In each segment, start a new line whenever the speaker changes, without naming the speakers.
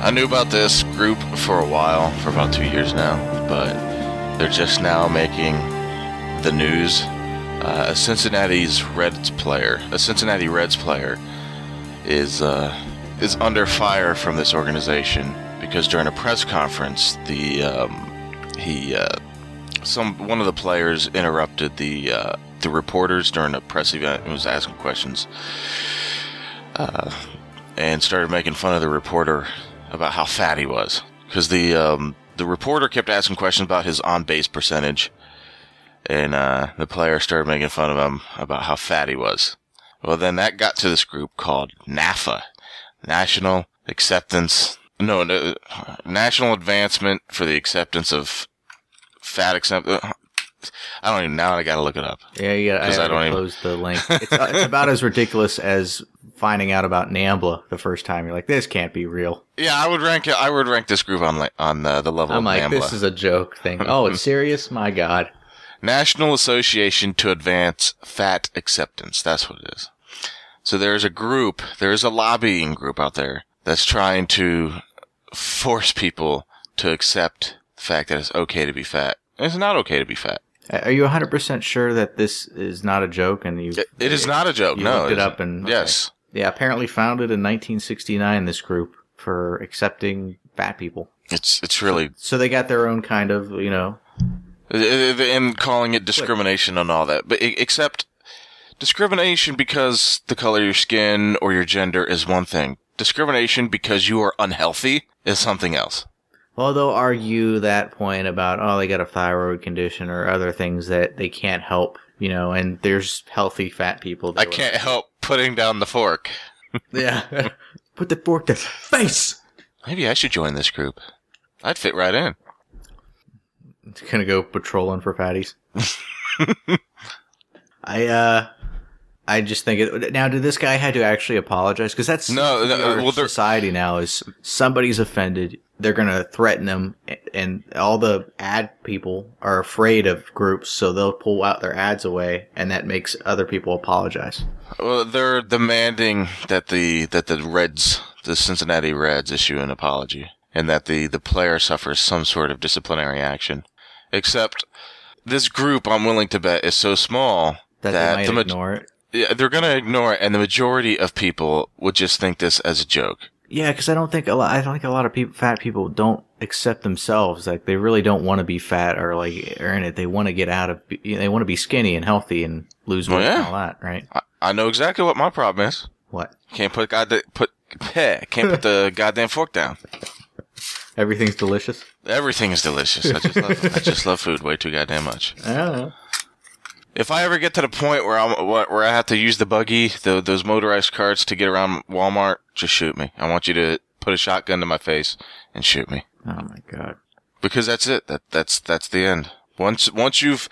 I knew about this group for a while, for about two years now, but they're just now making the news. Uh, a Cincinnati's Reds player, a Cincinnati Reds player, is uh, is under fire from this organization because during a press conference, the um, he uh, some one of the players interrupted the uh, the reporters during a press event and was asking questions, uh, and started making fun of the reporter about how fat he was because the um, the reporter kept asking questions about his on base percentage, and uh, the player started making fun of him about how fat he was. Well, then that got to this group called NAFA, National Acceptance. No, no National Advancement for the Acceptance of Fat Accept. uh, I don't even now. I gotta look it up.
Yeah, yeah. I,
'Cause I
haven't
don't even-
closed the link. It's, uh, it's about as ridiculous as finding out about Nambla the first time. You're like, this can't be real.
Yeah, I would rank it. I would rank this group on like on uh, the level
I'm
of
like,
NAMBLA.
this is a joke thing. Oh, it's serious? My God.
National Association to Advance Fat Acceptance. That's what it is. So there is a group, there is a lobbying group out there that's trying to force people to accept the fact that it's okay to be fat. It's not okay to be fat.
Uh, Are you 100% sure that this is not a joke? And you,
It, it is not a joke.
You
no,
looked it
it's-
up and
yes,
okay. yeah, apparently founded in 1969. This group for accepting fat people.
it's it's really
So they got their own kind of, you know,
and calling it discrimination and all that, but e- except discrimination because the color of your skin or your gender is one thing. Discrimination because you are unhealthy is something else.
Well, they'll argue that point about oh they got a thyroid condition or other things that they can't help, you know, and there's healthy fat people. That
I can't help putting down the fork.
will- Yeah, put the fork to face.
Maybe I should join this group. I'd fit right in.
It's gonna go patrolling for fatties. I uh, I just think it. Now, did this guy had to actually apologize? Because that's
No, no,
our
well, there-
society now is somebody's offended. They're gonna threaten them, a- and all the ad people are afraid of groups, so they'll pull out their ads away, and that makes other people apologize.
Well, they're demanding that the that the Reds, the Cincinnati Reds, issue an apology, and that the the player suffers some sort of disciplinary action. Except, this group, I'm willing to bet, is so small
That, they might
the ma-
ignore it.
yeah, they're going to ignore it, and the majority of people would just think this as a joke.
Yeah, because I don't think a lot. I don't think a lot of people, fat people, don't accept themselves. Like they really don't want to be fat or like earn it. They want to get out of. you know, They want to be skinny and healthy and lose weight
Well, yeah.
and all that, right?
I, I know exactly what my problem is.
What?
Can't put god put can't put the goddamn fork down.
Everything's delicious.
Everything is delicious. I just love, I just love food way too goddamn much.
I don't know.
If I ever get to the point where I'm wh- where I have to use the buggy, tho- those motorized carts to get around Walmart, just shoot me. I want you to put a shotgun to my face and shoot me
Oh my god.
because that's it. That that's that's the end. Once once you've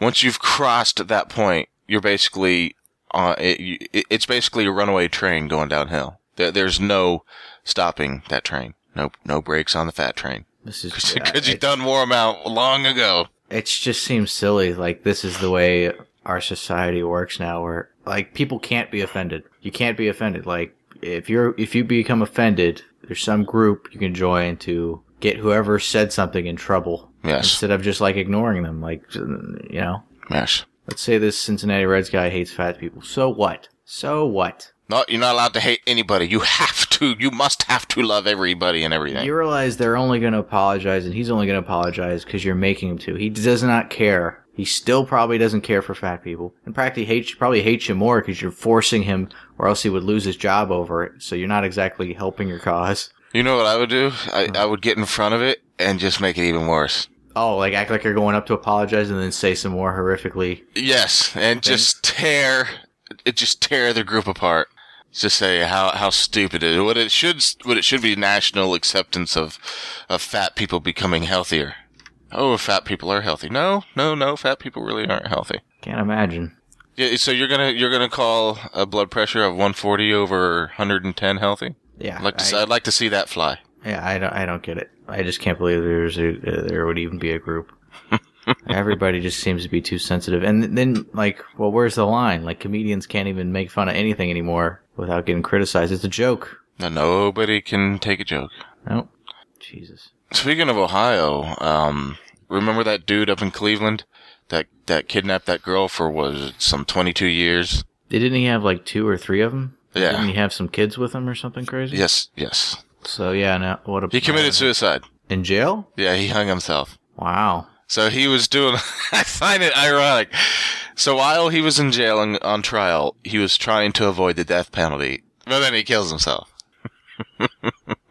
once you've crossed that point, you're basically uh, it, you- it, it's basically a runaway train going downhill. There, there's no stopping that train. No no brakes on the fat train
This is.
because you
it,
done wore 'em out long ago.
it just seems silly. Like this is the way our society works now, where like people can't be offended. You can't be offended. Like if you're if you become offended, there's some group you can join to get whoever said something in trouble.
Yes,
instead of just like ignoring them. Like, you know,
yes.
let's say this Cincinnati Reds guy hates fat people. So what? So what?
No, you're not allowed to hate anybody. You have to. You must have to love everybody and everything.
You realize they're only going to apologize, and he's only going to apologize because you're making him to. He does not care. He still probably doesn't care for fat people, and practically hates probably hates you more because you're forcing him, or else he would lose his job over it. So you're not exactly helping your cause.
You know what I would do? I, I would get in front of it and just make it even worse.
Oh, like act like you're going up to apologize and then say some more horrifically
Yes, and just tear, it just tear the group apart. Just say how how stupid it is. What it should what it should be national acceptance of of fat people becoming healthier. Oh, fat people are healthy. No, no, no, fat people really aren't healthy.
Can't imagine.
Yeah, so you're gonna you're gonna call a blood pressure of 140 over 110 healthy?
Yeah,
I'd like to,
I-
see- I'd like to see that fly.
Yeah, I don't, I don't get it. I just can't believe there's a, uh, there would even be a group. Everybody just seems to be too sensitive. And then, like, well, where's the line? Like, comedians can't even make fun of anything anymore without getting criticized. It's a joke.
No, nobody can take a joke.
Nope. Jesus.
Speaking of Ohio, um, remember that dude up in Cleveland that that kidnapped that girl for was it some 22 years?
Didn't he have like two or three of them?
Yeah.
Didn't he have some kids with him or something crazy?
Yes, yes.
So yeah, no, what a
He committed suicide.
in jail.
Yeah, he hung himself.
Wow.
So he was doing. I find it ironic. So while he was in jail and on trial, he was trying to avoid the death penalty, but then he kills himself.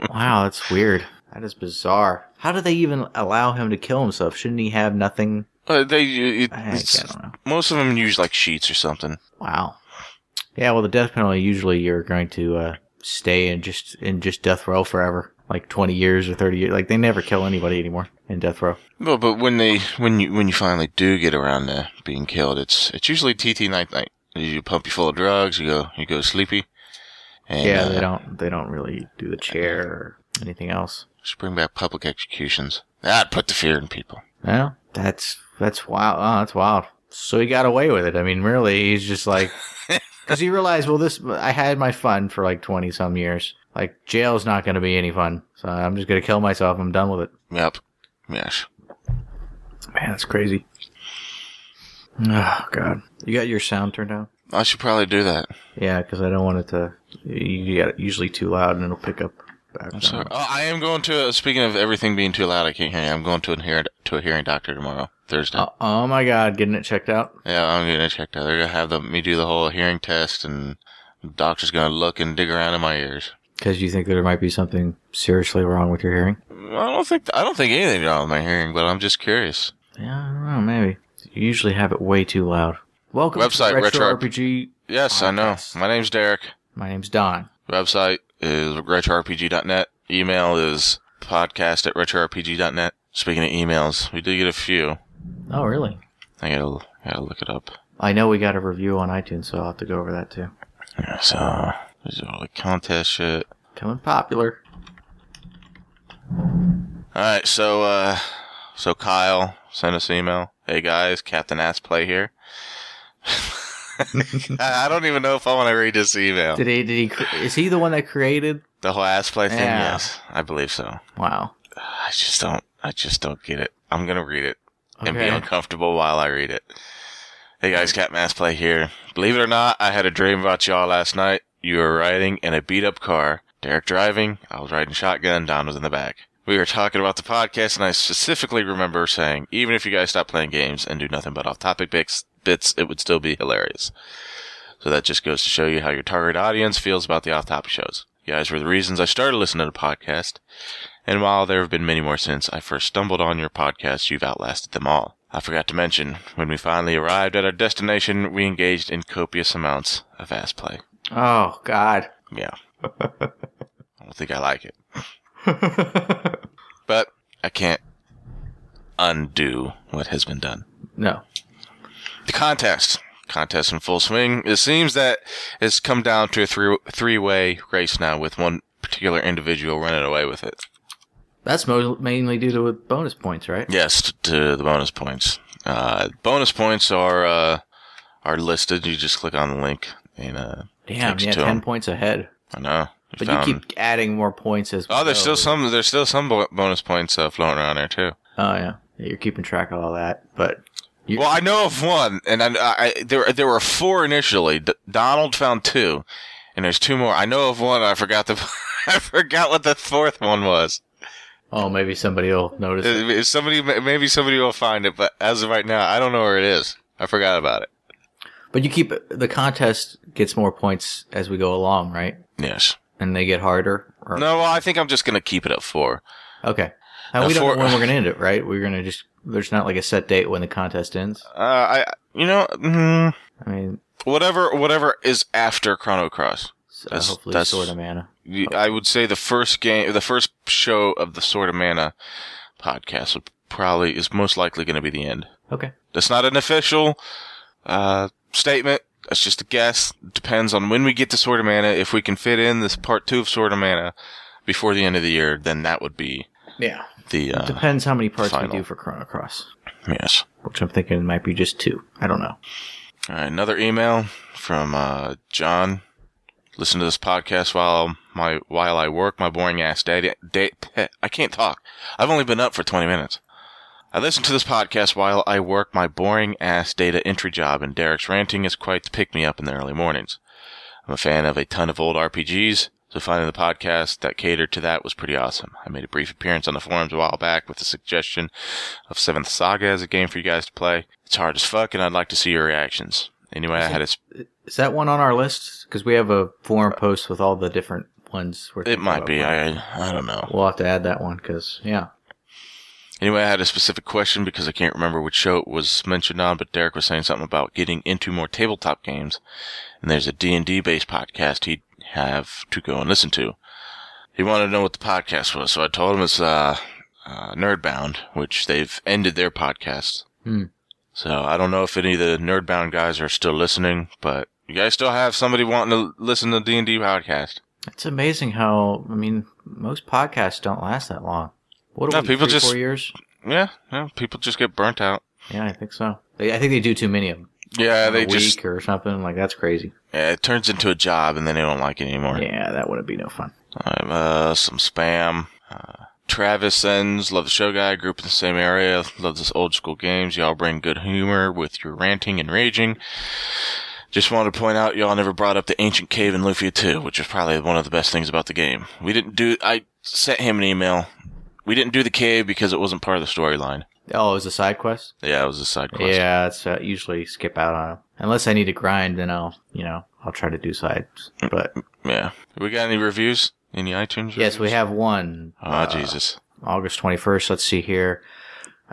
Wow, that's weird. That is bizarre. How do they even allow him to kill himself? Shouldn't he have nothing?
Uh, they you- it-
I, I
it's-
don't know.
most of them use like sheets or something.
Wow. Yeah, well, the death penalty usually you're going to uh, stay in just in just death row forever, like twenty years or thirty years. Like they never kill anybody anymore in death row.
Well, but when they when you when you finally do get around to being killed, it's it's usually TT night night. You pump you full of drugs. You go you go sleepy. And,
Yeah,
uh,
they don't they don't really do the chair or anything else.
Just bring back public executions. That put the fear in people.
Well, that's that's wild. Oh, that's wild. So he got away with it. I mean, really, he's just like because he realized, well, this I had my fun for like twenty some years. Like jail's not going to be any fun, so I'm just going to kill myself. I'm done with it.
Yep. Yes.
Man, that's crazy. Oh God, you got your sound turned down?
I should probably do that.
Yeah, because I don't want it to. You got it usually too loud, and it'll pick up.
I'm
Background.
sorry. Oh, I am going to. Speaking of everything being too loud, I can't hear you. I'm going to a hearing to a hearing doctor tomorrow, Thursday.
Oh, oh my God, getting it checked out.
Yeah, I'm getting it checked out. They're gonna have the, me do the whole hearing test, and the doctor's gonna look and dig around in my ears.
Because you think that there might be something seriously wrong with your hearing?
I don't think I don't think anything's wrong with my hearing, but I'm just curious.
Yeah, I don't know, maybe. You usually have it way too loud. Welcome
Website,
to Retro,
Retro-
RPG.
Yes, I know.
Podcast.
My name's Derek.
My name's Don.
Website is retrorpg.net. Email is podcast at retrorpg.net. Speaking of emails, we did get a few.
Oh, really?
I gotta gotta look it up.
I know we got a review on iTunes, so I'll have to go over that too.
Yeah, so this is all the contest shit.
Coming popular.
All right, so uh, so Kyle sent us an email. Hey guys, Captain Ass Play here. I I don't even know if I want to read this email.
Did he? Did he? cr- Is he the one that created?
The whole Ass Play thing,
Yeah.
yes, I believe so.
Wow.
I just don't. I just don't get it. I'm gonna read it and be
Okay.
uncomfortable while I read it. Hey guys, Captain Ass Play here. Believe it or not, I had a dream about y'all last night. You were riding in a beat up car. Derek driving. I was riding shotgun. Don was in the back. We were talking about the podcast, and I specifically remember saying, even if you guys stop playing games and do nothing but off topic bits, bits, it would still be hilarious. So that just goes to show you how your target audience feels about the off topic shows. You guys were the reasons I started listening to the podcast and while there have been many more since I first stumbled on your podcast, you've outlasted them all. I forgot to mention, when we finally arrived at our destination, we engaged in copious amounts of ass play.
Oh God.
Yeah. I don't think I like it. But I can't undo what has been done.
no.
The contest. Contest in full swing. It seems that it's come down to a three three way race now with one particular individual running away with it.
That's mo- mainly due to bonus points, right?
Yes, t- to the bonus points. Uh, bonus points are uh, are listed. You just click on the link, and uh,
Damn.
Takes
Yeah,
two.
ten points ahead.
I know.
But
found-
you keep adding more points as.
oh, there's
we
still
go.
some. There's still some bo- bonus points uh, floating around there too.
Oh yeah. yeah. You're keeping track of all that, but You-
Well, I know of one, and I, I there there were four initially. D- Donald found two, and there's two more. I know of one. I forgot the I forgot what the fourth one was.
oh, maybe somebody will notice. it.
If if somebody maybe somebody will find it, but as of right now, I don't know where it is. I forgot about it.
But you keep the contest gets more points as we go along, right?
Yes.
And they get harder. Or,
No, well, I think I'm just gonna keep it at four.
Okay. Now,
Uh,
we don't
for-
know when we're gonna end it, right? We're gonna just there's not like a set date when the contest ends.
Uh, I you know mm,
I mean,
whatever whatever is after Chrono Cross.
so
That's-
hopefully
that's-
sort of mana.
You- I would say the first game, the first show of the Sword of Mana podcast would probably is most likely going to be the end.
Okay.
That's not an official uh, statement. That's just a guess. Depends on when we get to Sword of Mana. If we can fit in this part two of Sword of Mana before the end of the year, then that would be
Yeah.
the uh,
Depends how many parts
final.
we do for Chrono Cross,
yes.
which I'm thinking might be just two. I don't know.
All right, another email from uh, John listen to this podcast while my while I work my boring ass day. day I can't talk. I've only been up for 20 minutes. I listen to this podcast while I work my boring ass data entry job, and Derek's ranting is quite the pick me up in the early mornings. I'm a fan of a ton of old RPGs, so finding the podcast that catered to that was pretty awesome. I made a brief appearance on the forums a while back with the suggestion of Seventh Saga as a game for you guys to play. It's hard as fuck, and I'd like to see your reactions. Anyway, I had a. Sp-
Is that one on our list? Because we have a forum post with all the different ones. We're
Uh, it
thinking
might
about.
be. I I don't know.
We'll have to add that one because yeah,
Anyway, I had a specific question because I can't remember which show it was mentioned on, but Derek was saying something about getting into more tabletop games, and there's a D&D based podcast he'd have to go and listen to. He wanted to know what the podcast was, so I told him it's uh, uh, Nerdbound, which they've ended their podcast.
Hmm.
So I don't know if any of the Nerdbound guys are still listening, but you guys still have somebody wanting to listen to D&D podcast.
it's amazing how I mean most podcasts don't last that long. What
No,
we,
people
three,
just-
four years?
Yeah, yeah, people just get burnt out.
Yeah, I think so. They, I think they do too many of them.
Yeah, they
a
just
week or something like that's crazy.
Yeah, it turns into a job and then they don't like it anymore.
Yeah, that wouldn't be no fun.
Alright, uh, some spam. Uh, Travis sends, love the show guy, group in the same area, love this old school games. Y'all bring good humor with your ranting and raging. Just wanted to point out y'all never brought up the ancient cave in Lufia 2, which is probably one of the best things about the game. We didn't do, I sent him an email. We didn't do the cave because it wasn't part of the storyline.
Oh, it was a side quest.
Yeah, it was a side quest.
Yeah, that's uh, usually skip out on 'em. unless I need to grind. Then I'll you know I'll try to do sides. But
Yeah. We got any reviews? Any iTunes reviews?
yes, we have one.
Ah,
uh,
Jesus.
August 21st. Let's see here.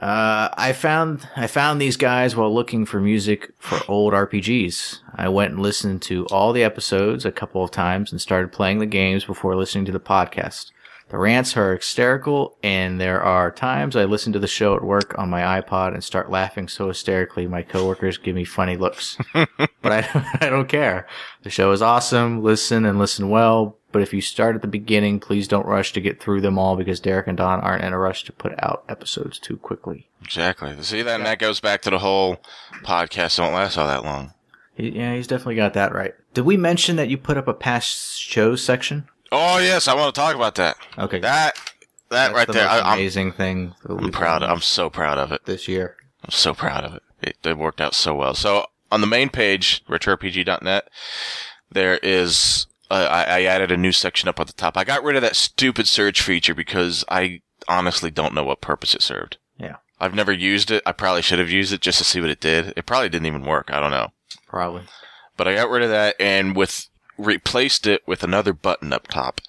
Uh, I found I found these guys while looking for music for old RPGs. I went and listened to all the episodes a couple of times and started playing the games before listening to the podcast. The rants are hysterical, and there are times I listen to the show at work on my iPod and start laughing so hysterically my coworkers give me funny looks. but I, I don't care. The show is awesome. Listen and listen well. But if you start at the beginning, please don't rush to get through them all because Derek and Don aren't in a rush to put out episodes too quickly.
Exactly. See that, and that goes back to the whole podcast don't last all that long.
He, yeah, he's definitely got that right. Did we mention that you put up a past shows section?
Oh yes, I want to talk about that.
Okay,
That that
that's
right
the
there.
most
I, I'm
amazing thing. that
I'm
we've
proud.
done
I'm so proud of it.
this year.
I'm so proud of it. It, it worked out so well. So on the main page, retrorpg.net, there is. Uh, I, I added a new section up at the top. I got rid of that stupid search feature because I honestly don't know what purpose it served.
Yeah.
I've never used it. I probably should have used it just to see what it did. It probably didn't even work. I don't know.
Probably.
but I got rid of that and with replaced it with another button up top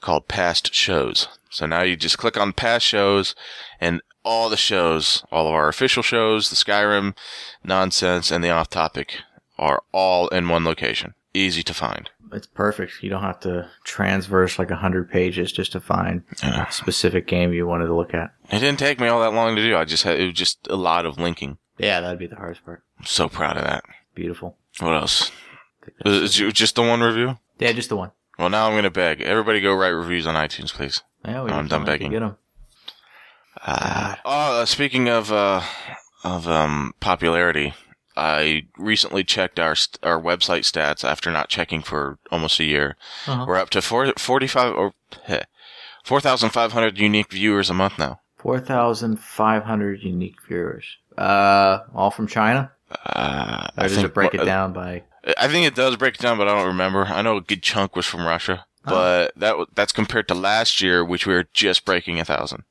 called past shows. So now you just click on past shows and all the shows, all of our official shows, the Skyrim nonsense and the off topic are all in one location. Easy to find.
It's perfect. You don't have to transverse like a hundred pages just to find
Yeah.
a specific game you wanted to look at.
It didn't take me all that long to do. I just had, it was just a lot of linking.
Yeah, that'd be the hardest part.
I'm so proud of that.
Beautiful.
What else?
I think that's-
Is it just the one review?
Yeah, just the one.
Well, now I'm going to beg. Everybody go write reviews on iTunes, please.
Yeah, we
Oh, I'm
just
done
wanted to
begging.
Get 'em.
Uh, oh, uh, speaking of uh, of um, popularity, I recently checked our st- our website stats after not checking for almost a year.
Uh-huh.
We're up to four, 45 or heh, 4,500 unique viewers a month now.
4,500 unique viewers. Uh, all from China?
Uh,
Or does it break it
uh,
down by.
I think it does break it down, but I don't remember. I know a good chunk was from Russia,
Oh.
but that w- that's compared to last year, which we were just breaking a thousand.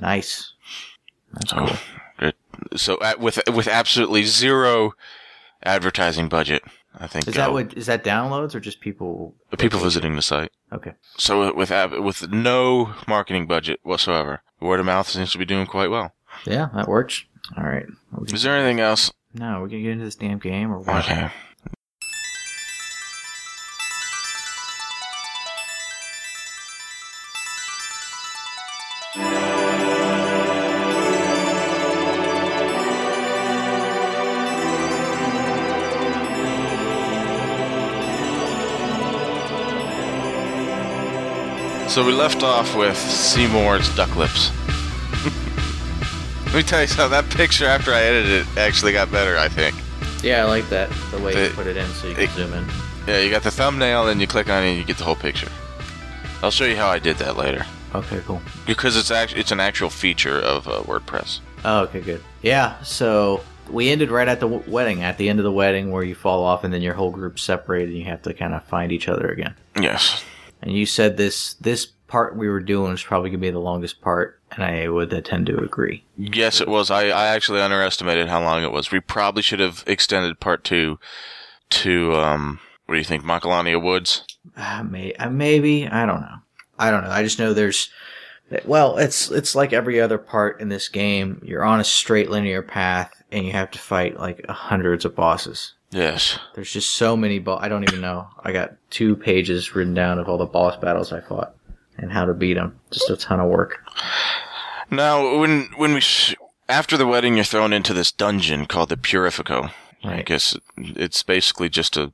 Nice. That's cool.
So, it, so at, with with absolutely zero advertising budget, I think
Is that
uh,
what is that downloads or just people?
The people visiting the site.
Okay.
So uh, with ab- with no marketing budget whatsoever, word of mouth seems to be doing quite well.
Yeah, that works. All right. We're
Is
gonna-
there anything else?
No, we're gonna get into this damn game or what?
Okay. So we left off with Seymour's duck lips. Let me tell you something. That picture after I edited it actually got better. I think.
Yeah, I like that. The way you
It-
put it in so you can
it-
zoom in.
Yeah, you got the thumbnail, then you click on it, and you get the whole picture. I'll show you how I did that later,
Okay, cool.
because it's act- it's an actual feature of uh, WordPress.
Oh, okay, good. Yeah, so we ended right at the w- wedding, at the end of the wedding where you fall off and then your whole group's separated and you have to kind of find each other again.
Yes.
And you said this this part we were doing was probably going to be the longest part, and I would tend to agree.
Yes, it was. I, I actually underestimated how long it was. We probably should have extended part two to um. What do you think, Macalania Woods?
Uh, may, uh, maybe I don't know. I don't know. I just know there's well, it's it's like every other part in this game. You're on a straight linear path, and you have to fight like hundreds of bosses.
Yes.
There's just so many. Bo- I don't even know. I got two pages written down of all the boss battles I fought and how to beat them. Just a ton of work.
Now, when when we sh- after the wedding, you're thrown into this dungeon called the Purifico. I
Right.
guess it's basically just a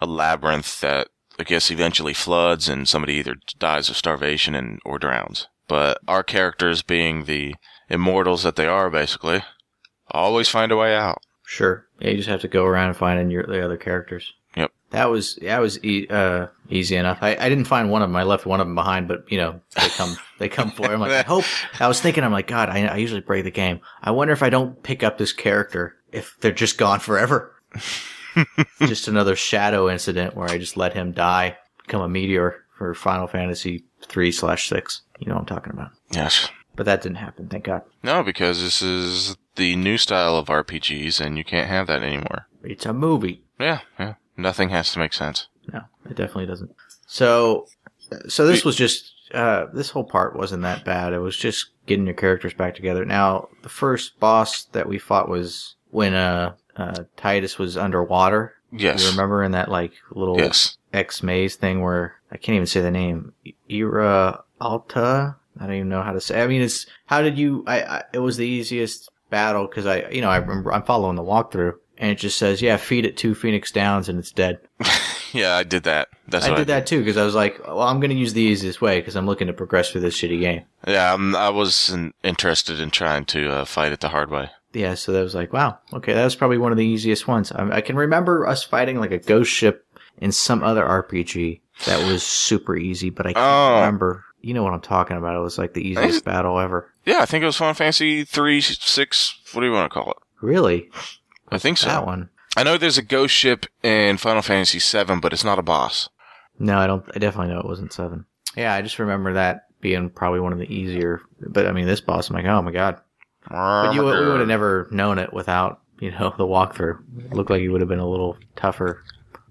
a labyrinth that I guess eventually floods, and somebody either dies of starvation and or drowns. But our characters, being the immortals that they are, basically always find a way out.
Sure. Yeah, you just have to go around and find in your the other characters.
Yep.
That was that was e- uh, easy enough. I, I didn't find one of them. I left one of them behind, but you know they come they come for. it. I'm like I hope. I was thinking I'm like God. I, I usually break the game. I wonder if I don't pick up this character if they're just gone forever. just another shadow incident where I just let him die, become a meteor for Final Fantasy three slash six. You know what I'm talking about.
Yes.
But that didn't happen. Thank God.
No, because this is the new style of RPGs, and you can't have that anymore.
It's a movie.
Yeah. Yeah. Nothing has to make sense.
No, it definitely doesn't. So, so this was just uh, this whole part wasn't that bad. It was just getting your characters back together. Now, the first boss that we fought was when uh, uh Titus was underwater.
Yes.
You remember in that like little
Yes.
X maze thing where I can't even say the name Ira Alta. I don't even know how to say. I mean, it's how did you? I, I it was the easiest battle because I you know I remember I'm following the walkthrough and it just says yeah feed it two Phoenix Downs and it's dead.
Yeah, I did that. That's
I
what
did that too because I was like, well, I'm going to use the easiest way because I'm looking to progress through this shitty game.
Yeah, I'm, I wasn't interested in trying to uh, fight it the hard way.
Yeah, so that was like, wow, okay, that was probably one of the easiest ones. I, I can remember us fighting like a ghost ship in some other RPG that was super easy, but I can't
Oh.
remember. You know what I'm talking about? It was like the easiest battle ever.
Yeah, I think it was Final Fantasy three six. What do you want to call it?
Really,
I think so.
that one?
I know there's a ghost ship in Final Fantasy seven, but it's not a boss.
No, I don't. I definitely know it wasn't seven. Yeah, I just remember that being probably one of the easier. But I mean, this boss, I'm like, oh my god. But you, we would have never known it without, you know, the walkthrough. It looked like he would have been a little tougher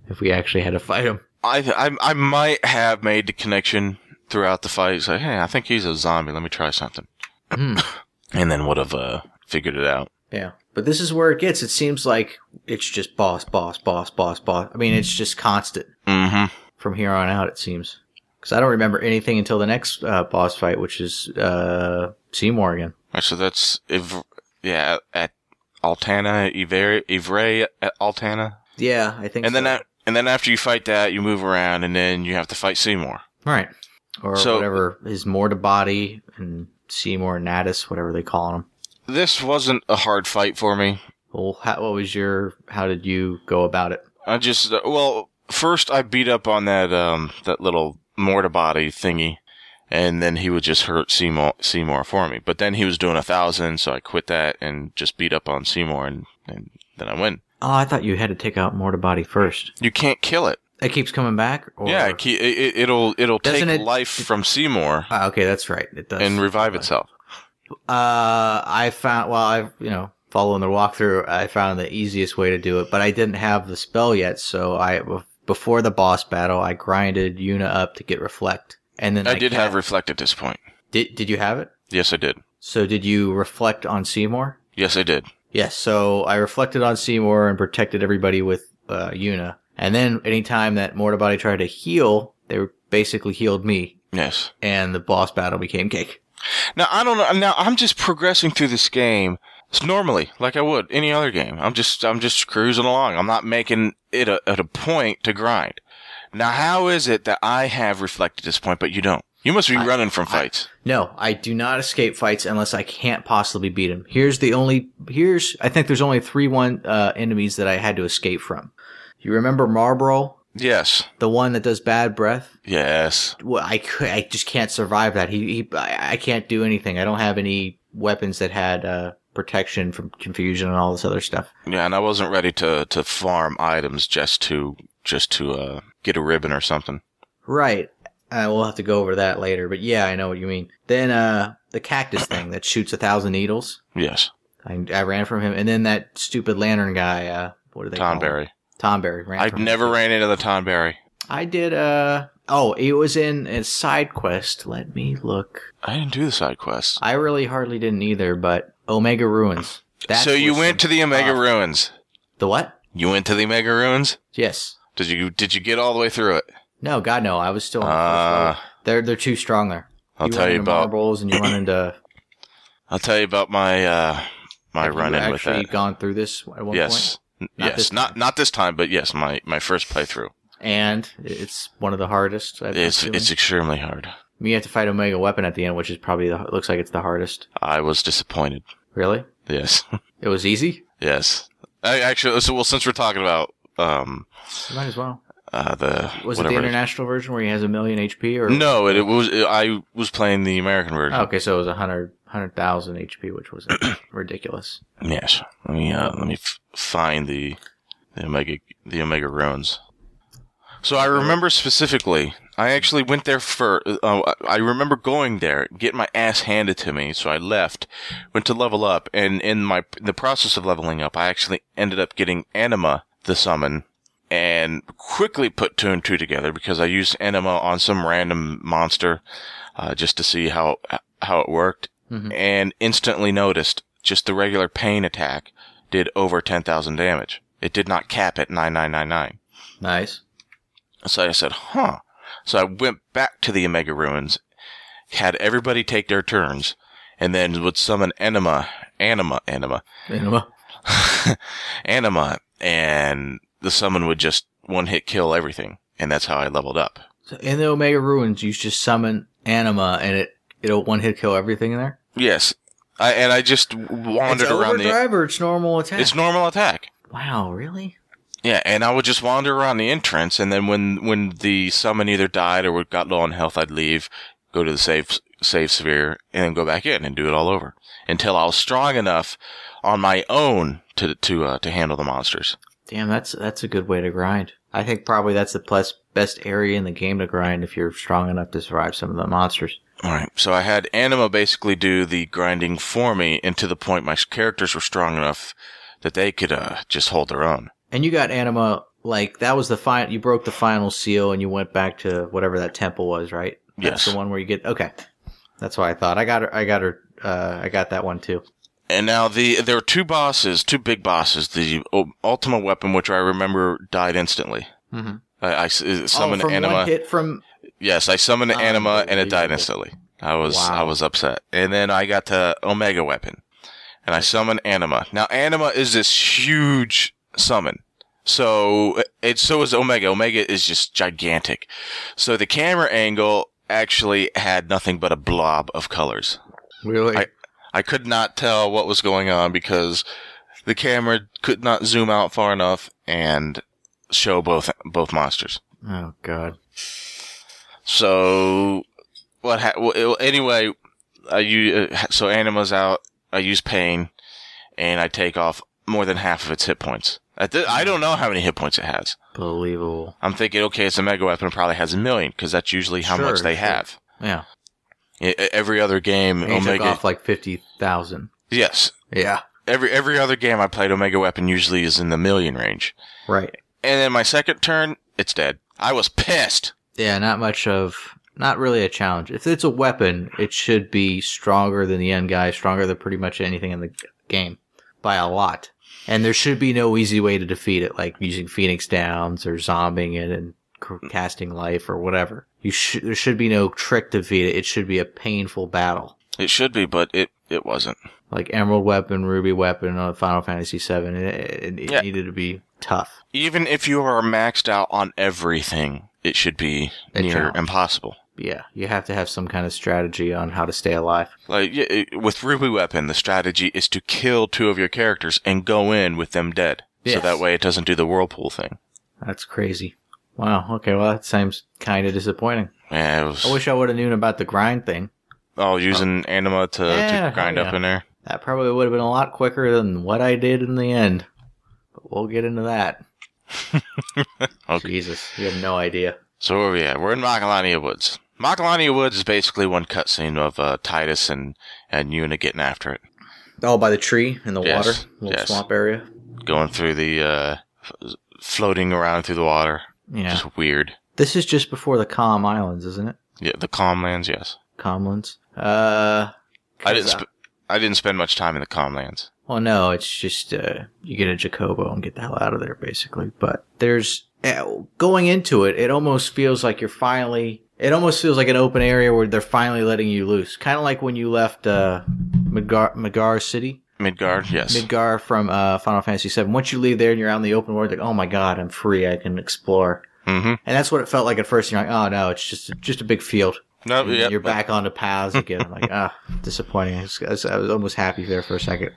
if we actually had to fight him.
I, I I might have made the connection throughout the fight. Say, hey, I think he's a zombie. Let me try something,
Hmm.
and then would have uh, figured it out.
Yeah. But this is where it gets. It seems like it's just boss, boss, boss, boss, boss. I mean, it's just constant
Mm-hmm.
from here on out, it seems. Because I don't remember anything until the next uh, boss fight, which is uh, Seymour again.
So that's if yeah at Altana Ivre Ivre at Altana.
Yeah, I think
and then a- and then after you fight that, you move around, and then you have to fight Seymour.
Right. Or
So-
whatever is more to body and Seymour and Natus, whatever they call him.
This wasn't a hard fight for me.
Well, how, what was your? How did you go about it?
I just uh, well, first I beat up on that um that little Mortabody thingy, and then he would just hurt Seymour Seymour for me. But then he was doing a thousand, so I quit that and just beat up on Seymour, and, and then I win.
Oh, I thought you had to take out Mortabody first.
You can't kill it.
It keeps coming back. Or...
yeah, it, ke- it, it- it'll it'll take
Doesn't it-
life from Seymour
Ah, okay, that's right. It does.
and revive itself.
Uh, I found well, I you know following the walkthrough, I found the easiest way to do it, but I didn't have the spell yet, so I before the boss battle, I grinded Yuna up to get Reflect, and then
I did
ca-
have reflect at this point.
Did did you have it?
Yes, I did.
So did you reflect on Seymour?
Yes, I did.
Yes, so I reflected on Seymour and protected everybody with uh, Yuna. And then anytime that Mortabody tried to heal, they were basically healed me,
Yes.
and the boss battle became cake.
Now I don't know. Now I'm just progressing through this game s- normally, like I would any other game. I'm just I'm just cruising along. I'm not making it a, at a point to grind. Now how is it that I have reflected this point, but you don't? You must be running from fights.
No, I do not escape fights unless I can't possibly beat him. Here's the only here's I think there's only three one uh, enemies that I had to escape from. You remember Marlboro,
yes.
the one that does bad breath?
Yes.
Well, I cou- I just can't survive that. He, he I, I can't do anything. I don't have any weapons that had uh, protection from confusion and all this other stuff.
Yeah, and I wasn't ready to, to farm items just to just to uh, get a ribbon or something.
Right. Uh, we'll have to go over that later. But yeah, I know what you mean. Then uh, the cactus thing that shoots a thousand needles.
Yes.
I, I ran from him, and then that stupid lantern guy. Uh, what do they call him?
Tonberry.
Tonberry. Ran
I
from him.
never ran into the Tonberry.
I did. Uh. Oh, it was in a side quest. Let me look.
I didn't do the side quests.
I really hardly didn't either, but Omega Ruins. That
so you
was
went to
some-
the Omega
uh,
Ruins.
the what?
You went to the Omega Ruins?
Yes.
Did you did you get all the way through it?
No, God, no. I was still. On the
Uh,
first floor. They're they're too strong there.
I'll
you
tell
run
you
into
about
marbles, and you run into.
I'll tell you about my uh my
have you
run in with
actually
that.
gone through this at one point?
Yes. N-
Not
yes,
this
not not this time, but yes, my my first playthrough.
and it's one of the hardest. I've
It's it's extremely hard.
you have to fight Omega Weapon at the end, which is probably the, looks like it's the hardest.
I was disappointed.
Really,
Yes.
it was easy.
yes. I actually so well since we're talking about um
You might as well.
uh the
Was it
whatever it
the
is-
international version where he has a million HP or
No, it, it was I was playing the American version.
Oh, okay, so it was a hundred hundred thousand HP, which was ridiculous.
Yes. Let me uh, let me f- find the the omega the omega ruins. So I remember specifically. I actually went there for. Uh, I- I remember going there, getting my ass handed to me. So I left, went to level up, and in my in the process of leveling up, I actually ended up getting anima the summon, and quickly put two and two together because I used anima on some random monster, uh, just to see how how it worked
Mhm.
and instantly noticed just the regular pain attack did over 10,000 damage. It did not cap at 9999.
Nice.
So I said, huh. So I went back to the Omega Ruins, had everybody take their turns, and then would summon Anima, Anima, Anima,
Anima.
Anima, and the summon would just one hit kill everything. And that's how I leveled up.
So in the Omega Ruins, you just summon Anima, and it it'll one hit kill everything in there.
Yes. I, and I just wandered
it's
around the.
overdrive or it's normal attack.
It's normal attack.
wow, really?
Yeah, and I would just wander around the entrance, and then when when the summon either died or got low on health, I'd leave, go to the safe safe sphere, and then go back in and do it all over until I was strong enough on my own to to uh, to handle the monsters.
Damn, that's that's a good way to grind. I think probably that's the plus, best area in the game to grind if you're strong enough to survive some of the monsters.
All right, so I had Anima basically do the grinding for me, and to the point my characters were strong enough that they could uh, just hold their own.
And you got Anima like that was the final. You broke the final seal and you went back to whatever that temple was, right?
Yes.
That's the one where you get okay. That's what I thought. I got her. I got her. Uh, I got that one too.
And now the there are two bosses, two big bosses. The U- Ultima weapon, which I remember, died instantly.
Mm-hmm.
I, I s- uh, summoned
oh, from
Anima.
one hit from
Yes, I summoned an anima and it died
Unbelievable.
instantly. I was
Wow.
I was upset. And then I got the Omega weapon. And I summoned Anima. Now Anima is this huge summon. So it so is Omega. Omega is just gigantic. So the camera angle actually had nothing but a blob of colors.
really.
I- I could not tell what was going on because the camera could not zoom out far enough and show both both monsters.
oh god.
So what? Ha- well, it- anyway, I u- uh, so anima's out. I use pain, and I take off more than half of its hit points. At thi- I don't know how many hit points it has.
Believable.
I'm thinking, okay, it's a mega weapon. It probably has a million because that's usually how much
Sure,
they
sure.
have.
Yeah.
I- I- every other game,
And you took
Omega.
off like fifty thousand.
Yes,
Yeah.
every every other game I played, Omega weapon usually is in the million range.
Right.
And then my second turn, it's dead. I was pissed.
Yeah, not much of not really a challenge. If it's a weapon, it should be stronger than the end guy, stronger than pretty much anything in the g- game by a lot. And there should be no easy way to defeat it, like using Phoenix Downs or zombing it and c- casting life or whatever. You should there should be no trick to defeat it. It should be a painful battle,
It should be, but it it wasn't.
like Emerald Weapon, Ruby Weapon on Final Fantasy VII. It, it, it
Yeah.
needed to be tough.
even if you are maxed out on everything, it should be
A
near
challenge.
impossible.
yeah, you have to have some kind of strategy on how to stay alive.
Like y- it- with Ruby Weapon, the strategy is to kill two of your characters and go in with them dead. So
Yes.
that way it doesn't do the whirlpool thing.
That's crazy. Wow. Okay. Well, that seems kind of disappointing.
Yeah, it was
I wish I would have known about the grind thing.
oh using anima to,
Yeah,
to grind
hell
up
yeah.
in there.
That probably would have been a lot quicker than what I did in the end. But we'll get into that.
Okay.
Jesus, you have no idea.
So where are we at? We're in Makalania Woods. Makalania Woods is basically one cutscene of uh, Titus and and Yuna getting after it,
Oh, by the tree in the
Yes,
water, little
yes.
swamp area.
going through the uh, f- floating around through the water.
Yeah.
Just weird.
This is just before the Calm Islands, isn't it?
Yeah, the calm lands. Yes,
Comlands. Uh,
I didn't.
'cause, uh,
Sp- I didn't spend much time in the calm lands.
Well, no, it's just uh, you get a Jacobo and get the hell out of there, basically. But there's eh, going into it, it almost feels like you're finally. It almost feels like an open area where they're finally letting you loose, kind of like when you left uh, Midgar, Midgar City, Mm-hmm.
Midgard. Yes.
Midgar from uh, Final Fantasy VII. Once you leave there and you're out in the open world, like, oh my god, I'm free, I can explore,
mm-hmm.
and that's what it felt like at first. And you're like, oh no, it's just just a big field.
No.
And
Oh, yeah,
you're
but-
back on the paths again. I'm like, ah, disappointing. I was, I was- I was almost happy there for a second.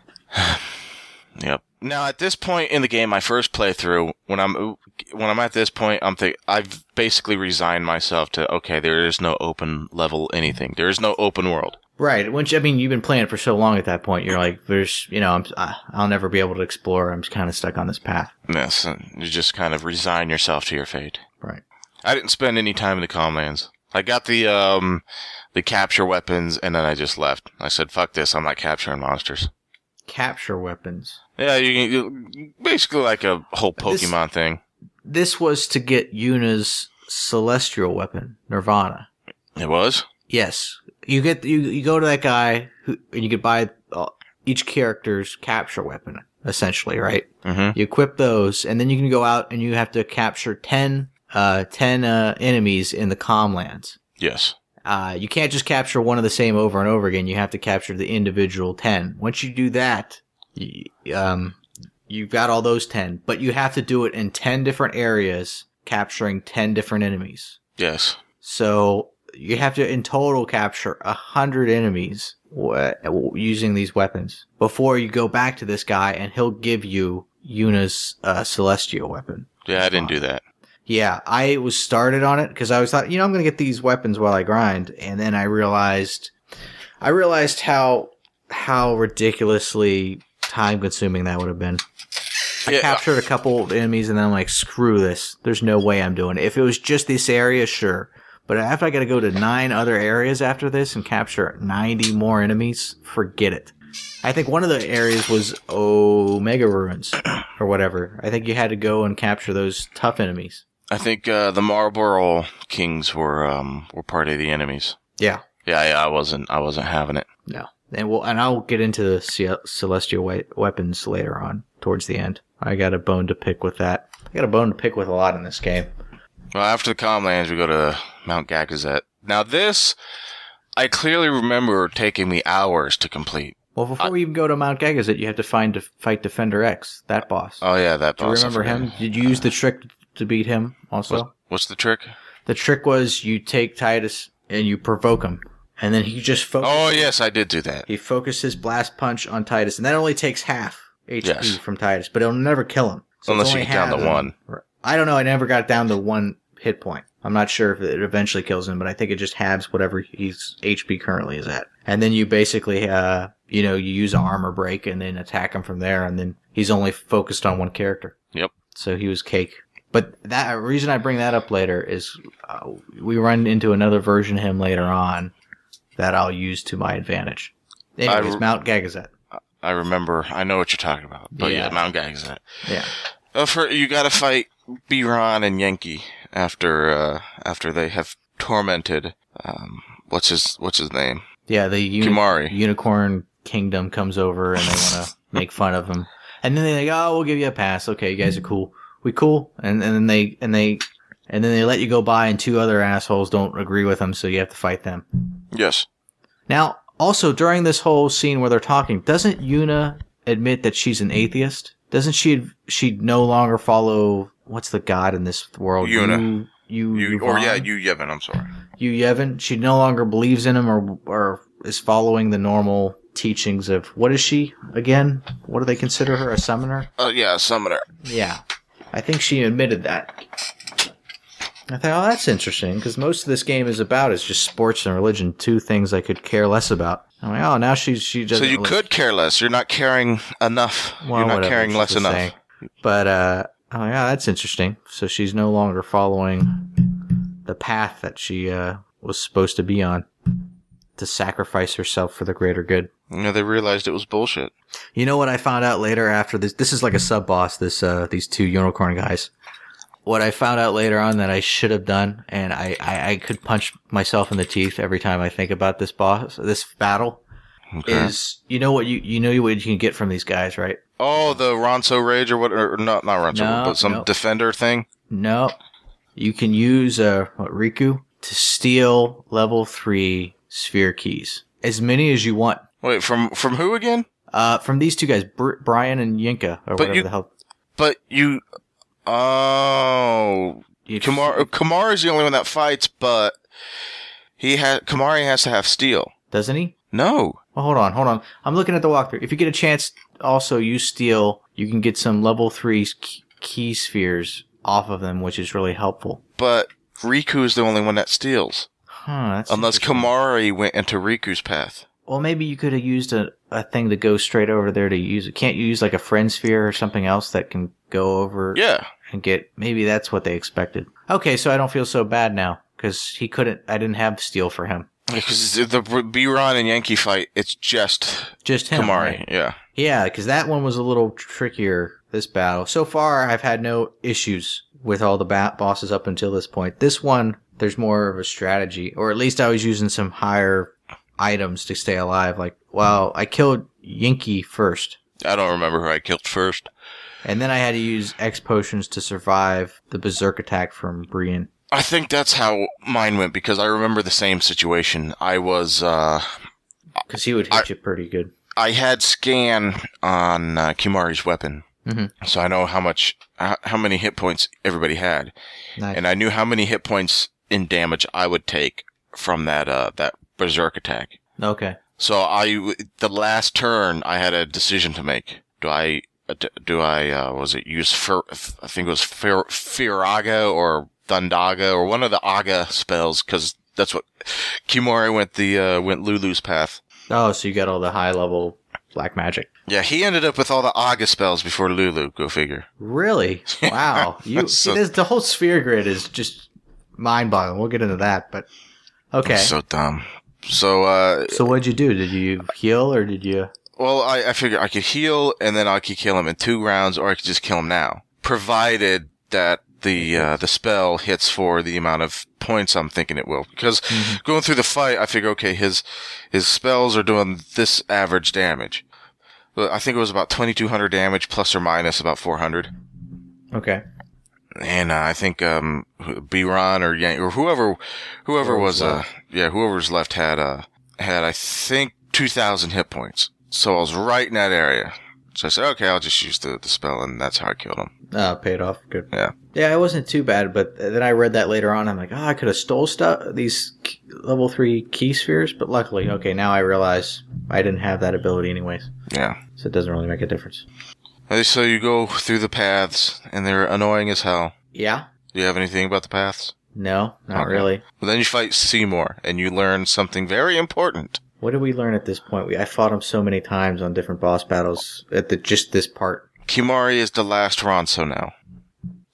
Yep. Now at this point in the game, my first playthrough, when I'm when I'm at this point, I'm think I've basically resigned myself to okay, there is no open level anything. There is no open world.
Right. Once I mean, you've been playing it for so long at that point, you're like, there's, you know, I'm, I- I'll never be able to explore. I'm kind of stuck on this path.
Yes, and you just kind of resign yourself to your fate.
Right.
I didn't spend any time in the Comlands. I got the um the capture weapons, and then I just left. I said, "Fuck this! I'm not capturing monsters."
Capture weapons.
Yeah, you, you basically like a whole
This-
Pokemon thing.
This was to get Yuna's celestial weapon, Nirvana.
It was.
Yes. You get you you go to that guy who, and you could buy uh, each character's capture weapon essentially, right?
Mm-hmm.
You equip those, and then you can go out and you have to capture 10, uh, 10 uh, enemies in the Comlands.
Yes.
Uh, you can't just capture one of the same over and over again. You have to capture the individual 10. Once you do that, you, um, you've got all those 10, but you have to do it in 10 different areas, capturing 10 different enemies.
Yes.
So you have to, in total, capture 100 enemies wa- using these weapons before you go back to this guy and he'll give you Yuna's uh, Celestial weapon.
Yeah, I didn't do that.
Yeah, I was started on it because I was thought, you know, I'm going to get these weapons while I grind, and then I realized, I realized how how ridiculously time consuming that would have been. I
Yeah.
captured a couple of enemies, and then I'm like, screw this. There's no way I'm doing it. If it was just this area, sure, but after I got to go to nine other areas after this and capture 90 more enemies, forget it. I think one of the areas was Omega Ruins or whatever. I think you had to go and capture those tough enemies.
I think uh, the Marlborough Kings were um, were part of the enemies.
Yeah.
Yeah, yeah, I wasn't I wasn't having it.
No. And we'll, and I'll get into the ce- celestial we- weapons later on towards the end. I got a bone to pick with that. I got a bone to pick with a lot in this game.
Well, after the Comlands, we go to Mount Gagazet. Now this, I clearly remember taking me hours to complete.
Well, before we even go to Mount Gagazet, you have to find to fight Defender X, that boss.
Oh yeah, that
Do you
boss. I
remember
forgot.
him? Did you use the trick to beat him also?
What- What's the trick?
The trick was you take Titus and you provoke him, and then he just focused.
Oh yes, I did do that.
He focused his blast punch on Titus, and that only takes half HP
Yes.
from Titus, but it'll never kill him. it's
Unless you
only
get down to
half of him.
one.
Right. I don't know. I never got down to one hit point. I'm not sure if it eventually kills him, but I think it just halves whatever his HP currently is at. And then you basically, uh, you know, you use an armor break and then attack him from there, and then he's only focused on one character.
Yep.
So he was cake. But that reason I bring that up later is uh, we run into another version of him later on that I'll use to my advantage. Anyways,
I-
Mount Gagazet.
I remember. I know what you're talking about. But yeah,
Yeah.
Mount Gagazet.
Yeah.
Uh, for, you got to fight Biron and Yankee after uh, after they have tormented. Um, what's his What's his name?
Yeah, the uni-
Kumari.
unicorn kingdom comes over and they want to make fun of him. And then they're like, "Oh, we'll give you a pass. Okay, you guys are cool. We cool." And and then they and they and then they let you go by, and two other assholes don't agree with them, so you have to fight them.
Yes.
Now, also during this whole scene where they're talking, doesn't Yuna admit that she's an atheist? Doesn't she? She no longer follow what's the god in this world?
Yuna.
Yu- you,
You,
Yvonne,
or yeah, you Yevon. I'm sorry.
you Yevon, she no longer believes in him or or is following the normal teachings of what is she again? What do they consider her? A summoner?
Oh yeah, summoner.
Yeah, I think she admitted that. I thought, oh, that's interesting because most of this game is about is just sports and religion, two things I could care less about. I'm like, oh, now she's she just
So you could care less. You're not caring enough. You're not caring less enough.
But uh, oh yeah, that's interesting. So she's no longer following the path that she uh, was supposed to be on to sacrifice herself for the greater good.
You know, they realized it was bullshit.
You know what I found out later after this? This is like a sub boss. This uh, these two unicorn guys. What I found out later on that I should have done, and I, I, I could punch myself in the teeth every time I think about this boss, this battle,
Okay.
is you know what you you know what you can get from these guys, right?
oh, the Ronso Rage or what? Or not, not Ronso,
No,
but some
no.
defender thing.
No. You can use uh what Riku to steal level three sphere keys. As many as you want.
Wait, from from who again?
Uh from these two guys, Br- Brian and Yinka, or whatever
you-
the hell.
But you. Oh,
You
Kamar Kamar is the only one that fights, but he has Kamari has to have steel.
doesn't he?
No,
Well hold on, hold on. I'm looking at the walkthrough. If you get a chance also use steal, you can get some level three key, key spheres off of them, which is really helpful.
but Riku is the only one that steals,
Huh, that's
unless
interesting.
Kamari went into Riku's path.
Well, maybe you could have used a, a thing to go straight over there to use it. Can't you use like a friend sphere or something else that can go over?
Yeah,
and get maybe that's what they expected. Okay, so I don't feel so bad now because he couldn't. I didn't have steel for him.
because the B-Ron and Yankee fight, it's just
Just him.
Kamari.
right?
Yeah,
Yeah, because that one was a little trickier. This battle so far, I've had no issues with all the bat bosses up until this point. This one, there's more of a strategy, or at least I was using some higher items to stay alive. Like, well, I killed Yinky first.
I don't remember who I killed first.
And then I had to use X potions to survive the berserk attack from Brian.
I think that's how mine went because I remember the same situation. I was uh
Because he would hit
I-
you pretty good.
I had scan on uh, Kimari's weapon.
Mhm.
So I know how much how, how many hit points everybody had
Nice.
and I knew how many hit points in damage I would take from that uh that berserk attack.
okay.
So I the last turn I had a decision to make. Do I do I uh, was it use Fur, I think it was Fur, Firaga or Thundaga or one of the Aga spells because that's what Kimura went the uh, went Lulu's path.
Oh, so you got all the high level black magic.
Yeah, he ended up with all the Aga spells before Lulu. Go figure.
Really? Wow. You
So-
see, this, the whole sphere grid is just mind boggling. We'll get into that, but okay. So,
So dumb. So uh,
what'd you do? Did you heal or did you?
Well, I, I figure I could heal and then I could kill him in two rounds, or I could just kill him now, provided that the uh, the spell hits for the amount of points I'm thinking it will. Because going through the fight, I figure okay, his his spells are doing this average damage. But I think it was about 2,200 damage, plus or minus about 400.
Okay.
And uh, I think um, Biron or Yang or whoever whoever
Whoever
was
was
uh, yeah whoever's left had uh had I think two thousand hit points. So I was right in that area. So I said, okay, I'll just use the, the spell, and that's how I killed him.
Uh, paid off. Good.
Yeah.
Yeah, it wasn't too bad, but then I read that later on. I'm like, oh, I could have stole stuff, these key- level three key spheres, but luckily, okay, now I realize I didn't have that ability anyways,
Yeah.
so it doesn't really make a difference.
And So you go through the paths, and they're annoying as hell.
Yeah?
Do you have anything about the paths?
No, not
Okay.
really.
Well, then you fight Seymour, and you learn something very important.
What did we learn at this point? We I fought him so many times on different boss battles at the just this part.
Kimari is the last Ronso now.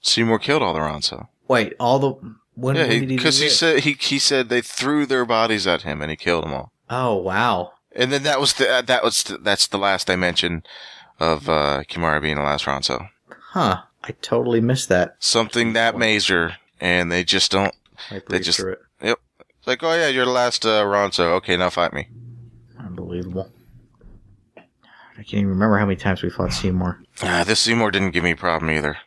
Seymour killed all the Ronso.
Wait, all the when,
Yeah,
when did he
because
do
he,
this?
said he he said they threw their bodies at him and he killed them all.
"Oh wow,
And then that was the uh, that was the, that's the last dimension of uh, Kimura being the last Ronso.
huh? I totally missed that."
Something that major, and they just don't
I breezed
just-
through it.
like. Oh yeah, you're the last uh, Ronso. Okay, now fight me.
Unbelievable. I can't even remember how many times we fought Seymour.
Uh, this Seymour didn't give me a problem either.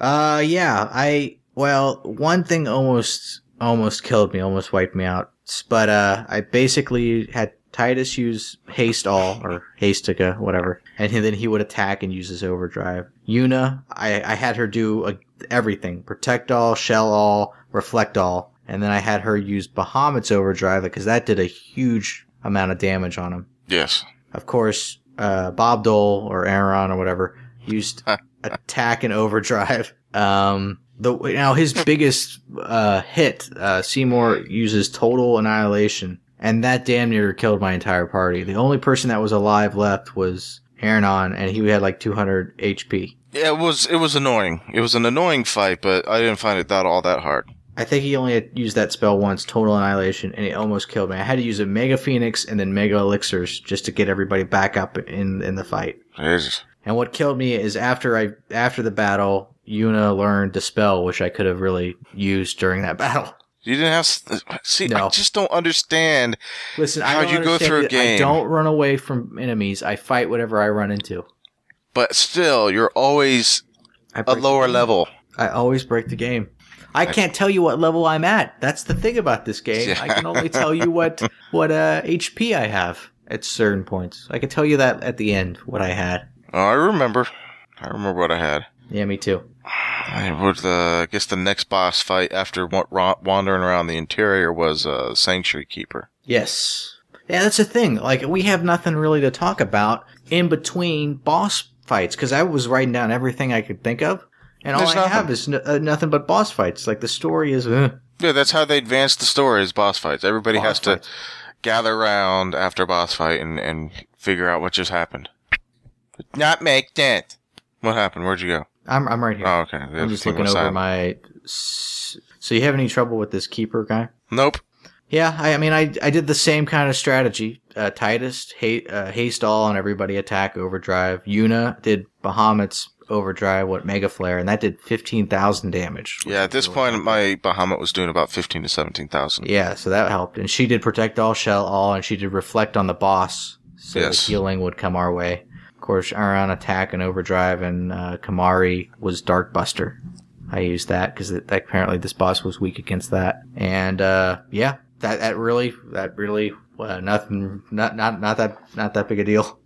Uh, yeah, I well, one thing almost almost killed me, almost wiped me out. But uh, I basically had Titus used haste all or hastica, whatever, and then he would attack and use his overdrive. Yuna, I, I had her do uh everything: protect all, shell all, reflect all, and then I had her use Bahamut's overdrive because that did a huge amount of damage on him.
Yes.
Of course, uh, Bob Dole or Aaron or whatever used attack and overdrive. Um, the now his biggest uh, hit, uh, Seymour uses total annihilation, and that damn near killed my entire party. The only person that was alive left was Aaron and he had like 200 HP.
Yeah, it was it was annoying. It was an annoying fight, but I didn't find it that all that hard.
I think he only had used that spell once, total annihilation, and it almost killed me. I had to use a mega phoenix and then mega elixirs just to get everybody back up in in the fight.
Jesus.
And what killed me is after I after the battle, Yuna learned dispel, which I could have really used during that battle.
You didn't have s- see. I
No.
just don't understand.
Listen,
How'd
I don't
you go
understand
through a
that I
game?
don't run away from enemies. I fight whatever I run into.
But still, you're always
I
a
break-
lower level.
I always break the game. I can't tell you what level I'm at. That's the thing about this game. I can only tell you what what uh, HP I have at certain points. I can tell you that at the end what I had.
Oh, I remember. I remember what I had.
Yeah, me too.
I would, uh, I guess the next boss fight after wa- ra- wandering around the interior was uh, Sanctuary Keeper.
Yes. Yeah, that's the thing. Like, we have nothing really to talk about in between boss fights because I was writing down everything I could think of, and all
There's
I
nothing.
have is n- uh, nothing but boss fights. Like, the story is. Uh,
Yeah, that's how they advance the story is boss fights. Everybody
boss
has
fights.
to gather around after a boss fight and, and figure out what just happened. Did not make sense. What happened? Where'd you go?
I'm, I'm right here.
Oh, okay.
I'm just looking over my. s- So, you have any trouble with this keeper guy?
Nope.
Yeah, I, I mean, I, I did the same kind of strategy. Uh, Titus, ha- uh, haste all on everybody, attack, overdrive. Yuna did Bahamut's overdrive, what, Mega Flare, and that did 15,000 damage. which
Yeah,
was
at this
really
point,
helpful.
my Bahamut was doing about fifteen to seventeen thousand.
Yeah, so that helped. And she did protect all, shell all, and she did reflect on the boss, so
Yes.
the healing would come our way. Of course, Aron attack and overdrive, and uh, Kamari was Dark Buster. I used that because apparently this boss was weak against that. And uh, yeah, that that really that really uh, nothing not not not that not that big a deal.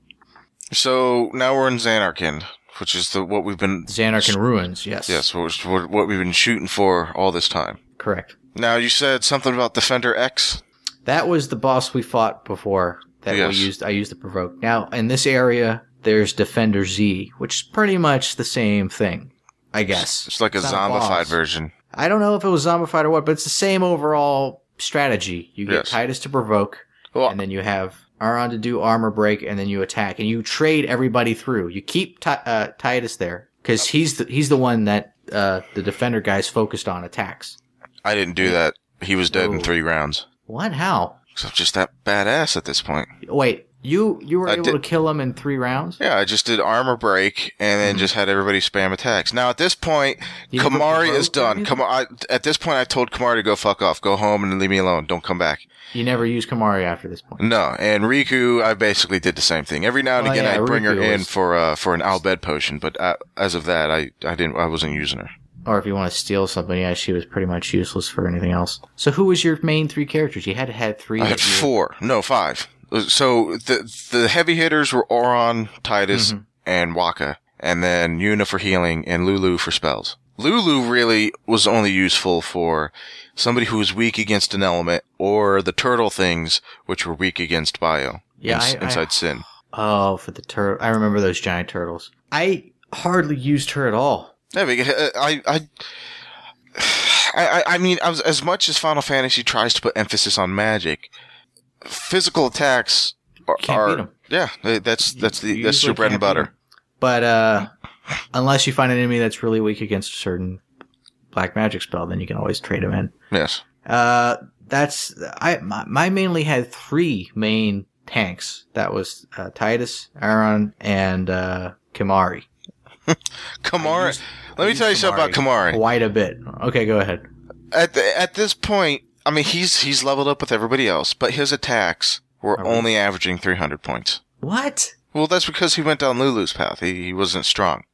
So now we're in Xanarkand, which is the what we've been
Xanark and ruins, yes,
yes, what, was- what what we've been shooting for all this time.
correct.
Now you said something about Defender X.
That was the boss we fought before that
Yes.
we used. I used the provoke. Now in this area, there's Defender Z, which is pretty much the same thing, I guess.
It's like a
It's not a
zombified
boss.
version.
I don't know if it was zombified or what, but it's the same overall strategy. You get
Yes.
Titus to provoke,
Well,
and then you have Aron to do armor break, and then you attack, and you trade everybody through. You keep Ti- uh, Titus there because he's the, he's the one that uh, the Defender guys focused on attacks.
I didn't do that. He was dead in
Oh.
three rounds.
What? How?
So I'm just that badass at this point.
Wait, you you were
I
able
did-
to kill him in three rounds?
Yeah, I just did armor break and then
Mhm.
just had everybody spam attacks. Now at this point,
You didn't
Kamari
provoke
is done.
anything?
Kam- I, at this point, I told Kamari to go fuck off, go home, and leave me alone. Don't come back.
You never use Kamari after this point.
No, and Riku, I basically did the same thing. Every now and
Oh,
again,
yeah,
I'd bring her
Riku
in
was-
for uh, for an Albed potion, but uh, as of that, I, I didn't I wasn't using her.
Or if you want to steal something, yeah, she was pretty much useless for anything else. So who was your main three characters? You had to have three.
I had
that you-
four, no five. Uh, So the the heavy hitters were Oron, Titus,
Mhm.
and Waka, and then Yuna for healing and Lulu for spells. Lulu really was only useful for somebody who was weak against an element or the turtle things, which were weak against bio.
Yeah,
ins-
I- I-
inside sin.
Oh, for the turtle. I remember those giant turtles. I hardly used her at all.
Yeah, because uh, I, I, I, I mean, as, as much as Final Fantasy tries to put emphasis on magic, physical attacks are,
Can't
are-
beat 'em.
yeah, they- that's that's the
You
that's your
usually
bread and
can't beat
butter.
'em. But uh, unless you find an enemy that's really weak against a certain black magic spell, then you can always trade them in.
Yes,
Uh, that's I my, my mainly had three main tanks. That was uh, Titus, Aaron, and uh, Kimari.
Kamari.
used-
let
I
me
used
tell you something about Kamari.
quite a bit. Okay, go ahead.
At the, at this point, I mean, he's he's leveled up with everybody else, but his attacks were
Are we-
only averaging three hundred points.
What?
Well, that's because he went down Lulu's path. He, he wasn't strong.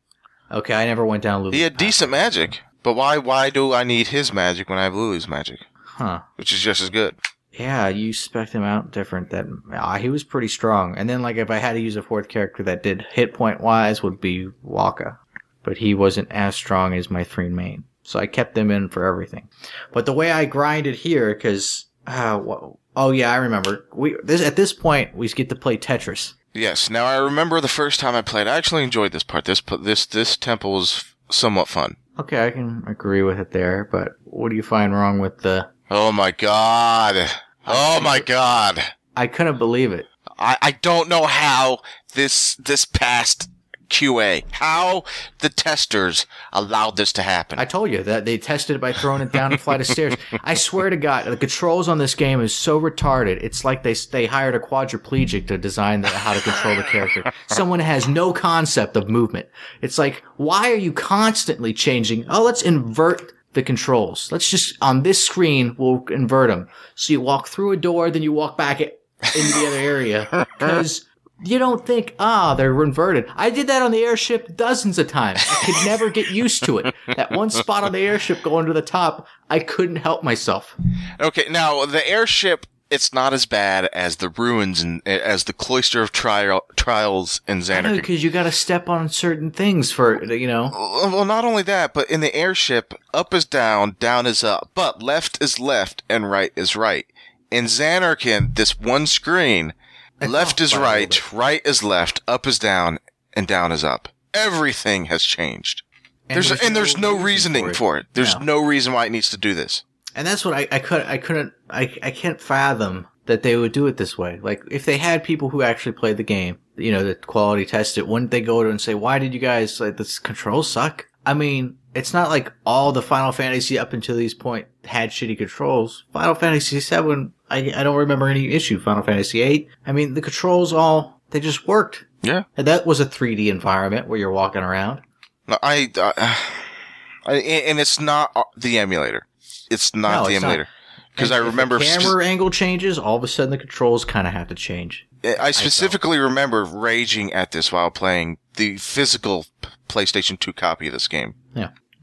Okay, I never went down. Lulu's
He had
path.
decent magic, but why why do I need his magic when I have Lulu's magic,
Huh?
which is just as good?
yeah, you spec him out different. That ah, he was pretty strong. And then like if I had to use a fourth character that did hit point wise would be Waka, but he wasn't as strong as my three main. So I kept them in for everything. But the way I grinded here, because uh, wh- oh yeah, I remember. We this at this point we get to play Tetris.
Yes. Now I remember the first time I played. I actually enjoyed this part. This this this temple was somewhat fun.
Okay, I can agree with it there, but what do you find wrong with the?
Oh my god. Oh my god.
I couldn't believe it.
I, I don't know how this this passed QA. How the testers allowed this to happen.
I told you that they tested it by throwing it down a flight of stairs. I swear to God, the controls on this game is so retarded. It's like they they hired a quadriplegic to design the, how to control the character. Someone has no concept of movement. It's like why are you constantly changing? Oh, let's invert the controls. Let's just on this screen we'll invert them. So you walk through a door, then you walk back it into the other area because you don't think, ah, they're inverted. I did that on the airship dozens of times. I could never get used to it. That one spot on the airship going to the top, I couldn't help myself.
Okay, now the airship. It's not as bad as the ruins and as the cloister of trial, trials in Xanarchy.
Because you got to step on certain things for, you know.
Well, not only that, but in the airship, up is down, down is up, but left is left and right is right. In Xanarkin, this one screen, left
off
is
by a little
right, right is left, up is down, and down is up. Everything has changed.
And
there's
there's
and there's no
no reason
reasoning
for
for
it.
it. There's
No.
no reason why it needs to do this.
And that's what I, I could I couldn't I I can't fathom that they would do it this way. Like if they had people who actually played the game, you know, that quality test it, wouldn't they go to and say, Why did you guys like this controls suck? I mean, it's not like all the Final Fantasy up until this point had shitty controls. Final Fantasy seven I I don't remember any issue. Final Fantasy eight. I mean the controls all they just worked.
Yeah.
And that was a 3D environment where you're walking around.
No, I, I, I and it's not uh, the emulator. It's not
No,
the
it's not.
emulator. Because I
And if the
remember
camera angle changes, all of a sudden the controls kind of have to change.
eh, I specifically remember raging at this while playing the physical p- PlayStation 2 copy of this game.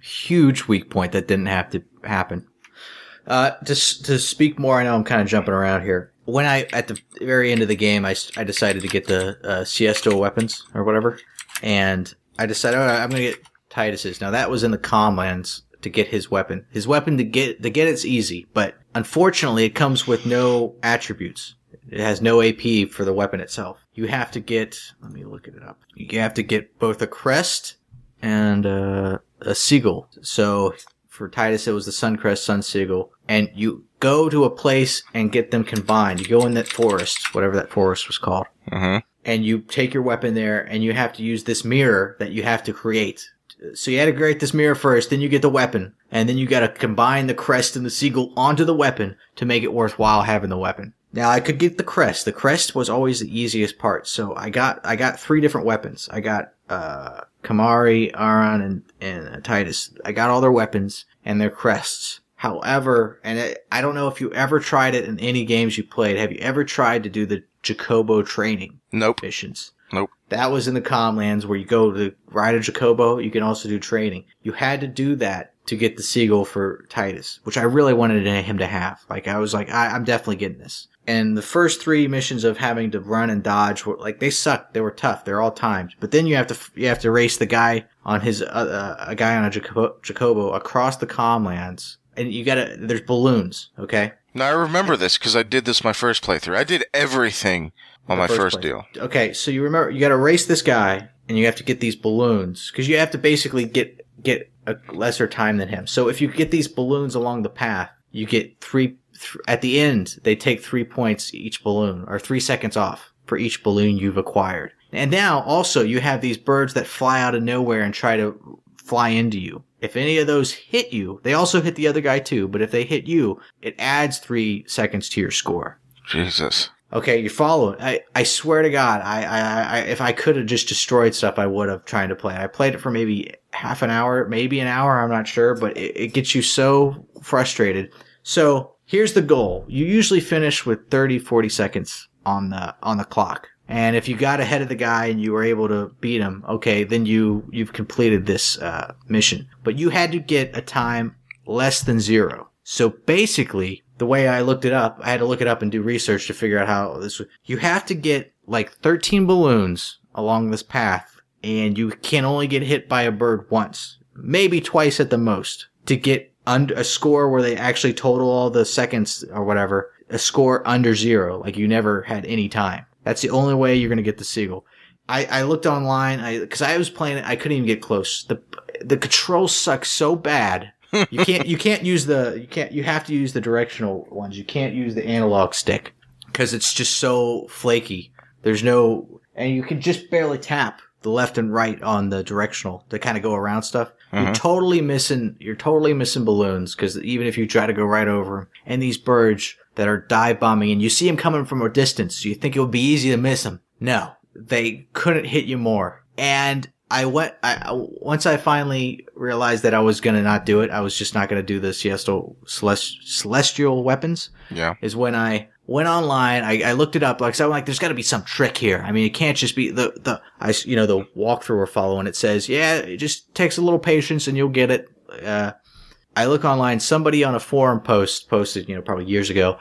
huge weak point that didn't have to happen. Uh, to s- to speak more, I know I'm kind of jumping around here. When I at the very end of the game, I, s- I decided to get the uh, Siesto weapons or whatever, and I decided "All right, I'm gonna get Titus's. Now that was in the comlands to get his weapon. His weapon to get to get it's easy, but unfortunately, it comes with no attributes. It has no AP for the weapon itself. You have to get. Let me look it up. You have to get both a crest and uh, a seagull. So for Titus, it was the Suncrest Sun Seagull. And you go to a place and get them combined. You go in that forest, whatever that forest was called,
Mm-hmm.
and you take your weapon there and you have to use this mirror that you have to create. So you had to create this mirror first, then you get the weapon, and then you gotta combine the crest and the seagull onto the weapon to make it worthwhile having the weapon. Now I could get the crest. The crest was always the easiest part, so I got I got three different weapons. I got uh Kamari, Aron, and and uh, Titus. I got all their weapons and their crests. However, and I, I don't know if you ever tried it in any games you played. Have you ever tried to do the Jacobo training?
Nope.
missions.
Nope.
That was in the Comlands where you go to ride a Jacobo. You can also do training. You had to do that to get the seagull for Titus, which I really wanted him to have. Like I was like, I, I'm definitely getting this. And the first three missions of having to run and dodge were like they sucked. They were tough. They're all timed. But then you have to f- you have to race the guy on his uh, uh, a guy on a Jacobo, Jacobo across the Comlands, and you gotta there's balloons. Okay.
Now I remember this because I did this my first playthrough. I did everything on
The
my first,
place.
deal.
Okay, so you remember you got to race this guy, and you have to get these balloons because you have to basically get get a lesser time than him. So if you get these balloons along the path, you get three. Th- at the end, they take three points each balloon, or three seconds off for each balloon you've acquired. And now also you have these birds that fly out of nowhere and try to fly into you. If any of those hit you, they also hit the other guy too. But if they hit you, it adds three seconds to your score.
Jesus.
Okay, you follow it. I, I swear to God, I, I, I if I could have just destroyed stuff, I would have trying to play. it. I played it for maybe half an hour, maybe an hour. I'm not sure, but it, it gets you so frustrated. So here's the goal. You usually finish with 30, 40 seconds on the, on the clock. And if you got ahead of the guy and you were able to beat him, okay, then you, you've completed this, uh, mission. But you had to get a time less than zero. So basically, the way I looked it up, I had to look it up and do research to figure out how this. would- You have to get like 13 balloons along this path, and you can only get hit by a bird once, maybe twice at the most, to get under a score where they actually total all the seconds or whatever, a score under zero, like you never had any time. That's the only way you're gonna get the seagull. I, I looked online, I because I was playing it, I couldn't even get close. The the controls suck so bad you can't you can't use the you can't you have to use the directional ones. You can't use the analog stick because it's just so flaky. There's no and you can just barely tap the left and right on the directional to kind of go around stuff. You're
Mhm.
totally missing you're totally missing balloons because even if you try to go right over them and these birds that are dive bombing and you see them coming from a distance, you think it would be easy to miss them. No, they couldn't hit you more. And I went. I I- once I finally realized that I was gonna not do it. I was just not gonna do the celestial celest, celestial weapons.
Yeah.
Is when I went online. I, I looked it up. Like so I'm like, there's got to be some trick here. I mean, it can't just be the the I s- you know the walkthrough we're following. It says, yeah, it just takes a little patience and you'll get it. Uh, I look online. Somebody on a forum post posted, you know, probably years ago,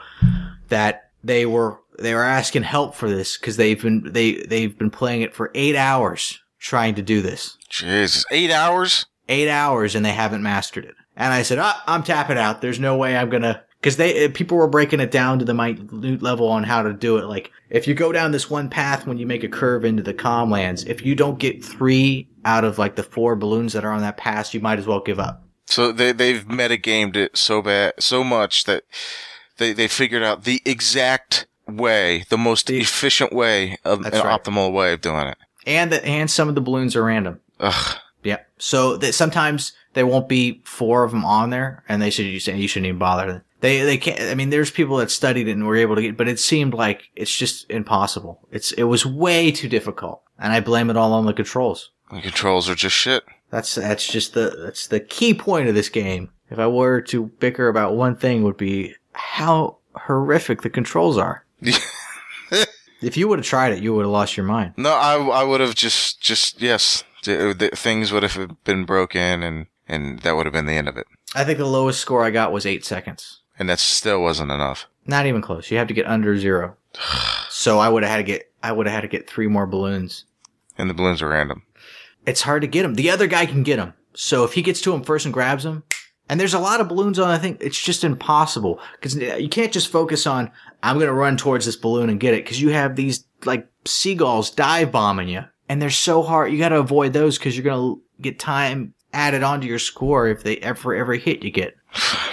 that they were they were asking help for this because they've been they they've been playing it for eight hours trying to do this
Jesus, eight hours.
eight hours and they haven't mastered it. And I said, ah, I'm tapping out. There's no way I'm gonna, cause they, uh, people were breaking it down to the minute level on how to do it. Like, if you go down this one path when you make a curve into the calm lands, if you don't get three out of like the four balloons that are on that pass, you might as well give up.
So they they've metagamed it so bad, so much that they they figured out the exact way, the most
The-
efficient way of an
That's right.
optimal way of doing it.
And that, and some of the balloons are random.
Ugh.
Yeah. So that sometimes there won't be four of them on there, and they should you say you shouldn't even bother. They they can't. I mean, there's people that studied it and were able to get, but it seemed like it's just impossible. It's it was way too difficult, and I blame it all on the controls.
The controls are just shit.
That's that's just the that's the key point of this game. If I were to bicker about one thing, would be how horrific the controls are. if you would have tried it, you would have lost your mind.
No, I I would have just just yes, the, the, things would have been broken and and that would have been the end of it.
I think the lowest score I got was eight seconds.
And that still wasn't enough.
Not even close. You have to get under zero. so I would have had to get I would have had to get three more balloons.
And the balloons are random.
It's hard to get them. The other guy can get them. So if he gets to him first and grabs them, and there's a lot of balloons on, I think it's just impossible because you can't just focus on I'm going to run towards this balloon and get it because you have these like seagulls dive bombing you, and they're so hard. You got to avoid those because you're going to get time added onto your score if they ever every hit you get.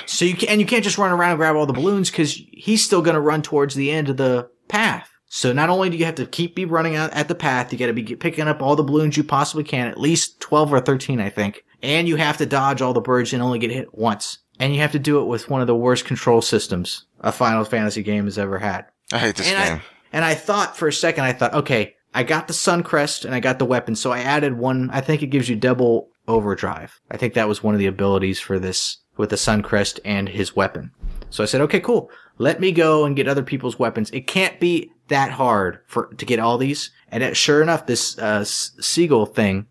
So you can and you can't just run around and grab all the balloons because he's still going to run towards the end of the path. So not only do you have to keep be running out at the path, you got to be get- picking up all the balloons you possibly can, at least twelve or thirteen, I think. And you have to dodge all the birds and only get hit once. And you have to do it with one of the worst control systems a Final Fantasy game has ever had.
I hate this
And I-
game.
And I thought for a second, I thought, okay, I got the sun crest and I got the weapon, so I added one. I think it gives you double overdrive. I think that was one of the abilities for this with the sun crest and his weapon. So I said, okay, cool. Let me go and get other people's weapons. It can't be that hard for to get all these. And it, sure enough, this uh, s- seagull thing,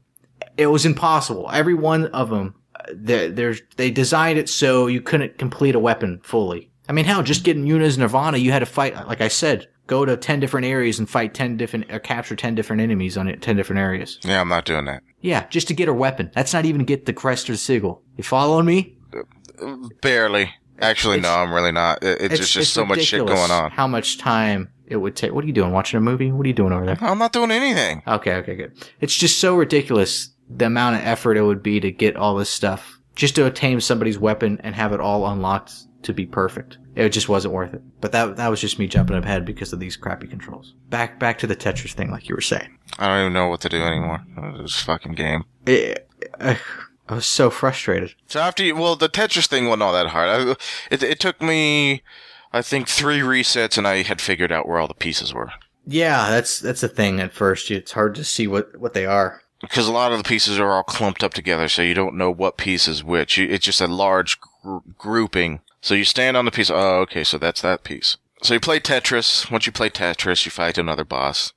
it was impossible. Every one of them, they they're- they designed it so you couldn't complete a weapon fully. I mean, hell, just getting Yuna's Nirvana, you had to fight. Like I said, go to ten different areas and fight ten different or capture ten different enemies on it, ten different areas.
yeah, I'm not doing that.
Yeah, just to get her weapon. That's not even to get the crest or the seagull. You following me?
Barely. Actually, no, I'm really not. It, it's, just so much shit
ridiculous
going on.
How much time it would take? What are you doing? Watching a movie? What are you doing over there?
I'm not doing anything.
Okay, okay, good. It's just so ridiculous the amount of effort it would be to get all this stuff just to obtain somebody's weapon and have it all unlocked to be perfect. It just wasn't worth it. But that that was just me jumping ahead because of these crappy controls. Back back to the Tetris thing, like you were saying.
I don't even know what to do anymore. This fucking game.
It, I, I was so frustrated.
So after you, well, the Tetris thing wasn't all that hard. I, it, it took me, I think, three resets, and I had figured out where all the pieces were.
Yeah, that's that's the thing. At first, it's hard to see what what they are.
Because a lot of the pieces are all clumped up together, so you don't know what piece is which. You, it's just a large gr- grouping. So you stand on the piece. Oh, okay, so that's that piece. So you play Tetris. Once you play Tetris, you fight another boss.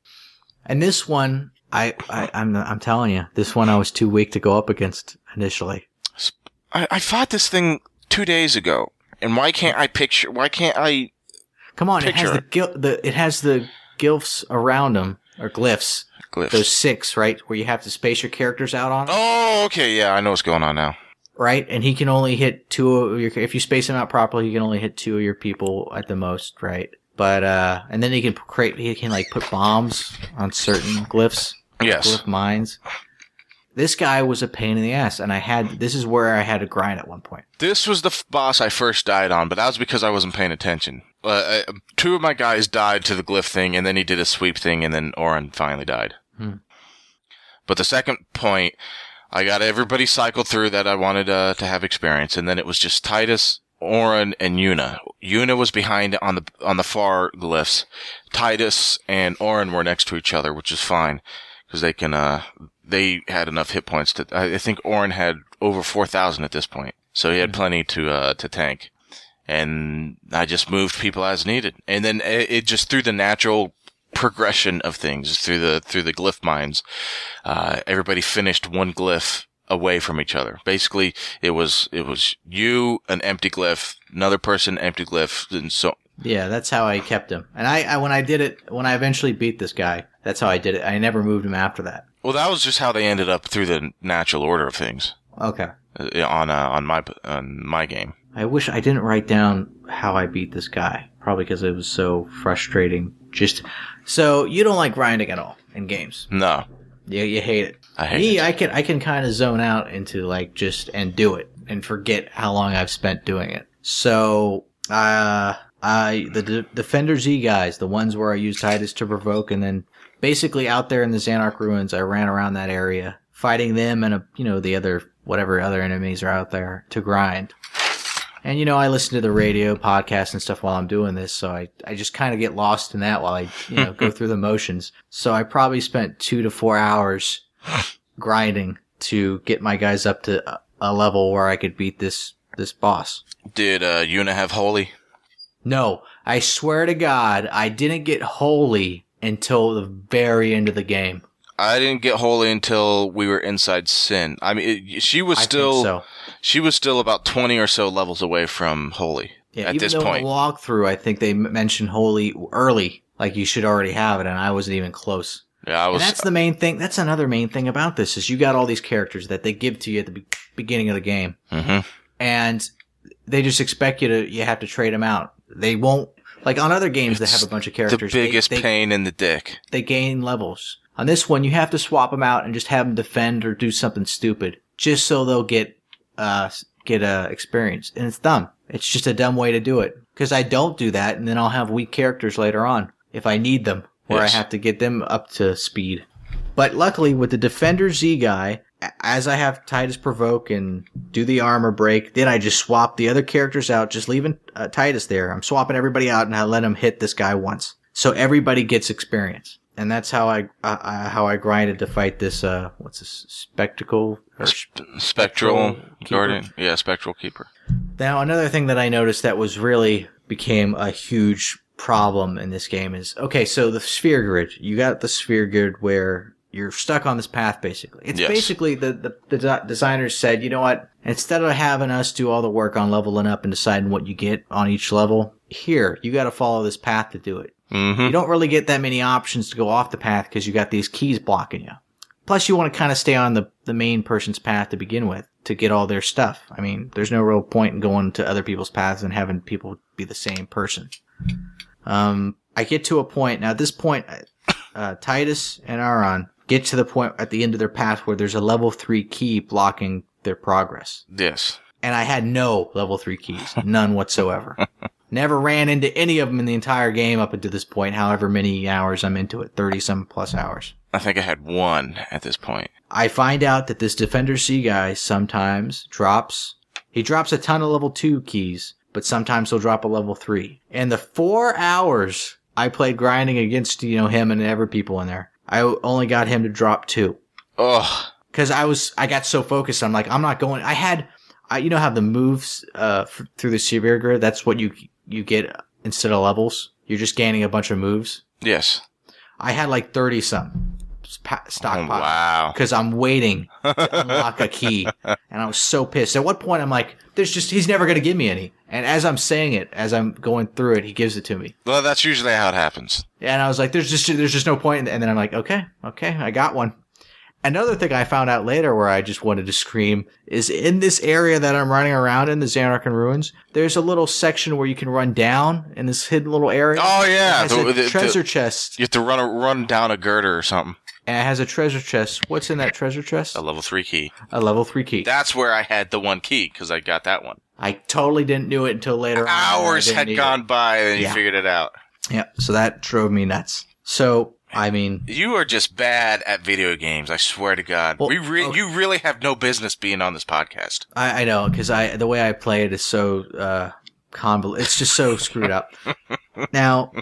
And this one, I, I I'm I'm telling you, this one I was too weak to go up against initially.
I, I fought this thing two days ago, And why can't I picture? Why can't I?
Come on, it has the
Picture.
gil- the it has the glyphs around them or glyphs.
Glyphs.
Those six, right, where you have to space your characters out on,
oh, okay. Yeah, I know what's going on now.
right? And he can only hit two of your. If you space him out properly, he can only hit two of your people at the most, right? But uh, and then he can create. He can like put bombs on certain glyphs.
Yes.
Glyph mines. This guy was a pain in the ass, and I had this is where I had to grind at one point.
This was the f- boss I first died on, but that was because I wasn't paying attention. Uh, I, two of my guys died to the glyph thing, and then he did a sweep thing, and then Orin finally died.
Hmm.
But the second point, I got everybody cycled through that I wanted uh, to have experience, and then it was just Titus, Orin, and Yuna. Yuna was behind on the on the far glyphs. Titus and Orin were next to each other, which is fine because they can uh they had enough hit points to I I think Orin had over four thousand at this point, so he had plenty to uh to tank. And I just moved people as needed, and then it, it just through the natural progression of things through the through the glyph mines, uh, everybody finished one glyph away from each other. Basically, it was it was you an empty glyph, another person empty glyph, and so
Yeah, that's how I kept him. And I, I when I did it, when I eventually beat this guy, that's how I did it. I never moved him after that.
well that was just how they ended up through the natural order of things.
Okay.
uh, on uh, on my on my game.
I wish I didn't write down how I beat this guy. Probably because it was so frustrating. Just so you don't like grinding at all in games.
No,
You, you hate it.
I hate
Me,
it.
I can I can kind of zone out into like just and do it and forget how long I've spent doing it. So, uh, I the D- Defender Z guys, the ones where I used Titus to provoke, and then basically out there in the Xanark ruins, I ran around that area fighting them and a, you know the other whatever other enemies are out there to grind. And you know, I listen to the radio, podcasts, and stuff while I'm doing this, so I, I just kind of get lost in that while I you know go through the motions. So I probably spent two to four hours grinding to get my guys up to a- a level where I could beat this this boss.
Did uh, Yuna have holy?
No, I swear to God, I didn't get holy until the very end of the game.
I didn't get holy until we were inside Sin. I mean, it, she was
I
still
think so.
she was still about twenty or so levels away from holy
Yeah,
at
even
this
though
point.
in the walkthrough, I think they m- mentioned holy early, like you should already have it, and I wasn't even close.
yeah, I
And
was.
that's the main thing. That's another main thing about this is you got all these characters that they give to you at the be- beginning of the game.
Mhm.
and they just expect you to you have to trade them out. They won't like on other games that
It's
have a bunch of
the
characters. they-
biggest
they,
pain in the dick.
They gain levels. On this one, you have to swap them out and just have them defend or do something stupid, just so they'll get uh get uh, experience. And it's dumb. It's just a dumb way to do it. Because I don't do that, and then I'll have weak characters later on if I need them, or
Yes.
I have to get them up to speed. But luckily, with the Defender Z guy, a- as I have Titus provoke and do the armor break, then I just swap the other characters out, just leaving uh, Titus there. I'm swapping everybody out, and I let him hit this guy once, so everybody gets experience. And that's how I uh, uh, how I grinded to fight this uh what's this spectacle or
Spectral
Spectral
guardian, yeah, spectral keeper.
Now, another thing that I noticed that was really became a huge problem in this game is okay, so the sphere grid, you got the sphere grid where you're stuck on this path basically. It's
Yes.
basically the, the, the de- designers said, you know what, instead of having us do all the work on leveling up and deciding what you get on each level, here, you got to follow this path to do it.
hmm
You don't really get that many options to go off the path because you got these keys blocking you. Plus, you want to kind of stay on the, the main person's path to begin with to get all their stuff. I mean, there's no real point in going to other people's paths and having people be the same person. Um, I get to a point now. At this point, uh, Titus and Aron get to the point at the end of their path where there's a level three key blocking their progress
Yes.
and I had no level three keys, none whatsoever. Never ran into any of them in the entire game up until this point, however many hours I'm into it, 30 some plus hours.
I think I had one at this point.
I find out that this Defender C guy sometimes drops, he drops a ton of level two keys, but sometimes he'll drop a level three. And the four hours I played grinding against, you know, him and the other people in there, I only got him to drop two.
Oh,
because I was I got so focused. I'm like I'm not going. I had I you know how the moves uh f- through the severe grid. That's what you you get instead of levels. You're just gaining a bunch of moves.
yes.
I had like thirty some, pa-
Oh,
stockpile
wow.
because I'm waiting to unlock a key. And I was so pissed. At what point I'm like, there's just, he's never going to give me any. And as I'm saying it, as I'm going through it, he gives it to me.
Well, that's usually how it happens.
And I was like, there's just, there's just no point. in- And then I'm like, okay, okay, I got one. Another thing I found out later where I just wanted to scream is in this area that I'm running around in, the Xanarkin Ruins, there's a little section where you can run down in this hidden little area.
Oh yeah,
It has
the-
a
the- the-
treasure chest.
you have to run a, run down a girder or something.
And it has a treasure chest. What's in that treasure chest?
A level three key.
A level three key.
That's where I had the one key because I got that one.
I totally didn't do it until later. on.
Hours
I didn't
had
need it.
gone by and you
Yeah.
figured it out.
Yep. So that drove me nuts. So I mean,
You are just bad at video games. I swear to God.
Well,
we re-
okay.
you really have no business being on this podcast.
I, I know because I the way I play it is so uh, convol. It's just so screwed up. Now,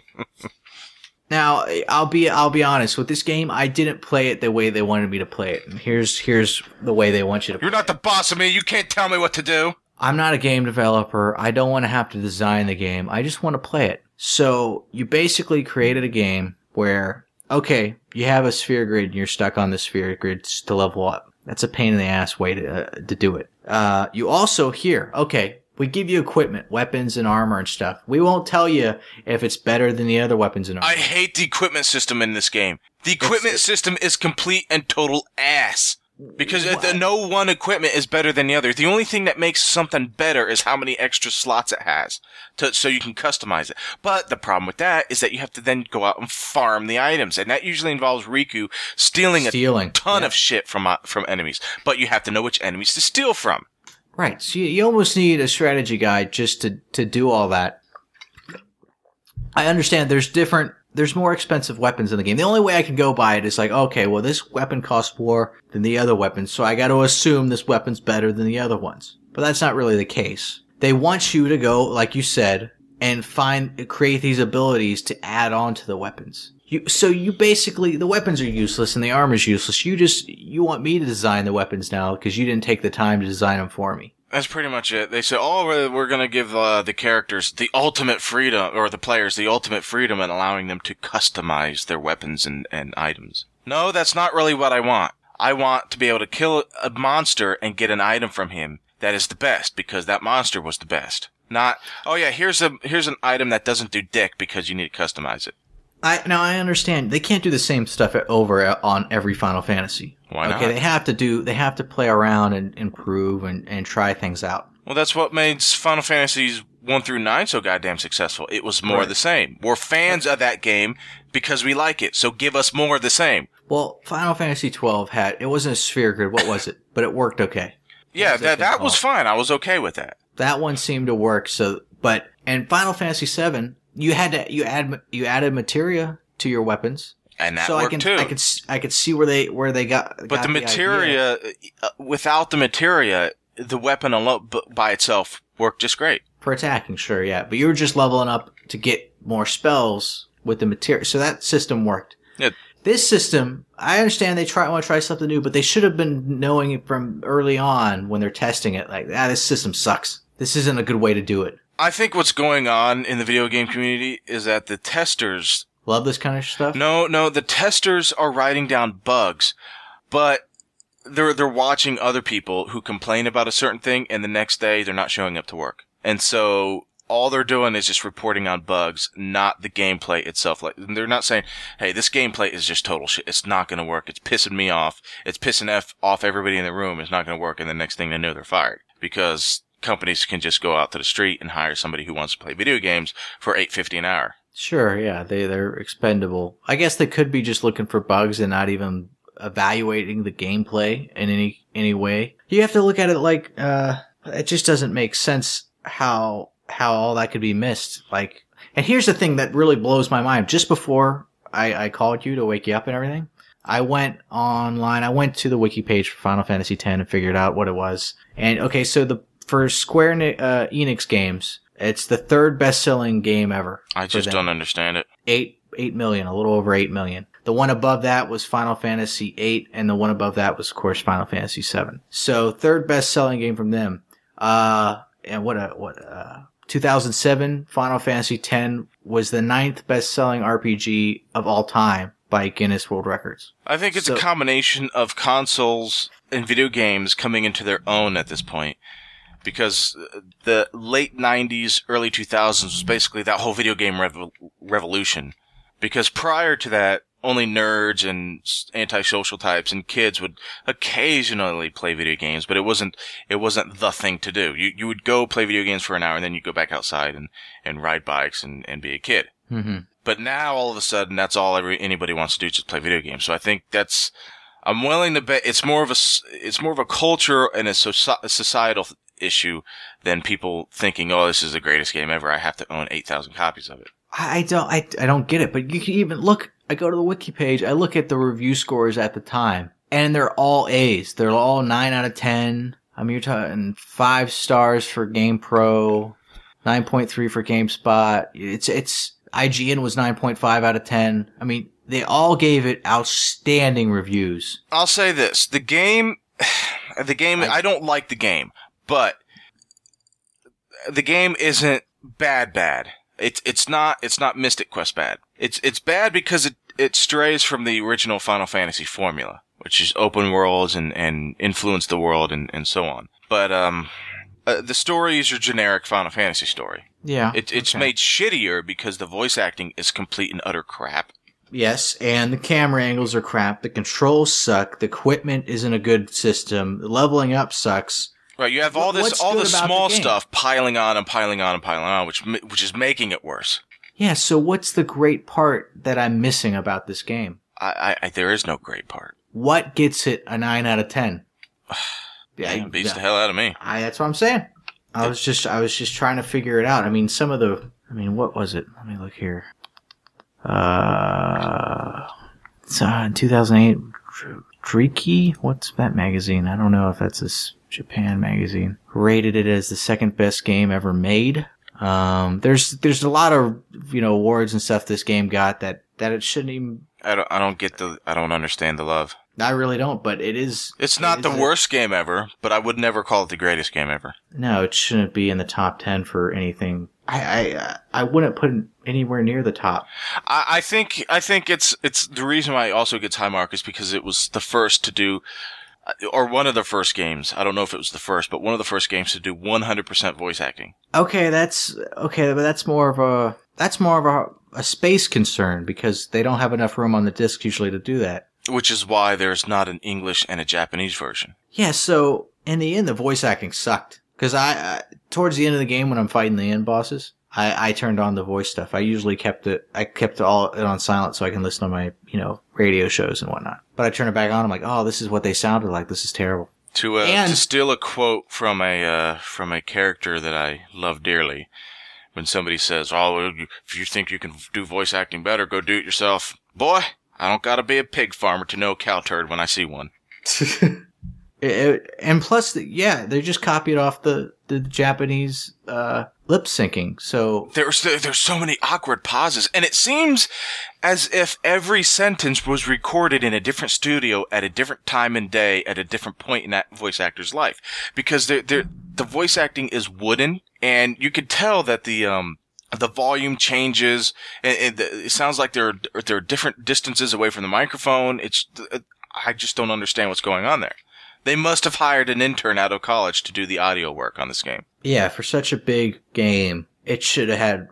now I'll be I'll be honest with this game. I didn't play it the way they wanted me to play it. And here's here's the way they want you to. play
You're not the boss of me. You can't tell me what to do.
I'm not a game developer. I don't want to have to design the game. I just want to play it. So you basically created a game where, okay, you have a sphere grid and you're stuck on the sphere grid s- to level up. That's a pain in the ass way to, uh, to do it. Uh, you also hear, okay, we give you equipment, weapons and armor and stuff. We won't tell you if it's better than the other weapons and armor.
I hate the equipment system in this game. The equipment system is complete and total ass. Because at the,
What?
no one equipment is better than the other. The only thing that makes something better is how many extra slots it has, to, so you can customize it. But the problem with that is that you have to then go out and farm the items, and that usually involves Riku stealing a
Stealing.
ton
Yeah.
of shit from uh, from enemies. But you have to know which enemies to steal from.
Right. So you, you almost need a strategy guide just to, to do all that. I understand there's different, there's more expensive weapons in the game. The only way I can go by it is like, okay, well, this weapon costs more than the other weapons, so I got to assume this weapon's better than the other ones. But that's not really the case. They want you to go, like you said, and find, create these abilities to add on to the weapons. You, so you basically, the weapons are useless and the armor's useless. You just, you want me to design the weapons now because you didn't take the time to design them for me.
That's pretty much it. They said, "Oh, we're, we're going to give uh, the characters the ultimate freedom, or the players the ultimate freedom, in allowing them to customize their weapons and, and items." No, that's not really what I want. I want to be able to kill a monster and get an item from him that is the best because that monster was the best. Not, oh yeah, here's a here's an item that doesn't do dick because you need to customize it.
I now I understand they can't do the same stuff e-, over on every Final Fantasy.
Why not?
Okay, they have to do they have to play around and improve and, and try things out.
Well, that's what made Final Fantasies 1 through 9 so goddamn successful. It was more of the same. We're fans of that game because we like it, so give us more of the same.
Well, Final Fantasy twelve had it wasn't a sphere grid, what was it? But it worked okay.
Yeah,
was that
that,
thing
that was
called?
fine. I was okay with that.
That one seemed to work so but and Final Fantasy seven, you had to you add you added materia to your weapons.
And that
so
worked
I can
too.
I could s- I could see where they where they got
but
got
the
idea.
materia, uh, without the materia, the weapon alone b- by itself worked just great.
for attacking, sure, yeah. But you were just leveling up to get more spells with the material. So that system worked.
Yeah.
This system, I understand they try want to try something new, but they should have been knowing it from early on when they're testing it. Like, ah, this system sucks. This isn't a good way to do it.
I think what's going on in the video game community is that the testers
Love this kind of stuff.
No, no, the testers are writing down bugs, but they're they're watching other people who complain about a certain thing and the next day they're not showing up to work. And so all they're doing is just reporting on bugs, not the gameplay itself. Like they're not saying, "Hey, this gameplay is just total shit. It's not going to work. It's pissing me off. It's pissing f off everybody in the room. It's not going to work." And the next thing they know, they're fired because companies can just go out to the street and hire somebody who wants to play video games for eight fifty an hour.
Sure, yeah, they they're expendable. I guess they could be just looking for bugs and not even evaluating the gameplay in any any way. You have to look at it like uh it just doesn't make sense how how all that could be missed. Like and here's the thing that really blows my mind. Just before I, I called you to wake you up and everything, I went online, I went to the wiki page for Final Fantasy X and figured out what it was. And okay, so the for Square Eni- uh, Enix games, it's the third best selling game ever
I just
them.
don't understand it.
eight eight million, a little over eight million. The one above that was Final Fantasy eight, and the one above that was, of course, Final Fantasy seven. So third best selling game from them. Uh, and what a what uh. 2007 Final Fantasy X was the ninth best-selling RPG of all time by Guinness World Records.
I think it's
So-
a combination of consoles and video games coming into their own at this point. Because uh, the late 90s, early 2000s was basically that whole video game rev- revolution. Because prior to that, only nerds and s- antisocial types and kids would occasionally play video games, but it wasn't, it wasn't the thing to do. You, you would go play video games for an hour and then you'd go back outside and, and ride bikes and, and be a kid.
Mm-hmm.
But now all of a sudden, that's all every, anybody wants to do, just play video games. So I think that's, I'm willing to bet it's more of a, s- it's more of a culture and a, soci- a societal issue than people thinking, oh, this is the greatest game ever. I have to own 8,000 copies of it.
I I don't, I, I don't get it. But you can even look. I go to the wiki page. I look at the review scores at the time, and they're all A's. They're all nine out of ten. I mean, you're talking five stars for Game Pro, nine point three for GameSpot. It's it's IGN was nine point five out of ten. I mean, they all gave it outstanding reviews.
I'll say this. The game, the game, I don't like the game, but the game isn't bad bad. It's, it's not, it's not Mystic Quest bad. It's, it's bad because it, it strays from the original Final Fantasy formula, which is open worlds and, and influence the world and, and so on. But, um, uh, the story is your generic Final Fantasy story.
Yeah,
It, it's
okay.
made shittier because the voice acting is complete and utter crap.
Yes, and the camera angles are crap. The controls suck. The equipment isn't a good system. The leveling up sucks.
Right, you have all
Wh-
this,
what's
all
good
this
about the
small
game?
stuff piling on and piling on and piling on, which ma- which is making it worse.
Yeah, so what's the great part that I'm missing about this game?
I, I, I there is no great part.
What gets it a 9 out of 10? yeah,
Damn, beats the
yeah.
hell out of me.
I, that's what I'm saying. I was just I was just trying to figure it out. I mean, some of the I mean, what was it? Let me look here. Uh, it's, uh in 2008 Dr- Driki, what's that magazine? I don't know if that's this Japan magazine. Rated it as the second best game ever made. Um, there's there's a lot of you know awards and stuff this game got that that it shouldn't even.
I don't, I don't get the, I don't understand the love.
I really don't, but it is.
It's not the
Is it-
worst game ever, but I would never call it the greatest game ever.
No, it shouldn't be in the top ten for anything. I I, uh, I wouldn't put it anywhere near the top.
I, I think, I think it's, it's the reason why it also gets high mark is because it was the first to do, uh, or one of the first games. I don't know if it was the first, but one of the first games to do 100% voice acting.
Okay, that's okay, but that's more of a that's more of a, a space concern because they don't have enough room on the disc usually to do that.
Which is why there's not an English and a Japanese version.
Yeah, so in the end, the voice acting sucked because I, I towards the end of the game when I'm fighting the end bosses, I, I turned on the voice stuff. I usually kept it I kept all it on silent so I can listen to my you know radio shows and whatnot. But I turn it back on. I'm like, oh, this is what they sounded like. This is terrible.
To, uh,
And-
to steal a quote from a uh, from a character that I love dearly, when somebody says, "Oh, well, you- if you think you can do voice acting better, go do it yourself." Boy, I don't gotta be a pig farmer to know a cow turd when I see one.
It- it- and plus, the, yeah, they just copied off the the Japanese uh, lip syncing. So
There's there's so many awkward pauses, and it seems as if every sentence was recorded in a different studio at a different time and day at a different point in that voice actor's life, because they're, they're, the voice acting is wooden, and you could tell that the um the volume changes, and, and the, it sounds like they're they're different distances away from the microphone. It's I just don't understand what's going on there. They must have hired an intern out of college to do the audio work on this game.
yeah, for such a big game, it should have had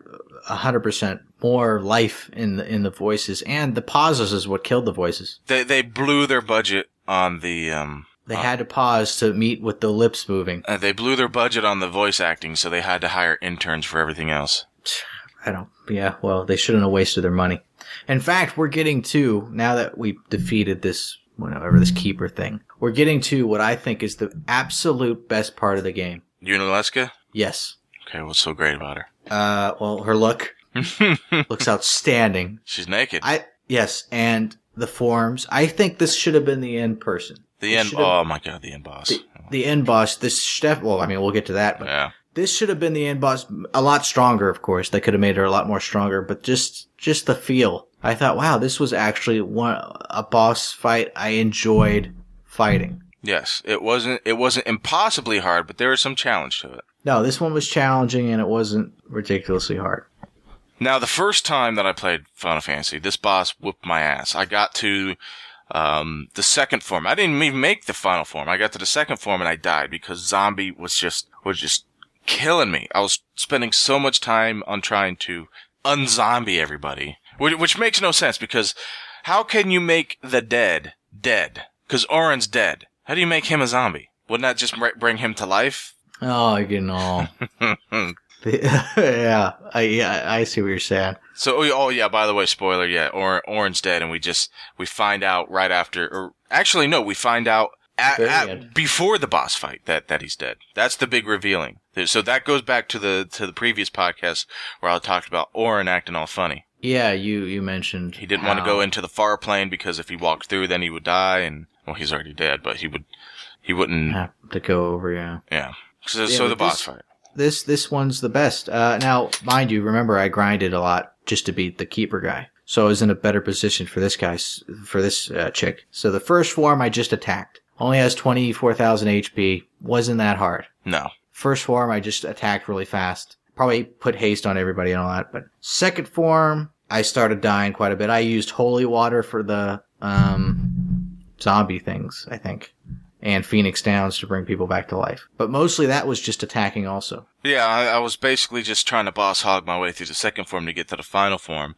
hundred percent more life in the in the voices, and the pauses is what killed the voices.
They they blew their budget on the um
They had to pause to meet with the lips moving.
Uh, they blew their budget on the voice acting, so they had to hire interns for everything else.
I don't. Yeah, well, they shouldn't have wasted their money. In fact, we're getting to now that we defeated this whatever this keeper thing. We're getting to what I think is the absolute best part of the game.
Unalaska?
Yes.
Okay, what's so great about
Uh, well, her look
her?
looks outstanding.
She's naked.
I yes, and the forms. I think this should have been the end person,
the end.
should've-
Oh my god, the end boss.
the end boss. This step. Well, I mean, we'll get to that, but
yeah.
this should have been the end boss. A lot stronger, of course. They could have made her a lot more stronger, but just just the feel. I thought, wow, this was actually one a boss fight I enjoyed fighting.
Yes, it wasn't. It wasn't impossibly hard, but there was some challenge to it.
No, this one was challenging and it wasn't ridiculously hard.
Now, the first time that I played Final Fantasy, this boss whooped my ass. I got to um, the second form. I didn't even make the final form. I got to the second form and I died because zombie was just was just killing me. I was spending so much time on trying to unzombie everybody, which, which makes no sense because how can you make the dead dead? Because Oren's dead. How do you make him a zombie? Wouldn't that just ri- bring him to life?
Oh, you know. yeah, I, yeah, I see what you're saying.
So, oh, yeah- oh yeah, by the way, spoiler, yeah, or- Oren's dead, and we just, we find out right after, or actually, no, we find out at,
Very
at-
end.
before the boss fight that, that he's dead. That's the big revealing. So that goes back to the, to the previous podcast where I talked about Oren acting all funny.
Yeah, you you mentioned
He didn't want to
how-
go into the far plane because if he walked through, then he would die, and, well, he's already dead, but he would, he wouldn't,
have to go over. Yeah,
yeah. So,
Yeah,
so
but
the boss
this-
fight.
this this one's the best. Uh, now, mind you, remember I grinded a lot just to beat the keeper guy, so I was in a better position for this guy s- for this uh, chick. So the first form I just attacked only has twenty four thousand HP. Wasn't that hard.
No.
First form, I just attacked really fast. Probably put haste on everybody and all that. But second form, I started dying quite a bit. I used holy water for the um, zombie things, I think, and Phoenix Downs to bring people back to life. But mostly that was just attacking, also.
Yeah, I, I was basically just trying to boss hog my way through the second form to get to the final form,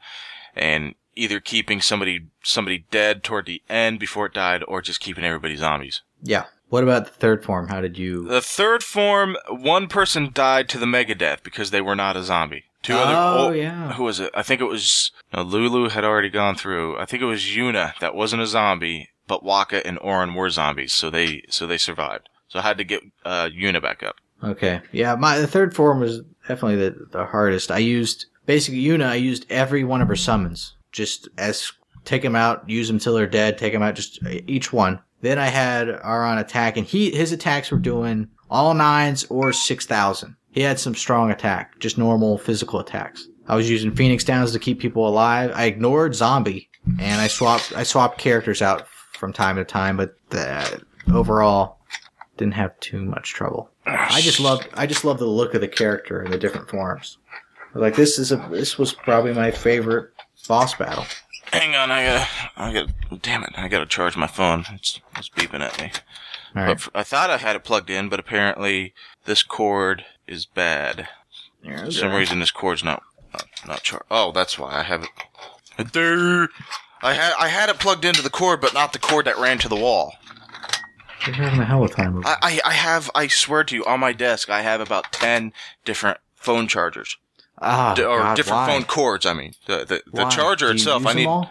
and either keeping somebody somebody dead toward the end before it died, or just keeping everybody zombies.
Yeah. What about the third form? How did you?
The third form, one person died to the mega death because they were not a zombie. Two other,
Oh,
oh,
yeah.
who was it? I think it was no, Lulu had already gone through. I think it was Yuna that wasn't a zombie, but Waka and Orin were zombies, so they so they survived. So I had to get uh, Yuna back up.
Okay. Yeah, my the third form was definitely the, the hardest. I used basically Yuna. I used every one of her summons, just as take them out, use them till they're dead, take them out, just uh, each one. Then I had Aron attack, and he his attacks were doing all nines or six thousand. He had some strong attack, just normal physical attacks. I was using Phoenix Downs to keep people alive. I ignored zombie, and I swapped I swapped characters out from time to time, but the, overall didn't have too much trouble. I just love I just love the look of the character in the different forms. Like this is a this was probably my favorite boss battle.
Hang on, I gotta, I gotta, damn it, I gotta charge my phone. It's, it's beeping at me.
All
But
right.
f- I thought I had it plugged in, but apparently this cord is bad. For some reason, this cord's not, not, not charged. Oh, that's why I have it. Durr. I had, I had it plugged into the cord, but not the cord that ran to the wall.
You're having a hell of a time. with it.
I, I, I have, I swear to you, on my desk, I have about 10 different phone chargers.
Ah,
D- or
God,
different
why?
phone cords, I mean. The, the, the
Why?
charger
Do you
itself,
use
I need.
Them all?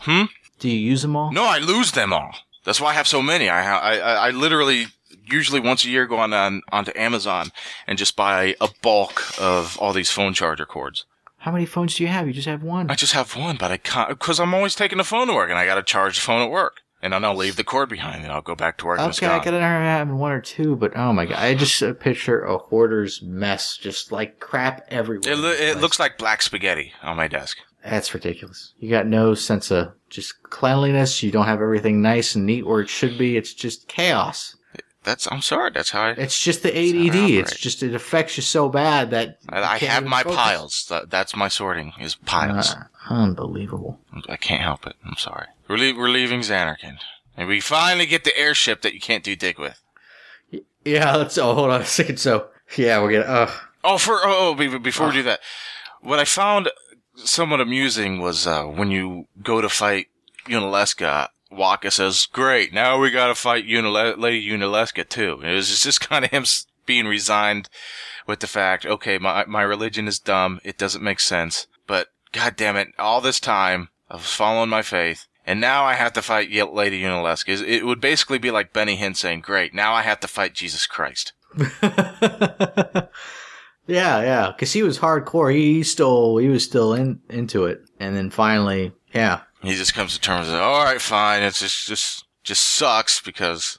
Hmm?
Do you use them all?
No, I lose them all. That's why I have so many. I ha- I, I, I literally usually once a year go on, on onto Amazon and just buy a bulk of all these phone charger cords.
How many phones do you have? You just have one.
I just have one, but I can't because I'm always taking the phone to work and I got to charge the phone at work. And then I'll leave the cord behind and I'll go back to work. and it's
Okay, I
gone.
could have having one or two, but oh my god, I just uh, picture a hoarder's mess, just like crap everywhere.
It, lo- it
Like,
looks like black spaghetti on my desk.
That's ridiculous. You got no sense of just cleanliness. You don't have everything nice and neat where it should be. It's just chaos.
That's I'm sorry. That's how I
It's just the
how
ADD.
it
It's
operates.
just it affects you so bad that
I,
you
I
can't
have
even
my
focus.
piles. That- That's my sorting is piles.
Uh, unbelievable.
I can't help it. I'm sorry. We're, lea- we're leaving Xanarkin. And we finally get the airship that you can't do dick with.
Yeah. Let's. Oh, hold on a second. So yeah, we're gonna. Uh,
Oh, for oh, oh, be- be- before we do that, what I found somewhat amusing was uh, when you go to fight Unalesca, Waka says, "Great, now we got to fight Unile- Lady Unalesca too." It was just kind of him s- being resigned with the fact, "Okay, my my religion is dumb. It doesn't make sense." But god damn it, all this time I was following my faith. And now I have to fight Ye- Lady Unalesca. It- It would basically be like Benny Hinn saying, "Great, now I have to fight Jesus Christ."
yeah, yeah. Because he was hardcore. He, he still he was still in into it, and then finally, yeah,
He just comes to terms with, all right, fine. It's just, just, just sucks because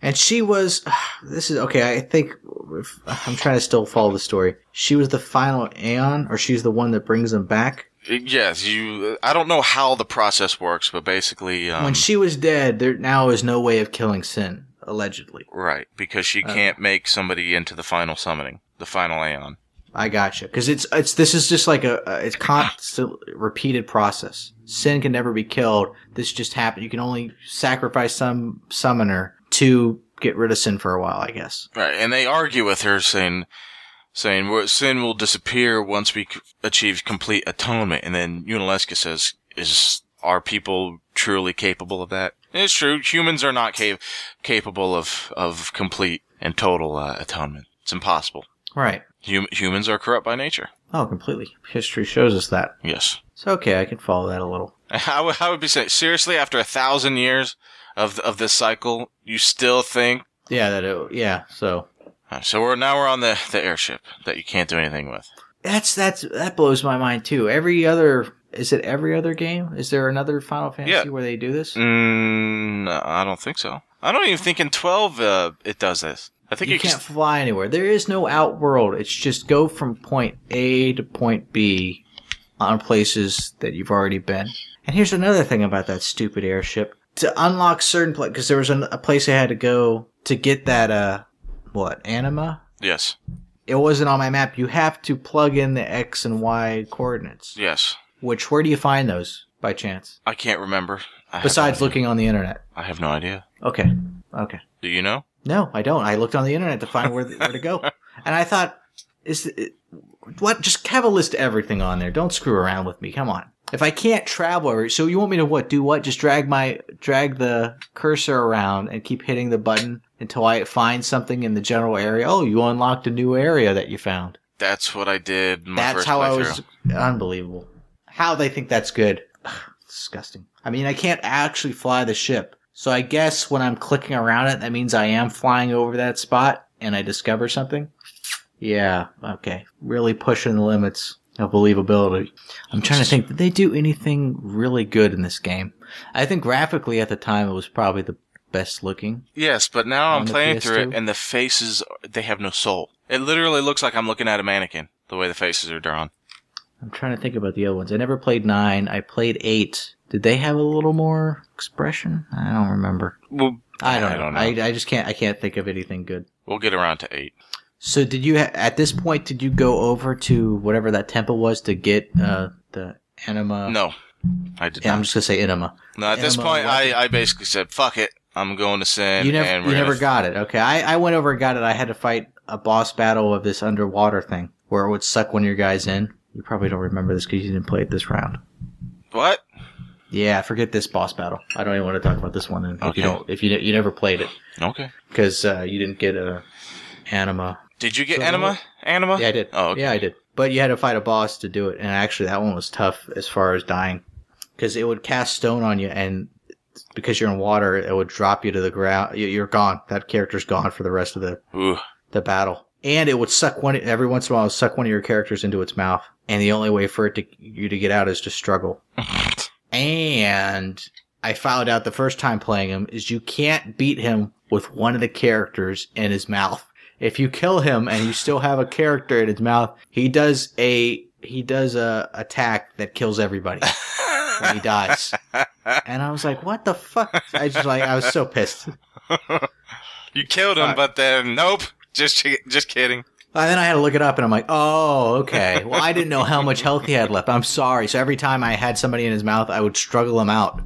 And she was. This is okay. I think if, I'm trying to still follow the story. She was the final Aeon, or she's the one that brings them back.
yes, you. I don't know how the process works, but basically, um,
when she was dead, there now is no way of killing Sin, allegedly. Uh.
right because she can't make somebody into the final summoning, the final Aeon.
I gotcha. Because it's it's this is just like a, a it's constant repeated process. Sin can never be killed. This just happened. You can only sacrifice some summoner to get rid of sin for a while, I guess.
Right, and they argue with her, saying, saying "Well, sin will disappear once we c- achieve complete atonement. And then Unalesca says, "Is are people truly capable of that?" And it's true. Humans are not cap- capable of of complete and total uh, atonement. It's impossible.
Right.
Hum- humans are corrupt by nature.
Oh, completely. History shows us that.
Yes.
It's okay. I can follow that a little.
I would, I would be saying seriously, after a thousand years of of this cycle, you still think
Yeah. That. It, yeah. So
Uh, so? We're now we're on the the airship that you can't do anything with.
that's that's that blows my mind too. Every other is it every other game? Is there another Final Fantasy
Yeah.
where they do this?
Mm, no, I don't think so. I don't even think in twelve uh, it does this. I think
you
it
can't
just-
fly anywhere. There is no outworld. It's just go from point A to point B on places that you've already been. And here's another thing about that stupid airship. To unlock certain places, because there was an, a place I had to go to get that, uh, what, anima?
yes,
It wasn't on my map. You have to plug in the X and Y coordinates.
yes.
Which, where do you find those by chance?
I can't remember. I have
Besides
no idea.
looking on the internet.
I have no idea.
Okay. Okay.
Do you know?
No, I don't. I looked on the internet to find where, where to go, and I thought, is it, what? Just have a list of everything on there. Don't screw around with me. Come on. If I can't travel, every- so you want me to what? Do what? Just drag my drag the cursor around and keep hitting the button until I find something in the general area. Oh, you unlocked a new area that you found.
That's what I did. My
that's
first
how I
playthrough.
was unbelievable. How they think that's good? Ugh, disgusting. I mean, I can't actually fly the ship, so I guess when I'm clicking around it, that means I am flying over that spot and I discover something. Yeah. Okay. Really pushing the limits of believability. I'm trying to think. Did they do anything really good in this game? I think graphically at the time it was probably the best looking.
Yes, but now I'm
On the
playing through it,
PS2?
and the faces they have no soul. It literally looks like I'm looking at a mannequin. The way the faces are drawn.
I'm trying to think about the other ones. I never played nine. I played eight. Did they have a little more expression? I don't remember.
Well,
I don't,
I don't
know. I, I just can't. I can't think of anything good.
we'll get around to eight.
So did you ha- at this point? Did you go over to whatever that temple was to get uh, the anima?
No, I did
oh. Yeah,
not.
I'm just gonna say anima.
No, at this
Anima
point,
weapon.
I, I basically said, "Fuck it, I'm going to sin."
you never.
and
You
we're
never
gonna-
got it. Okay. I, I went over and got it. I had to fight a boss battle of this underwater thing where it would suck one of your guys in. You probably don't remember this because you didn't play it this round.
what?
Yeah, forget this boss battle. I don't even want to talk about this one. Then, if
Okay.
you don't, if you ne- you never played it
Okay.
because uh, you didn't get a anima.
Did you get
So
anima? Anima?
Yeah, I did.
Oh, okay.
yeah, I did. But you had to fight a boss to do it, and actually, that one was tough as far as dying, because it would cast stone on you, and because you're in water, it would drop you to the ground. You- You're gone. That character's gone for the rest of the
Ooh.
the battle. And it would suck one every once in a while, it would suck one of your characters into its mouth, and the only way for it to you to get out is to struggle. And I found out the first time playing him is you can't beat him with one of the characters in his mouth. If you kill him and you still have a character in his mouth, he does a he does a attack that kills everybody when he dies. And I was like, "What the fuck?" I just like I was so pissed.
you killed him,
Fuck.
but then nope. Just just kidding.
And Uh, then I had to look it up, and I'm like, "Oh, okay." Well, I didn't know how much health he had left. I'm sorry. So every time I had somebody in his mouth, I would struggle him out,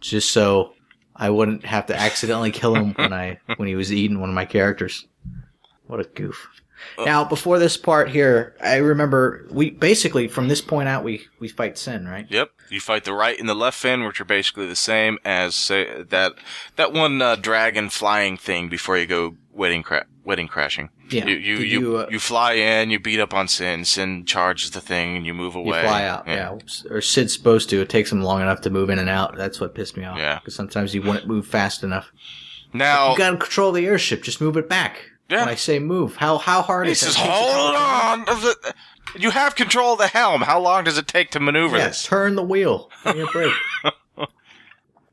just so I wouldn't have to accidentally kill him when I when he was eating one of my characters. What a goof! Now, before this part here, I remember we basically from this point out we we fight sin, right?
Yep. You fight the right and the left fin, which are basically the same as say, that that one uh, dragon flying thing before you go wedding cra- wedding crashing.
Yeah.
You you
Did
you, you,
uh,
fly in, you beat up on Sin, Sin charges the thing, and you move
You
away.
fly out, yeah. Or Sid's supposed to. It takes him long enough to move in and out. That's what pissed me off.
Yeah.
Because sometimes he wouldn't move fast enough.
Now
You gotta control the airship. Just move it back.
Yeah.
When I say move, how how hard
He
is
says,
it?
"Hold on, does it- you have control of the helm. How long does it take to maneuver
Yeah,
this?"
turn the wheel. Give me a break.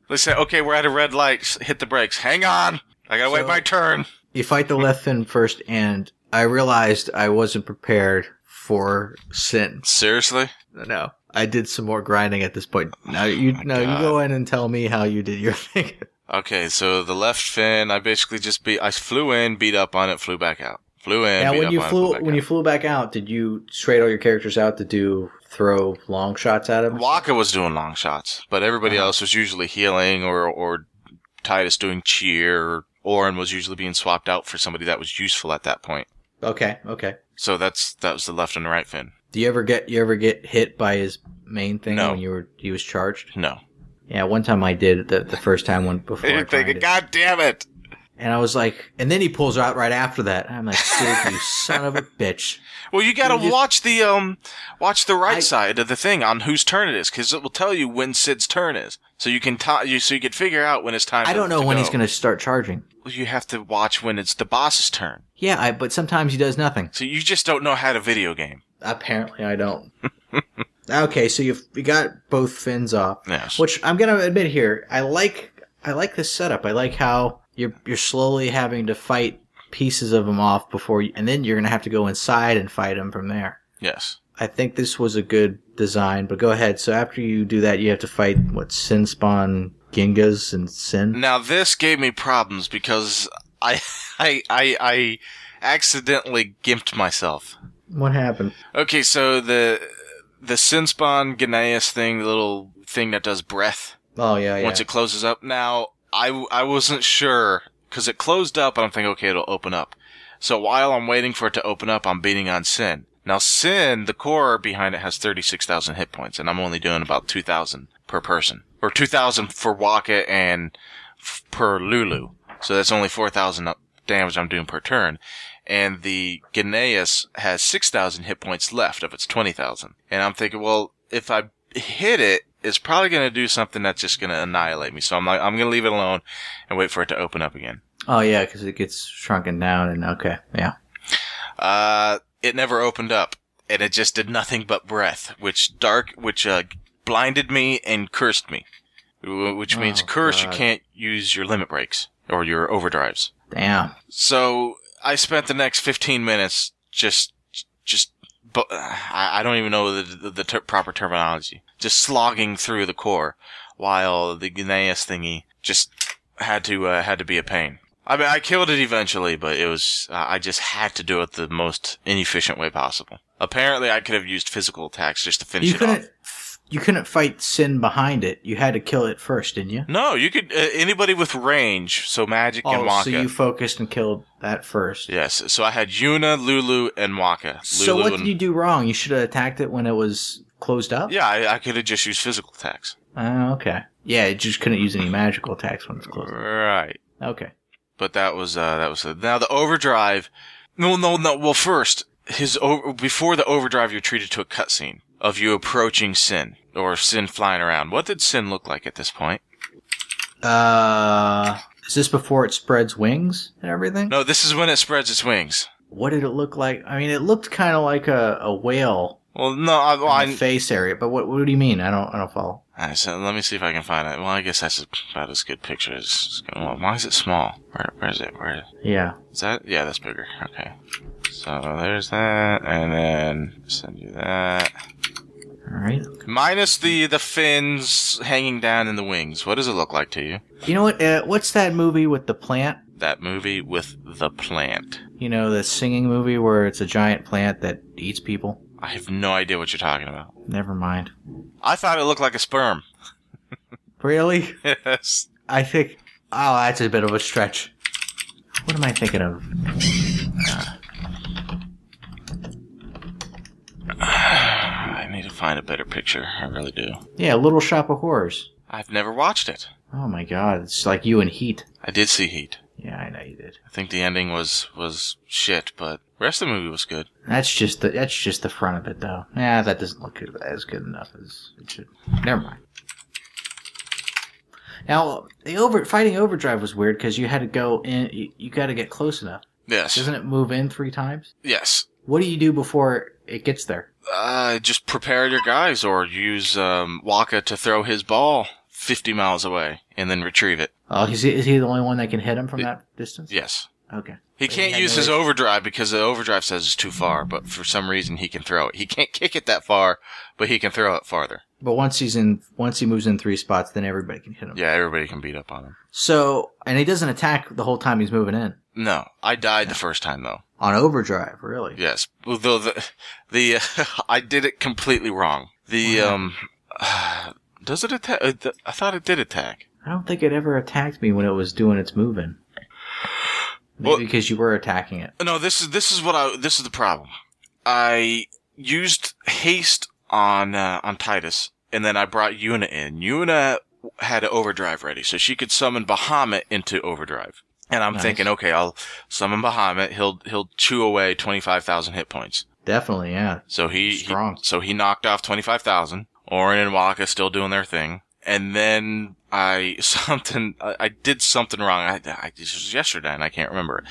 They say, "Okay, we're at a red light. S- Hit the brakes. Hang on, I gotta wait
So-
my turn."
you fight the left fin first, and I realized I wasn't prepared for sin.
Seriously?
No, I did some more grinding at this point. Now you
Oh my
no,
God.
you go in and tell me how you did your thing.
Okay, so the left fin, I basically just beat. I flew in, beat up on it, flew back out. Flew in.
now,
beat
when
up
you
on him,
flew
flew back
when
out.
you flew back out, did you trade all your characters out to do throw long shots at him?
Waka was doing long shots, but everybody
Uh-huh.
else was usually healing or or Titus doing cheer. Or Orin was usually being swapped out for somebody that was useful at that point.
Okay, okay.
So that's that was the left and right fin.
Do you ever get you ever get hit by his main thing
No.
when you were he was charged?
No,
Yeah, one time I did the the first time one before. I
You're thinking,
tried it.
God damn it!
And I was like, and then he pulls out right after that. I'm like, dude, you son of a bitch.
Well, you gotta
You just-
watch the um, watch the right
I-
side of the thing on whose turn it is, because it will tell you when Sid's turn is, so you can t- you so you can figure out when it's time.
I
to-
don't know
to
when
go.
he's going to start charging.
Well, You have to watch when it's the boss's turn,
Yeah, I, but sometimes he does nothing.
so you just don't know how to video game.
Apparently, I don't. okay, so you've you got both fins off,
Yes.
which I'm going to admit here, I like I like this setup. I like how you're you're slowly having to fight pieces of him off before, you, and then you're going to have to go inside and fight him from there.
Yes.
I think this was a good design, but go ahead. So after you do that, you have to fight what Sin Spawn Gingas and Sin.
Now this gave me problems because I I I, I accidentally gimped myself.
What happened?
Okay, so the the Sinspawn Gnaeus thing, the little thing that does breath.
Oh yeah, yeah.
once it closes up. Now, I, I wasn't sure because it closed up, and I'm thinking, okay, it'll open up. So while I'm waiting for it to open up, I'm beating on Sin. Now, Sin, the core behind it has 36,000 hit points, and I'm only doing about 2,000 per person, or 2,000 for Waka and f- per Lulu. So that's only 4,000 up- damage I'm doing per turn. And the Gnaeus has 6,000 hit points left of its 20,000. And I'm thinking, well, if I hit it, it's probably going to do something that's just going to annihilate me. So I'm like, I'm going to leave it alone and wait for it to open up again.
oh yeah, because it gets shrunken down and okay, yeah.
Uh, it never opened up, and it just did nothing but breath, which dark, which uh, blinded me and cursed me, Wh- which means
Oh,
curse.
God.
You can't use your limit breaks or your overdrives.
Damn.
So I spent the next 15 minutes just, just, bu- I I don't even know the, the, the ter- proper terminology. Just slogging through the core while the Gnaeus thingy just had to, uh, had to be a pain. I mean, I killed it eventually, but it was, uh, I just had to do it the most inefficient way possible. Apparently I could have used physical attacks just to finish
You
it
couldn't.
off.
You couldn't fight Sin behind it. You had to kill it first, didn't you?
No, you could, uh, anybody with range, so magic and
Oh,
Waka.
so you focused and killed that first.
Yes, so I had Yuna, Lulu, and Waka.
So
Lulu
what
and-
did you do wrong? You should have attacked it when it was closed up.
Yeah, I, I could have just used physical attacks.
Oh, okay. Yeah, it just couldn't use any magical attacks when it's closed. up.
Right.
Okay.
But that was uh, that was now the overdrive. No, no, no. Well, first his over before the overdrive, you're treated to a cutscene of you approaching Sin or Sin flying around. What did Sin look like at this point?
Uh, is this before it spreads wings and everything?
No, this is when it spreads its wings.
What did it look like? I mean, it looked kind of like a, a whale
Well, no, I, well,
in the
I,
face area. But what what do you mean? I don't I don't follow.
I said, let me see if I can find it. Well, I guess that's about as good picture as it's gonna. Well, why is it small? Where, where is it? Where
Yeah.
Is that? Yeah, that's bigger. Okay. So there's that, and then send you that.
All right.
Minus the the fins hanging down in the wings. What does it look like to you?
You know what? Uh, what's that movie with the plant?
That movie with the plant.
You know, the singing movie where it's a giant plant that eats people.
I have no idea what you're talking about.
Never mind.
I thought it looked like a sperm.
Really?
yes.
I think. Oh, that's a bit of a stretch. What am I thinking of?
I need to find a better picture. I really do.
Yeah, Little Shop of Horrors.
I've never watched it.
Oh my God, it's like you and Heat.
I did see Heat.
Yeah, I know you did.
I think the ending was was shit, but the rest of the movie was good.
That's just the that's just the front of it though. Nah, that doesn't look good, as good enough as it should. Never mind. Now the over fighting overdrive was weird because you had to go in. You, you got to get close enough.
Yes.
Doesn't it move in three times?
yes.
What do you do before it gets there?
Uh, just prepare your guys or use um, Waka to throw his ball 50 miles away and then retrieve it.
Oh, is he, is he the only one that can hit him from that distance?
Yes.
Okay.
He
But he
can't
had
use
no
his
reason.
overdrive because the overdrive says it's too far, but for some reason he can throw it. He can't kick it that far, but he can throw it farther.
But once he's in, once he moves in three spots, then everybody can hit him.
Yeah, everybody can beat up on him.
So, and he doesn't attack the whole time he's moving in.
No, I died the first time though.
On overdrive, really.
Yes, although the the I did it completely wrong. The
Wow.
um, does it attack? I thought it did attack.
I don't think it ever attacked me when it was doing its moving. Maybe
Well-
because you were attacking it.
No, this is this is what I this is the problem. I used haste on uh, on Titus, and then I brought Yuna in. Yuna had overdrive ready, so she could summon Bahamut into overdrive. And I'm
Nice.
thinking, okay, I'll summon Bahamut. He'll he'll chew away twenty five thousand hit points.
Definitely, yeah.
So he, he-
Strong.
so he knocked off twenty five thousand. Orin and Waka still doing their thing, and then I something I, I did something wrong. I, I this was yesterday, and I can't remember it.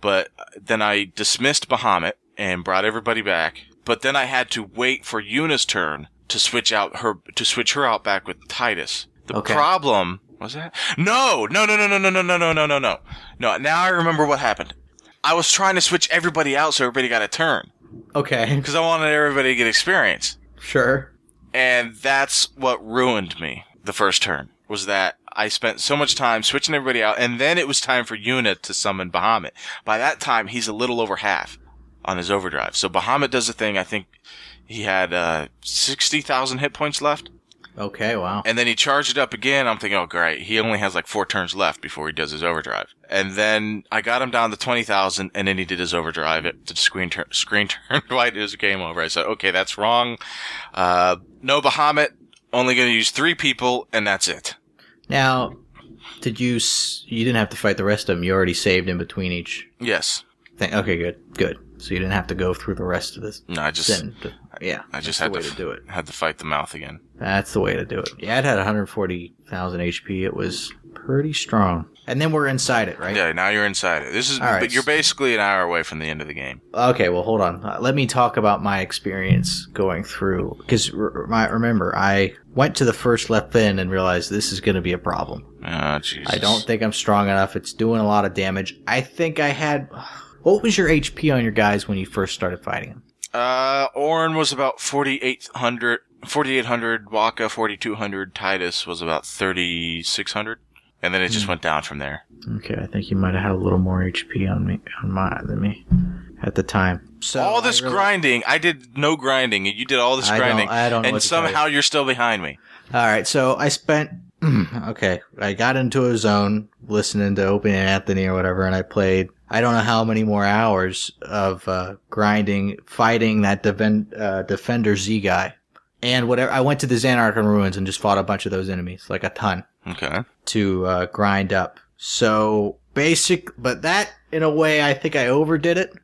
But then I dismissed Bahamut and brought everybody back. But then I had to wait for Yuna's turn to switch out her to switch her out back with Titus. The
Okay.
problem was that no no no no no no no no no no no no no. Now I remember what happened. I was trying to switch everybody out so everybody got a turn
Okay,
because I wanted everybody to get experience.
sure.
And that's what ruined me the first turn was that I spent so much time switching everybody out, and then it was time for Yuna to summon Bahamut. By that time, he's a little over half on his overdrive. So Bahamut does a thing. I think he had uh, sixty thousand hit points left,
Okay, wow.
and then he charged it up again. I'm thinking, oh great, he only has like four turns left before he does his overdrive. And then I got him down to twenty thousand, and then he did his overdrive. It the screen turn screen turned white. It was game over. I said, okay, that's wrong. Uh, no Bahamut. Only going to use three people, and that's it.
Now, did you s- you didn't have to fight the rest of them. You already saved in between each
Yes.
thing. Okay, good. Good. So you didn't have to go through the rest of this.
No, I just
Then, yeah.
I just
that's
had
the way
to
to,
f-
do it.
had to fight the mouth again.
That's the way to do it. Yeah, it had 140,000 HP. It was pretty strong. And then we're inside it, right?
Yeah. Now you're inside it. This is.
All right.
But you're basically an hour away from the end of the game.
Okay, well, hold on. Uh, let me talk about my experience going through because re- my- remember, I went to the first left bin and realized this is going to be a problem.
Oh Jesus.
I don't think I'm strong enough. It's doing a lot of damage. I think I had. What was your HP on your guys when you first started fighting them?
Uh, Orin was about 4,800, 4,800, Waka 4,200, Titus was about 3,600, and then it
Hmm.
just went down from there.
Okay, I think you might have had a little more HP on me on my than me at the time. So
all this
I really-
grinding, I did no grinding, and you did all this
I don't-
grinding,
I don't know
and
what to tell you.
somehow you're still behind me.
All right, so I spent okay. I got into a zone listening to Open Anthony or whatever, and I played. I don't know how many more hours of uh, grinding, fighting that defen- uh, defender Z guy, and whatever. I went to the Xanarchan ruins and just fought a bunch of those enemies, like a ton
Okay.
to uh, grind up. So basic, but that in a way, I think I overdid it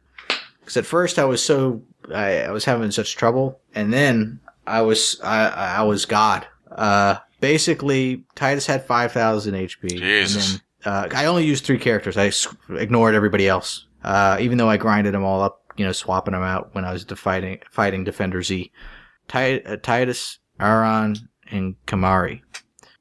because at first I was so I, I was having such trouble, and then I was I, I was God. Uh, basically, Titus had five thousand HP. and
Jesus.
then, uh, I only used three characters. I s- ignored everybody else, uh, even though I grinded them all up. You know, swapping them out when I was fighting fighting Defender Z. Ti- uh, Titus, Aron, and Kamari.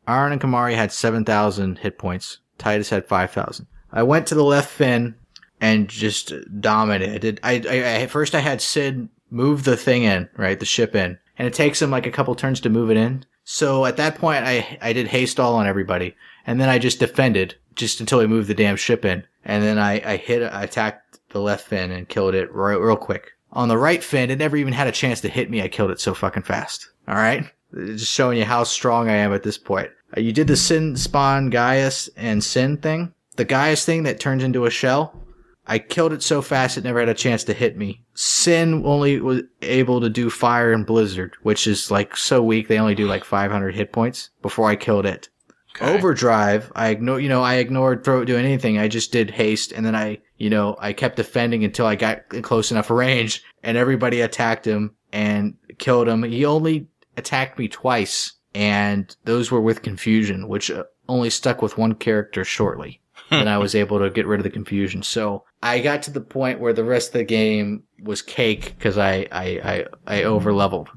Aron and Kamari had 7,000 hit points. Titus had 5,000. I went to the left fin and just dominated. I, I, I at first I had Sid move the thing in, right, the ship in, and it takes him like a couple turns to move it in. So at that point, I I did haste all on everybody, and then I just defended just until he moved the damn ship in, and then I I hit I attacked the left fin and killed it real, real quick. On the right fin, it never even had a chance to hit me. I killed it so fucking fast. All right, It's just showing you how strong I am at this point. Uh, You did the Sin Spawn Gaius and Sin thing, the Gaius thing that turns into a shell. I killed it so fast it never had a chance to hit me. Sin only was able to do fire and blizzard, which is like so weak they only do like 500 hit points before I killed it.
okay.
Overdrive, I ignore, you know, I ignored throat doing anything. I just did haste and then I, you know, I kept defending until I got in close enough range and everybody attacked him and killed him. He only attacked me twice and those were with confusion, which uh, only stuck with one character shortly
Hmm.
and I was able to get rid of the confusion. So I got to the point where the rest of the game was cake because I I I, I overleveled.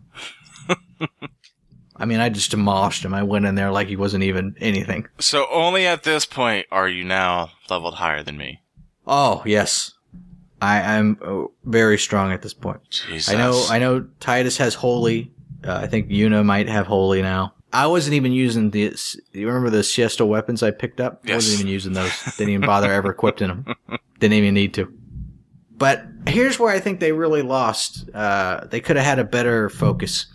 I mean, I just demolished him. I went in there like he wasn't even anything.
So only at this point are you now leveled higher than me.
Oh yes, I I'm uh, very strong at this point.
Jesus.
I know I know Titus has holy. Uh, I think Yuna might have holy now. I wasn't even using the. You remember the siesta weapons I picked up? I
Yes.
wasn't even using those. Didn't even bother ever equipping them. Didn't even need to. But here's where I think they really lost. Uh, they could have had a better focus.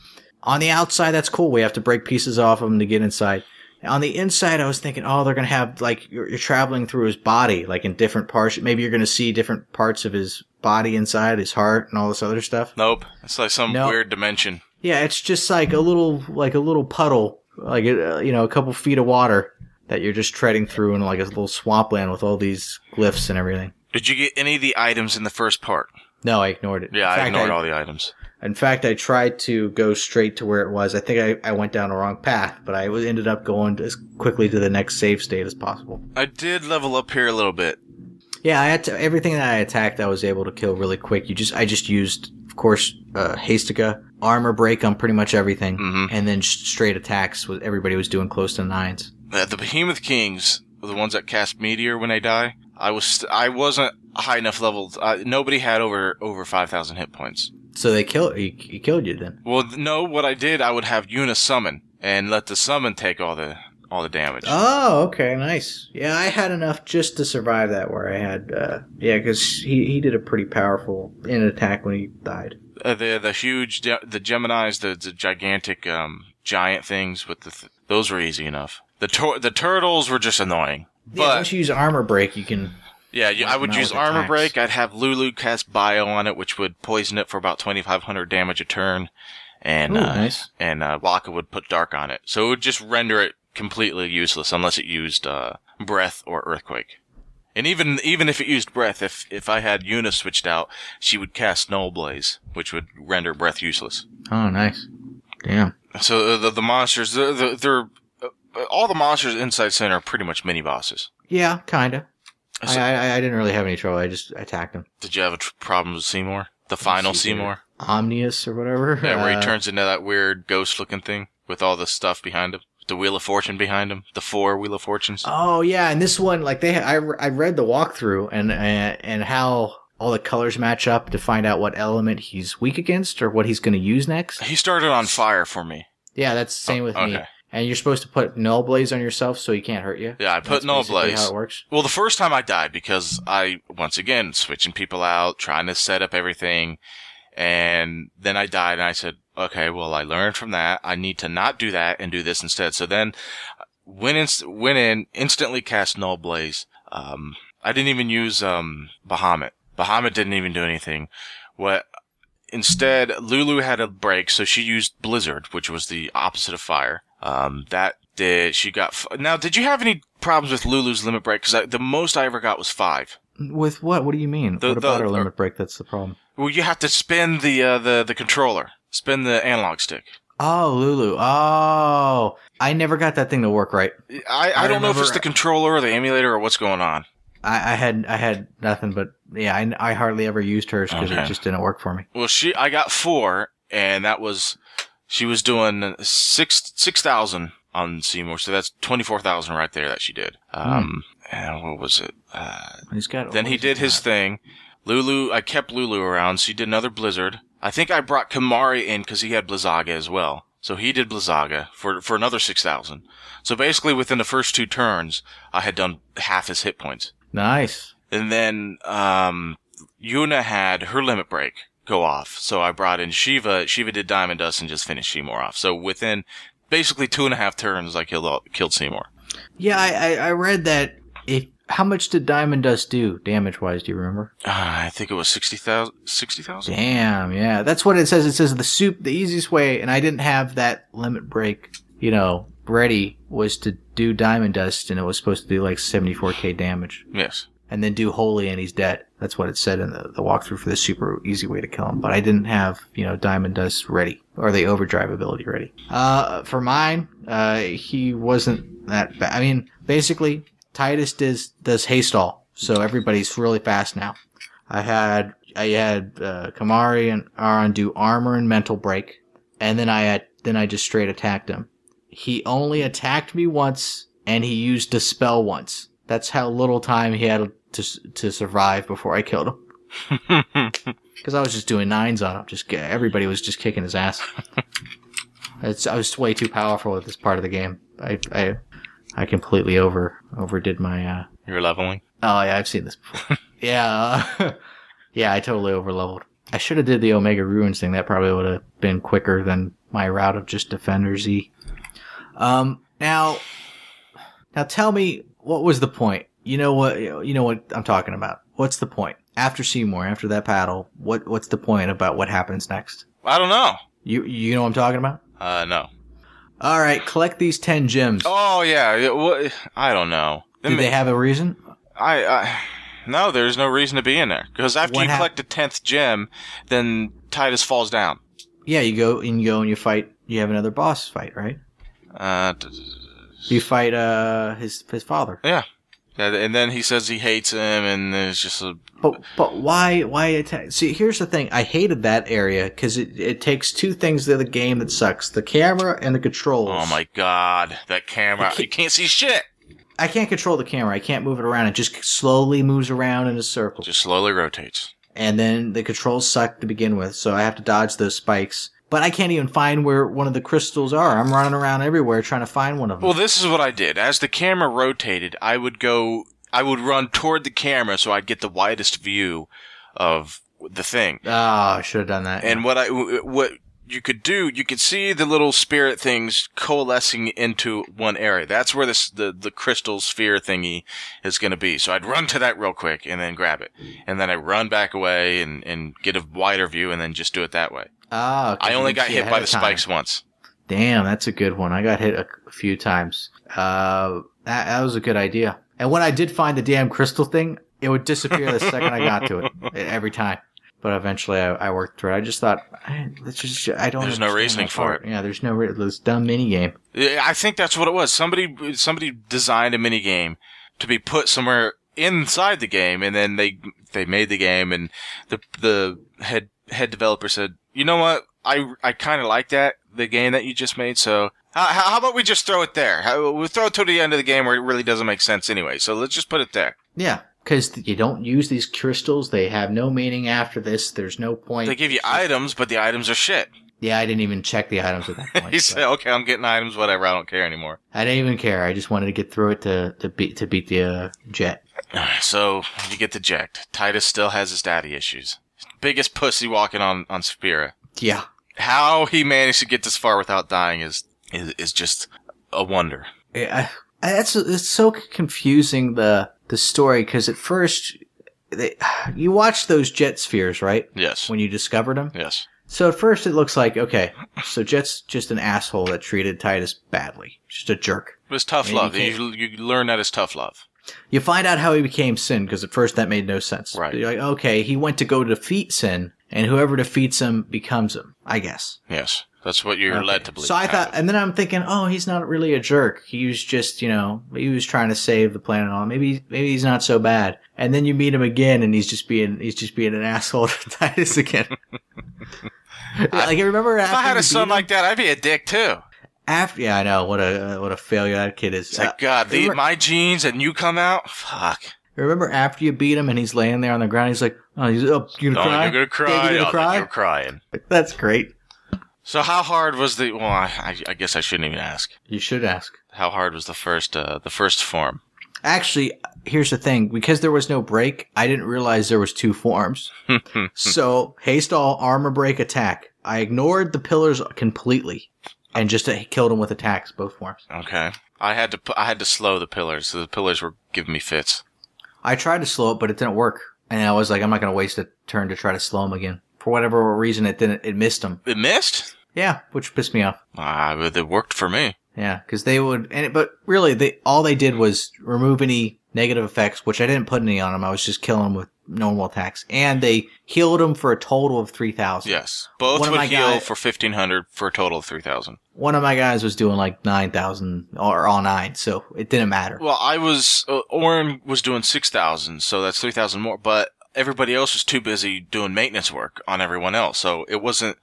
On the outside, that's cool. We have to break pieces off of them to get inside. On the inside, I was thinking, oh, they're gonna have like you're, you're traveling through his body, like in different parts. Maybe you're gonna see different parts of his body inside, his heart, and all this other stuff.
Nope. It's like some
No.
weird dimension.
Yeah, it's just like a little, like a little puddle, like uh, you know, a couple feet of water that you're just treading through in like a little swampland with all these glyphs and everything.
Did you get any of the items in the first part?
No, I ignored it.
Yeah,
In
I
fact,
ignored all the items.
In fact, I tried to go straight to where it was. I think I, I went down the wrong path, but I was- ended up going as quickly to the next save state as possible.
I did level up here a little bit.
Yeah, I had to, everything that I attacked, I was able to kill really quick. You just, I just used, of course, uh, Hastica, armor break on pretty much everything,
Mhm.
and then sh- straight attacks. With everybody was doing close to nines.
Uh, the Behemoth Kings, were the ones that cast meteor when they die, I was st- I wasn't high enough leveled. Uh, nobody had over over five thousand hit points.
So they killed, he, he killed you then.
Well, th- no, what I did, I would have Una summon and let the summon take all the all the damage.
Oh, okay, nice. Yeah, I had enough just to survive that. Where I had, uh, yeah, because he he did a pretty powerful in attack when he died.
Uh, the the huge ge- the Gemini's, the, the gigantic um giant things with the th- those were easy enough. The tur- the turtles were just annoying.
yeah,
But
once you use armor break, you can.
yeah, you, I would
Not
use
with
armor
attacks.
break. I'd have Lulu cast bio on it, which would poison it for about twenty five hundred damage a turn, and
Ooh,
uh,
nice.
and uh, Waka would put dark on it, so it would just render it completely useless unless it used uh, breath or earthquake. And even even if it used breath, if if I had Una switched out, she would cast Null Blaze, which would render breath useless.
Oh, nice. Damn.
So uh, the the monsters, they're, they're, they're uh, all the monsters inside Center are pretty much mini bosses.
Yeah, kinda.
So-
I, I I didn't really have any trouble. I just attacked him.
Did you have a tr- problem with Seymour? The final
see here.
Seymour,
Omnius or whatever.
yeah, where
Uh,
he turns into that weird ghost-looking thing with all the stuff behind him, the Wheel of Fortune behind him, the four Wheel of Fortunes.
Oh yeah, and this one, like they, I, I read the walkthrough and and and how all the colors match up to find out what element he's weak against or what he's going to use next.
He started on fire for me.
Yeah, that's the same with me.
okay.
And you're supposed to put null blaze on yourself so he can't hurt you.
Yeah, I put
That's
Null
basically
Blaze.
How it works.
Well, the first time I died because I, once again, switching people out, trying to set up everything. And then I died and I said, okay, well, I learned from that. I need to not do that and do this instead. So then uh, went in, went in, instantly cast Null Blaze. Um, I didn't even use, um, Bahamut. Bahamut didn't even do anything. What, instead, Lulu had a break, so she used Blizzard, which was the opposite of fire. Um, that did, she got, f- now, did you have any problems with Lulu's limit break? Cause I, the most I ever got was five.
With what? What do you mean?
The-
what about
the-
our limit break? That's the problem.
Well, you have to spin the, uh, the, the controller. Spin the analog stick.
Oh, Lulu. Oh, I never got that thing to work right.
I, I,
I
don't know if it's
remember-
the controller or the emulator or what's going on.
I, I had I had nothing but yeah. I, I hardly ever used hers because
Okay.
it just didn't work for me.
Well, she, I got four, and that was, she was doing six, six thousand on Seymour, so that's twenty four thousand right there that she did. Um, and what was it? Uh,
He's got.
then he did his thing. Lulu, I kept Lulu around. She did another Blizzard. I think I brought Kamari in because he had Blizzaga as well. So he did Blizzaga for, for another 6,000. So basically within the first two turns, I had done half his hit points.
Nice.
And then um Yuna had her limit break go off. So I brought in Shiva. Shiva did Diamond Dust and just finished Seymour off. So within basically two and a half turns, I killed all, killed Seymour.
Yeah, I, I, I read that. If how much did Diamond Dust do damage wise? Do you remember?
Uh, I think it was 60,000. 60,000?
Damn, yeah, that's what it says. It says the soup, the easiest way, and I didn't have that limit break. You know, ready was to do Diamond Dust, and it was supposed to do like seventy four k damage,
Yes.
and then do Holy, and he's dead. That's what it said in the, the walkthrough for the super easy way to kill him. But I didn't have you know Diamond Dust ready or the Overdrive ability ready. Uh, for mine, uh, he wasn't that bad. I mean, basically, Titus does does haste all, so everybody's really fast now. I had I had uh, Kamari and Aron do armor and mental break, and then I had, then I just straight attacked him. He only attacked me once, and he used dispel once. That's how little time he had to s- to survive before I killed him. Because I was just doing nines on him. Just g- everybody was just kicking his ass. It's I was way too powerful at this part of the game. I I, I completely over overdid my. Uh,
You're leveling.
oh yeah, I've seen this before. yeah, uh, yeah, I totally overleveled. I should have did the Omega Ruins thing. That probably would have been quicker than my route of just Defender Z. Um, now, now tell me what was the point? You know what you know what I'm talking about. What's the point after Seymour? After that paddle, what what's the point about what happens next?
I don't know.
You you know what I'm talking about?
Uh, no.
All right, collect these ten gems.
Oh yeah. yeah, what? I don't know.
Did they have a reason?
I, I no, there's no reason to be in there because after
What
you
hap-
collect the tenth gem, then Titus falls down.
Yeah, you go and you go and you fight. You have another boss fight, right?
Uh, d- d-
You fight uh his his father.
yeah, Yeah, and then he says he hates him, and it's just a oh
But but why why attack? See, here's the thing. I hated that area because it, it takes two things of the game that sucks: the camera and the controls.
oh my god, that camera!
You ca-
You can't see shit.
I can't control the camera. I can't move it around. It just slowly moves around in a circle.
Just slowly rotates.
and then the controls suck to begin with, so I have to dodge those spikes. But I can't even find where one of the crystals are. I'm running around everywhere trying to find one of them.
Well, this is what I did. As the camera rotated, I would go, I would run toward the camera so I'd get the widest view of the thing.
Ah, I should have done that.
And what I what you could do, you could see the little spirit things coalescing into one area. That's where this the the crystal sphere thingy is going to be. So I'd run to that real quick and then grab it, and then I run back away and and get a wider view and then just do it that way.
ah, 'cause
I
you
only
can
got
see
hit
ahead
by
of
the
time.
spikes once.
Damn, that's a good one. I got hit a a few times. Uh, that, that was a good idea. And when I did find the damn crystal thing, it would disappear the second I got to it e- every time. But eventually, I, I worked through it. I just thought, I, that's just I don't.
There's no
understand
reasoning
that
for
part. Yeah, there's no re- this dumb mini game.
Yeah, I think that's what it was. Somebody somebody designed a mini game to be put somewhere inside the game, and then they they made the game, and the the head head developer said, "You know what? I I kind of like that the game that you just made. So how, how how about we just throw it there? How, we'll throw it to the end of the game where it really doesn't make sense anyway. So let's just put it there.
Yeah, because you don't use these crystals. They have no meaning after this. There's no point.
They give you items, but the items are shit.
yeah, I didn't even check the items at that point.
You
so
say, okay, I'm getting items, whatever. I don't care anymore.
I didn't even care. I just wanted to get through it to to beat to beat the uh, jet.
So you get dejected. Titus still has his daddy issues. Biggest pussy walking on on Spira.
Yeah.
How he managed to get this far without dying is is, is just a wonder.
Yeah, I- I- that's it's so confusing the the story because at first they, you watch those jet spheres right
Yes.
when you discovered them.
Yes.
So at first it looks like okay, so Jet's just an asshole that treated Titus badly, just a jerk.
It was tough
Maybe
love.
he
You, you learn that it's tough love.
You find out how he became Sin because at first that made no sense.
Right.
You're like okay, he went to go defeat Sin, and whoever defeats him becomes him. I guess.
Yes. That's what you're
Okay.
led to believe.
So I
kind
thought, and then I'm thinking, oh, he's not really a jerk. He was just, you know, he was trying to save the planet. And all maybe, maybe he's not so bad. And then you meet him again, and he's just being, he's just being an asshole to Titus again. Yeah, like I remember
of.
after
If I had
you
a son
beat him-
like that, I'd be a dick too.
after, yeah, I know what a what a failure that kid is. Uh,
It's like, God, the,
remember-
my genes and you come out? Fuck.
Uh, remember after you beat him, and he's laying there on the ground. He's like, oh, he's oh, you gonna
Oh,
cry?
you're going to
Dad,
cry.
you gonna
Oh,
cry?
You're crying.
That's great.
So how hard was the. Well, I, I- I guess I shouldn't even ask.
You should ask.
How hard was the first uh, the first form?
Actually, here's the thing. Because there was no break, I didn't realize there was two forms. so, haste all armor break attack. I ignored the pillars completely and just uh, killed him with attacks, both forms.
Okay. I had to pu- I had to slow the pillars. The pillars were giving me fits.
I tried to slow it, but it didn't work. And I was like, I'm not going to waste a turn to try to slow him again. For whatever reason, it didn't, it missed him.
It missed.
Yeah, which pissed me off.
Ah, but it worked for me.
Yeah, because they would, and it, but really, they all they did was remove any negative effects, which I didn't put any on them. I was just killing them with normal attacks, and they healed them for a total of three thousand.
Yes, both
One of
would
my
heal
guy-
for fifteen hundred for a total of three thousand.
one of my guys was doing like nine thousand or all nine, so it didn't matter.
Well, I was uh, Orin was doing six thousand, so that's three thousand more. But everybody else was too busy doing maintenance work on everyone else, so it wasn't.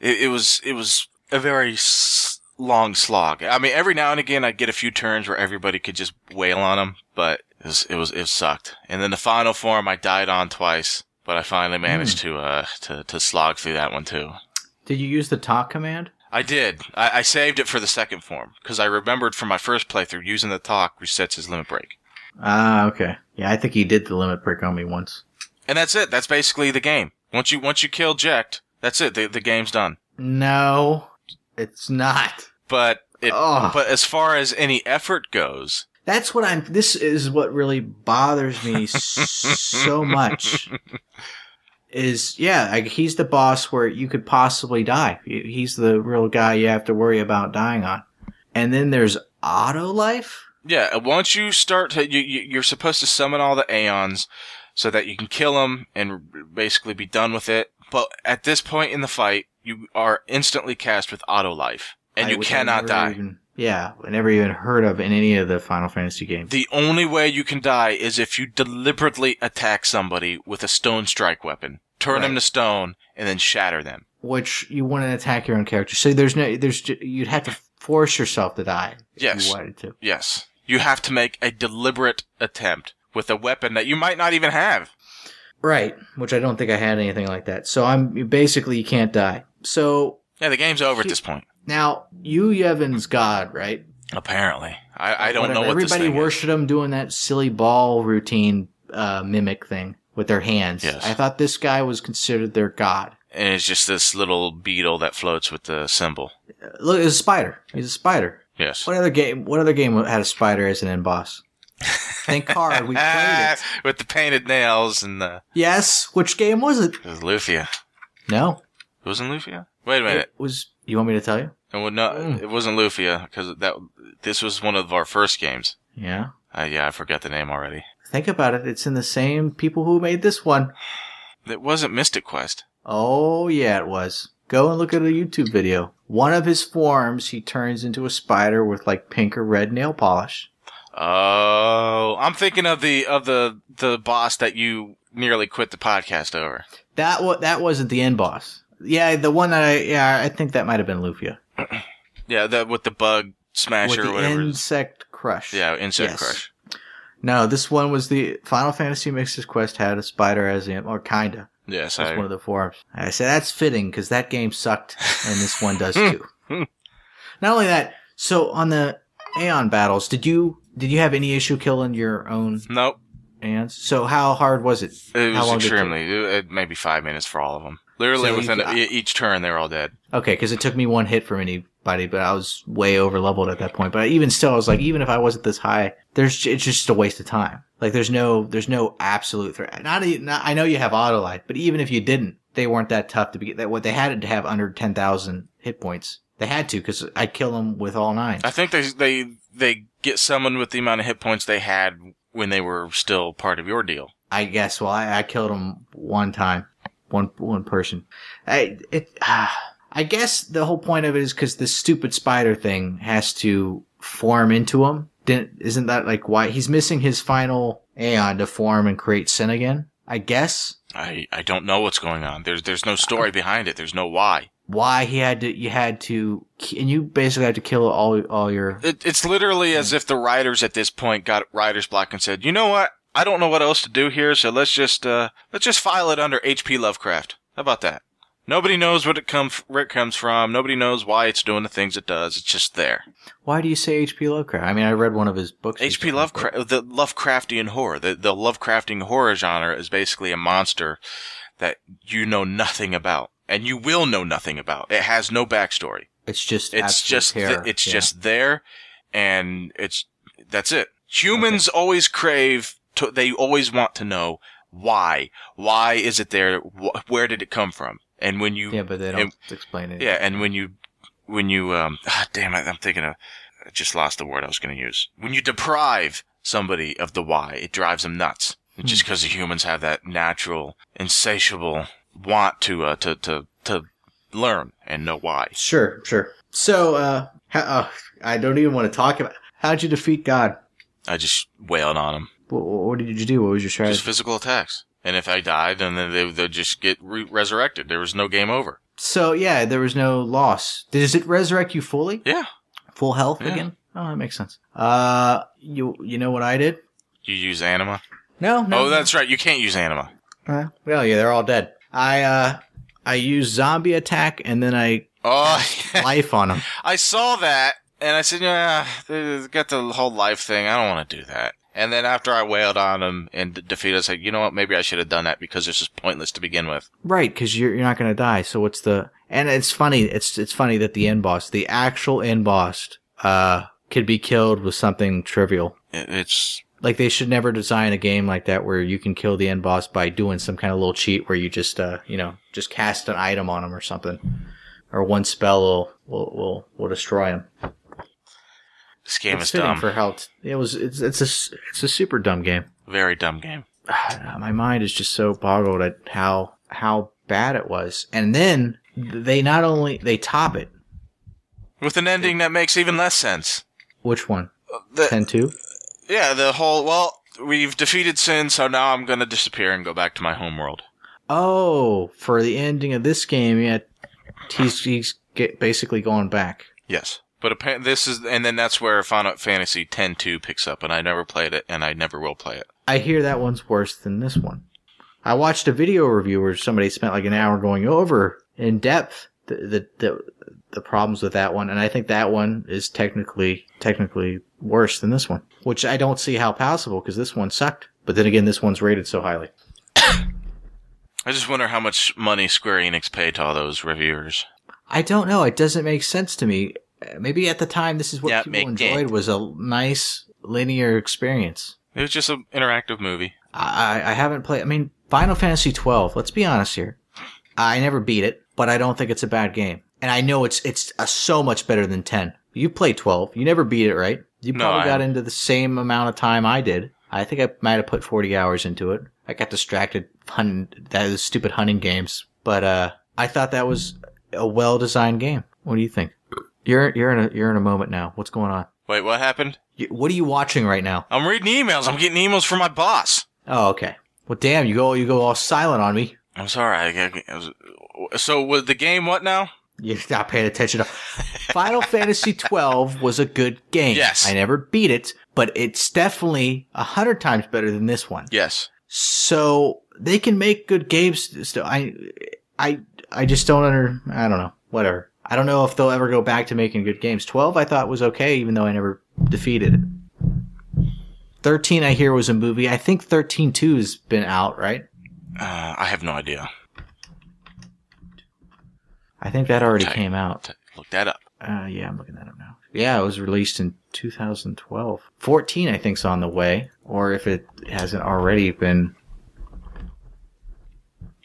It, it was it was a very s- long slog. I mean, every now and again, I'd get a few turns where everybody could just wail on them, but it was it was it sucked. And then the final form, I died on twice, but I finally managed to uh to to slog through that one too.
Did you use the talk command?
I did. I, I saved it for the second form because I remembered from my first playthrough using the talk resets his limit break.
Ah, okay. Yeah, I think he did the limit break on me once.
And that's it. That's basically the game. Once you once you kill Jekt, that's it. The, the game's done.
No, it's not.
But it,
Ugh.
but as far as any effort goes,
That's what I'm. This is what really bothers me so much. Is yeah, like he's the boss where you could possibly die. He- He's the real guy you have to worry about dying on. And then there's auto life.
yeah. Once you start, to, you, you you're supposed to summon all the Aeons so that you can kill them and basically be done with it. But at this point in the fight, you are instantly cast with auto life, and
I-
you
which I
cannot
never
die.
even- yeah, I never even heard of in any of the Final Fantasy games.
The only way you can die is if you deliberately attack somebody with a stone strike weapon, turn them
Right.
to stone, and then shatter them.
which you wouldn't attack your own character. So there's no, there's ju- you'd have to force yourself to die. if
Yes.
you wanted to.
Yes. You have to make a deliberate attempt with a weapon that you might not even have.
Right, which I don't think I had anything like that. So I'm basically you can't die. So
Yeah, the game's over at this point.
now you Yevon's god, right?
Apparently. I, I don't know what
everybody
this thing
worshipped him doing that silly ball routine uh, mimic thing with their hands.
Yes.
I thought this guy was considered their god.
is. And it's just this little beetle that floats with the symbol.
Uh, Look, it's a spider. He's a spider.
Yes.
What other game? What other game had a spider as an end boss? Thank card we played
Ah,
it.
with the painted nails and the
Yes, which game was it?
it was Lufia.
No,
It wasn't Lufia? Wait a minute.
It was. You want me to tell you?
It would not.
Mm.
It wasn't Lufia because that. This was one of our first games.
Yeah.
Uh, yeah, I forgot the name already.
Think about it. It's in the same people who made this one.
It wasn't Mystic Quest.
Oh yeah, it was. Go and look at a YouTube video. One of his forms, he turns into a spider with like pink or red nail polish.
Oh, I'm thinking of the of the the boss that you nearly quit the podcast over.
That wa- that wasn't the end boss. Yeah, the one that I yeah I think that might have been Lufia
Yeah, that with the bug
with
smasher
the
or whatever. it is.
insect crush.
yeah, insect
Yes.
crush.
No, this one was the Final Fantasy Mixes Quest had a spider as the or kinda.
Yes,
That's
I,
one of the forums. And I said that's fitting because that game sucked, and this one does too. Not only that, so on the Aeon battles, did you did you have any issue killing your own
nope.
Aeons? So how hard was it?
It
How
was
long did it take?
extremely. It, it- maybe five minutes for all of them. Literally
So you
within
could-
e- each turn, they were all dead.
Okay, because it took me one hit from anybody, but I was way over leveled at that point. But even still, I was like, even if I wasn't this high, there's it's just a waste of time. Like there's no there's no absolute threat. Not, e not I know you have auto life, but even if you didn't, they weren't that tough to begin. That what they had to have under ten thousand hit points. They had to because I kill them with all nine.
I think they they they get summoned with the amount of hit points they had when they were still part of your deal.
I guess. Well, I, I killed him one time, one one person. I it. ah. I guess the whole point of it is because this stupid spider thing has to form into him. Didn't isn't that like why he's missing his final aeon to form and create sin again? I guess
I, I don't know what's going on. There's there's no story behind it. There's no why.
why he had to you had to ki- and you basically had to kill all all your
It, it's literally as if the writers at this point got writer's block and said, you know what? I don't know what else to do here, so let's just uh, let's just file it under H.P. Lovecraft. How about that? Nobody knows what it come f- where it comes from. Nobody knows why it's doing the things it does. It's just there.
why do you say H.P. Lovecraft? I mean, I read one of his books.
H.P.
recently, but-
Lovecraft, the Lovecraftian horror, the the Lovecrafting horror genre is basically a monster that you know nothing about, and you will know nothing about. It has no backstory.
It's just
it's
absolute
just th-
terror.
it's
Yeah.
just there and it's that's it humans always crave to, they always want to know why why is it there Wh- where did it come from and when you
yeah,
yeah,
but they don't explain it.
and when you when you um ah, damn it i'm thinking of i just lost the word i was going to use when you deprive somebody of the why it drives them nuts
Hmm.
Just 'cause just because the humans have that natural insatiable want to uh to to to learn and know why
Sure, sure. So, uh, how, oh, I don't even want to talk about. How'd you defeat God?
i just wailed on them
What, what did you do? What was your strategy?
Just physical attacks. And if I died, then they they'd just get re- resurrected. There was no game over.
so, yeah, there was no loss. Does it resurrect you fully?
Yeah,
Full health
Yeah.
again? Oh, that makes sense. Uh, you you know what I did?
you use anima.
No, no.
Oh, that's right. You can't use anima.
Uh, well, yeah, they're all dead. I uh, I used zombie attack, and then I
Oh,
life on him.
I saw that and I said, yeah, they got the whole life thing. I don't want to do that. And then after I wailed on him and defeated, I said, you know what? Maybe I should have done that because this is pointless to begin with.
Right, because you're you're not gonna die. So what's the and it's funny. It's it's funny that the end boss, the actual end boss, uh, could be killed with something trivial.
It- It's
Like they should never design a game like that where you can kill the end boss by doing some kind of little cheat where you just uh you know just cast an item on him or something, or one spell will will will, will destroy him.
this game
it's
is
fitting
dumb.
for how t- it was. It's it's a s- it's a super dumb game.
Very dumb game.
my mind is just so boggled at how how bad it was. And then they not only they top it.
With an ending that makes even less sense.
Which one?
The-
Ten two.
yeah, the whole, well, we've defeated Sin, so now I'm going to disappear and go back to my homeworld.
Oh, for the ending of this game, yeah, he's he's get basically going back.
Yes. But apparently this is, and then that's where Final Fantasy X-2 picks up, and I never played it, and I never will play it.
I hear that one's worse than this one. I watched a video review where somebody spent like an hour going over in depth the the the, the problems with that one, and I think that one is technically technically worse than this one, which I don't see how possible because this one sucked. But then again, this one's rated so highly.
I just wonder how much money Square Enix paid to all those reviewers.
I don't know. It doesn't make sense to me. Uh, Maybe at the time, this is what
Yeah, it
people
make
enjoyed
did.
was a nice linear experience.
It was just an interactive movie.
I, I haven't played. I mean, Final Fantasy twelve. Let's be honest here. I never beat it, but I don't think it's a bad game. And I know it's it's uh so much better than ten. You played twelve. You never beat it, right? You
No,
probably
I
got
haven't.
into the same amount of time I did. I think I might have put forty hours into it. I got distracted hunting those stupid hunting games, but uh, I thought that was a well designed game. What do you think? You're you're in a you're in a moment now. What's going on?
Wait, what happened?
You, what are you watching right now?
I'm reading emails. I'm getting emails from my boss.
Oh, okay. Well, damn, you go you go all silent on me.
I'm sorry. I, I- I was- so was the game what now?
You're not paying attention. Final Fantasy twelve was a good game.
Yes.
I never beat it, but it's definitely a hundred times better than this one.
Yes.
So they can make good games. Still, I, I, I just don't under. I don't know. Whatever. I don't know if they'll ever go back to making good games. Twelve, I thought was okay, even though I never defeated it. Thirteen, I hear was a movie. I think thirteen two has been out, right?
Uh, I have no idea.
I think that already
Okay.
came out.
Look that up.
Uh, yeah, I'm looking that up now. Yeah, it was released in 2012. 14, I think, is on the way, or if it hasn't already been.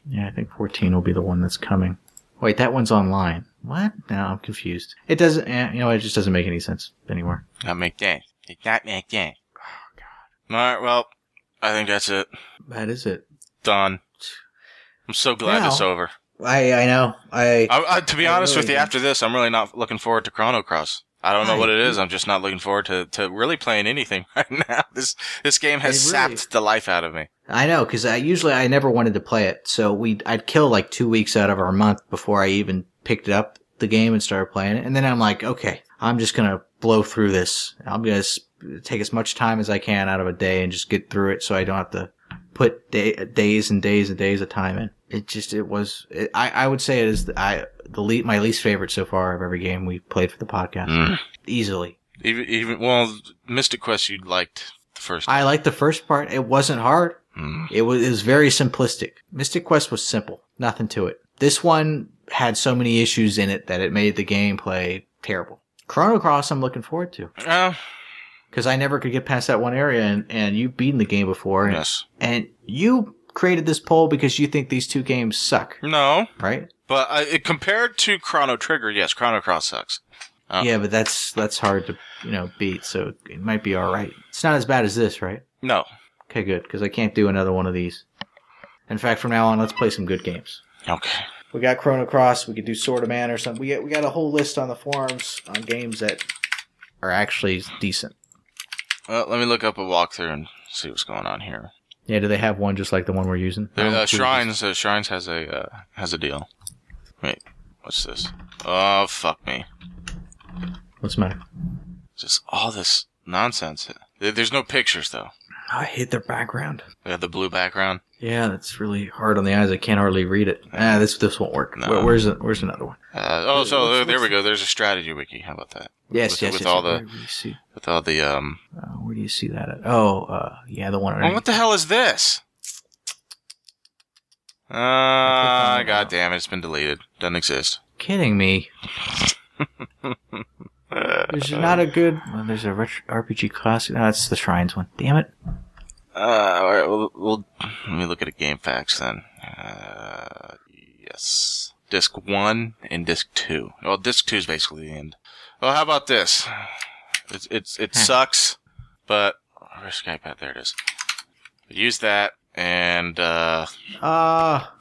Yeah, I think 14 will be the one that's coming. Wait, that one's online. What? No, I'm confused. It doesn't. eh, You know, it just doesn't make any sense anymore.
Not make that. Did not make that. Oh God. All right. Well, I think that's it.
That is it.
Done. I'm so glad
Now-
it's over.
I I know. I
I, I, to be
I
honest
really
with you,
am.
after this, I'm really not looking forward to Chrono Cross. I don't know
I-
what it is. I'm just not looking forward to, to really playing anything right now. This this game has
It really-
sapped the life out of me.
I know because I usually I never wanted to play it, so we I'd kill like two weeks out of our month before I even picked up the game and started playing it, and then I'm like, okay, I'm just gonna blow through this. I'm gonna sp- take as much time as I can out of a day and just get through it, so I don't have to put day, days and days and days of time in. It just it was it, I I would say it is the, I the le- my least favorite so far of every game we played for the podcast
Mm.
easily.
Hmm. Even, even well, Mystic Quest you liked the first.
I liked the first part. It wasn't hard.
Mm.
It was, it was very simplistic. Mystic Quest was simple, nothing to it. This one had so many issues in it that it made the gameplay terrible. Chrono Cross, I'm looking forward to
Uh,
because I never could get past that one area, and, and you've beaten the game before, and,
yes.
and you created this poll because you think these two games suck,
No,
right?
but uh, it, compared to Chrono Trigger, yes, Chrono Cross sucks. Oh.
Yeah, but that's that's hard to you know beat, so it might be all right. It's not as bad as this, right?
No.
Okay, good because I can't do another one of these. In fact, from now on, let's play some good games.
Okay.
We got Chrono Cross. We could do Sword of Man or something. We got, we got a whole list on the forums on games that are actually decent.
Well, let me look up a walkthrough and see what's going on here.
Yeah, do they have one just like the one we're using?
There, uh, shrines. Uh, shrines has a uh, has a deal. Wait, what's this? Oh fuck me!
What's the matter?
Just all this nonsense. There- There's no pictures though.
Oh, I hate their background.
Yeah, the blue background.
Yeah, that's really hard on the eyes. I can't hardly read it. Ah, this this won't work.
No.
Where, where's the, where's another one?
Uh, oh, so
What's-
there, there
what's
we go. There's a strategy wiki. How about that?
Yes,
With-
yes,
with
yes,
all
yes.
the-
Where do you see?
With all the um.
Uh, where do you see that at? Oh, uh, yeah, the one.
Oh, what the hell is this? Uh, god damn it! It's been deleted. Doesn't exist.
Kidding me?
Uh,
There's not a good. Well, there's a retro RPG classic. No, that's the shrines one. Damn it!
Uh, all right. We'll, we'll let me look at a game facts then. Uh, yes. Disc one and disc two. Well, disc two is basically the end. Well, how about this? It's it's it
Huh.
sucks, but where's Skype at? There it is. Use that and uh,
Ah,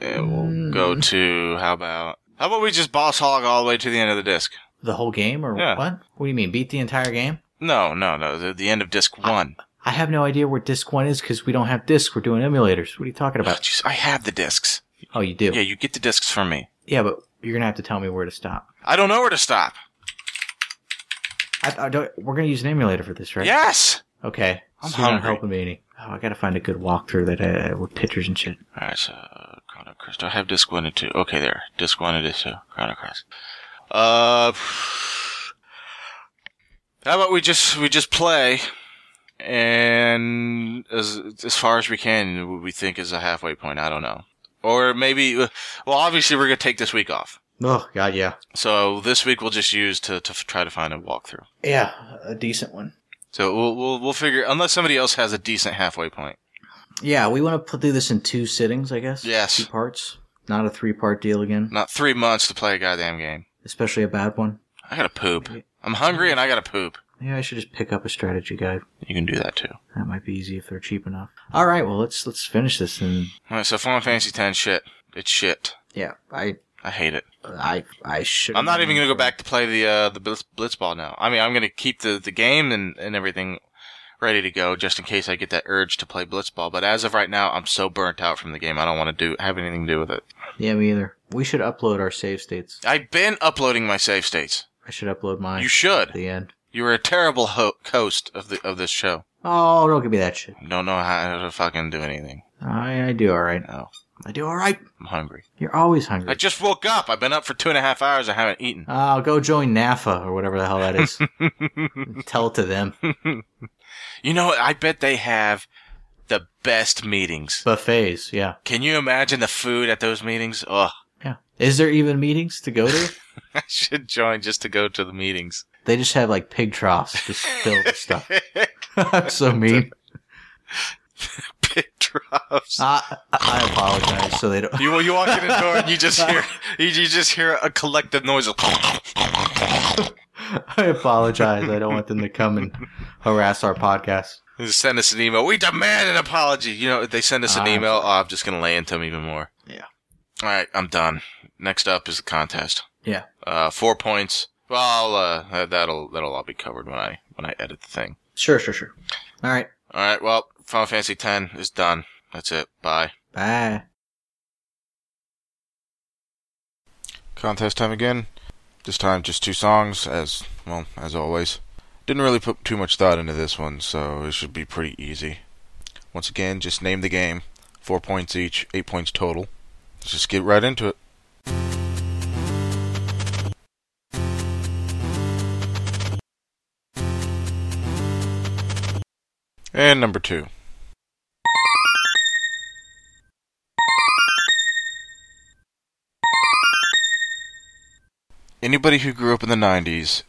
it will go
Hmm.
to how about how about we just boss hog all the way to the end of the disc?
the whole game or
Yeah.
what? What do you mean? Beat the entire game?
No, no, no. The, the end of disc one.
I have no idea where disc one is because we don't have discs. We're doing emulators. What are you talking
Oh,
about?
jeez, I have the discs.
Oh, you do.
Yeah, you get the discs from me.
Yeah, but you're gonna have to tell me where to stop.
I don't know where to stop.
I, I don't, we're gonna use an emulator for this, right?
Yes.
Okay.
I'm
So you're not
hungry.
helping me any. Oh, I gotta find a good walkthrough that uh, with pictures and shit.
All right. So Chrono Cross. Do I have disc one and two? Okay, there. Disc one and disc two. Chrono Cross. Uh, how about we just we just play, and as as far as we can, what we think is a halfway point. I don't know. Or maybe, well, obviously we're gonna take this week off.
Oh God, yeah,
So this week we'll just use to, to try to find a walkthrough.
yeah, a decent one.
So we'll, we'll we'll figure unless somebody else has a decent halfway point.
Yeah, we want to do this in two sittings, I guess.
Yes.
two parts, not a three-part deal again,
Not three months to play a goddamn game.
especially a bad one.
I gotta poop. I'm hungry and I gotta poop.
Maybe I should just pick up a strategy guide.
You can do that too.
That might be easy if they're cheap enough. All right, well let's let's finish this and
All right. So Final Fantasy X shit. It's shit.
yeah, I
I hate it.
I I should.
I'm not even gonna go back to play the uh, the blitz, blitzball now. I mean, I'm gonna keep the, the game and, and everything ready to go just in case I get that urge to play blitzball. But as of right now, I'm so burnt out from the game. I don't want to do have anything to do with it.
Yeah, me either. We should upload our save states.
I've been uploading my save states.
I should upload mine.
You should.
At the end.
You were a terrible ho- host of the of this show.
Oh, don't give me that shit.
Don't know how to fucking do anything.
I I do all right.
No,
I do all right.
I'm hungry.
You're always hungry.
I just woke up. I've been up for two and a half hours. I haven't eaten.
Oh, go join NAFA or whatever the hell that is. Tell it to them.
You know what? I bet they have the best meetings.
Buffets, yeah.
Can you imagine the food at those meetings? Ugh.
Yeah. Is there even meetings to go to?
I should join just to go to the meetings.
They just have like pig troughs just filled with stuff. That's so mean.
Pit drops.
Uh, I- I apologize. So they don't.
You you walk in the door and you just hear you, you just hear a collective noise. Of
I apologize. I don't want them to come and harass our podcast.
send us an email. We demand an apology. You know if they send us an
Ah.
email. Oh, I'm just gonna lay into them even more.
Yeah.
All right, I'm done. Next up is the contest.
Yeah.
Uh, four points. Well, uh, that'll that'll all be covered when I when I edit the thing.
Sure, sure, sure. All right.
All right. Well, Final Fantasy X is done. That's it. Bye.
Bye.
Contest time again. This time just two songs, as well as always. Didn't really put too much thought into this one, so it should be pretty easy. Once again, just name the game. Four points each, eight points total. Let's just get right into it. And number two. Anybody who grew up in the 90s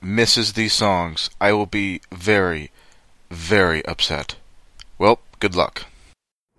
misses these songs. I will be very, very upset. Well, good luck.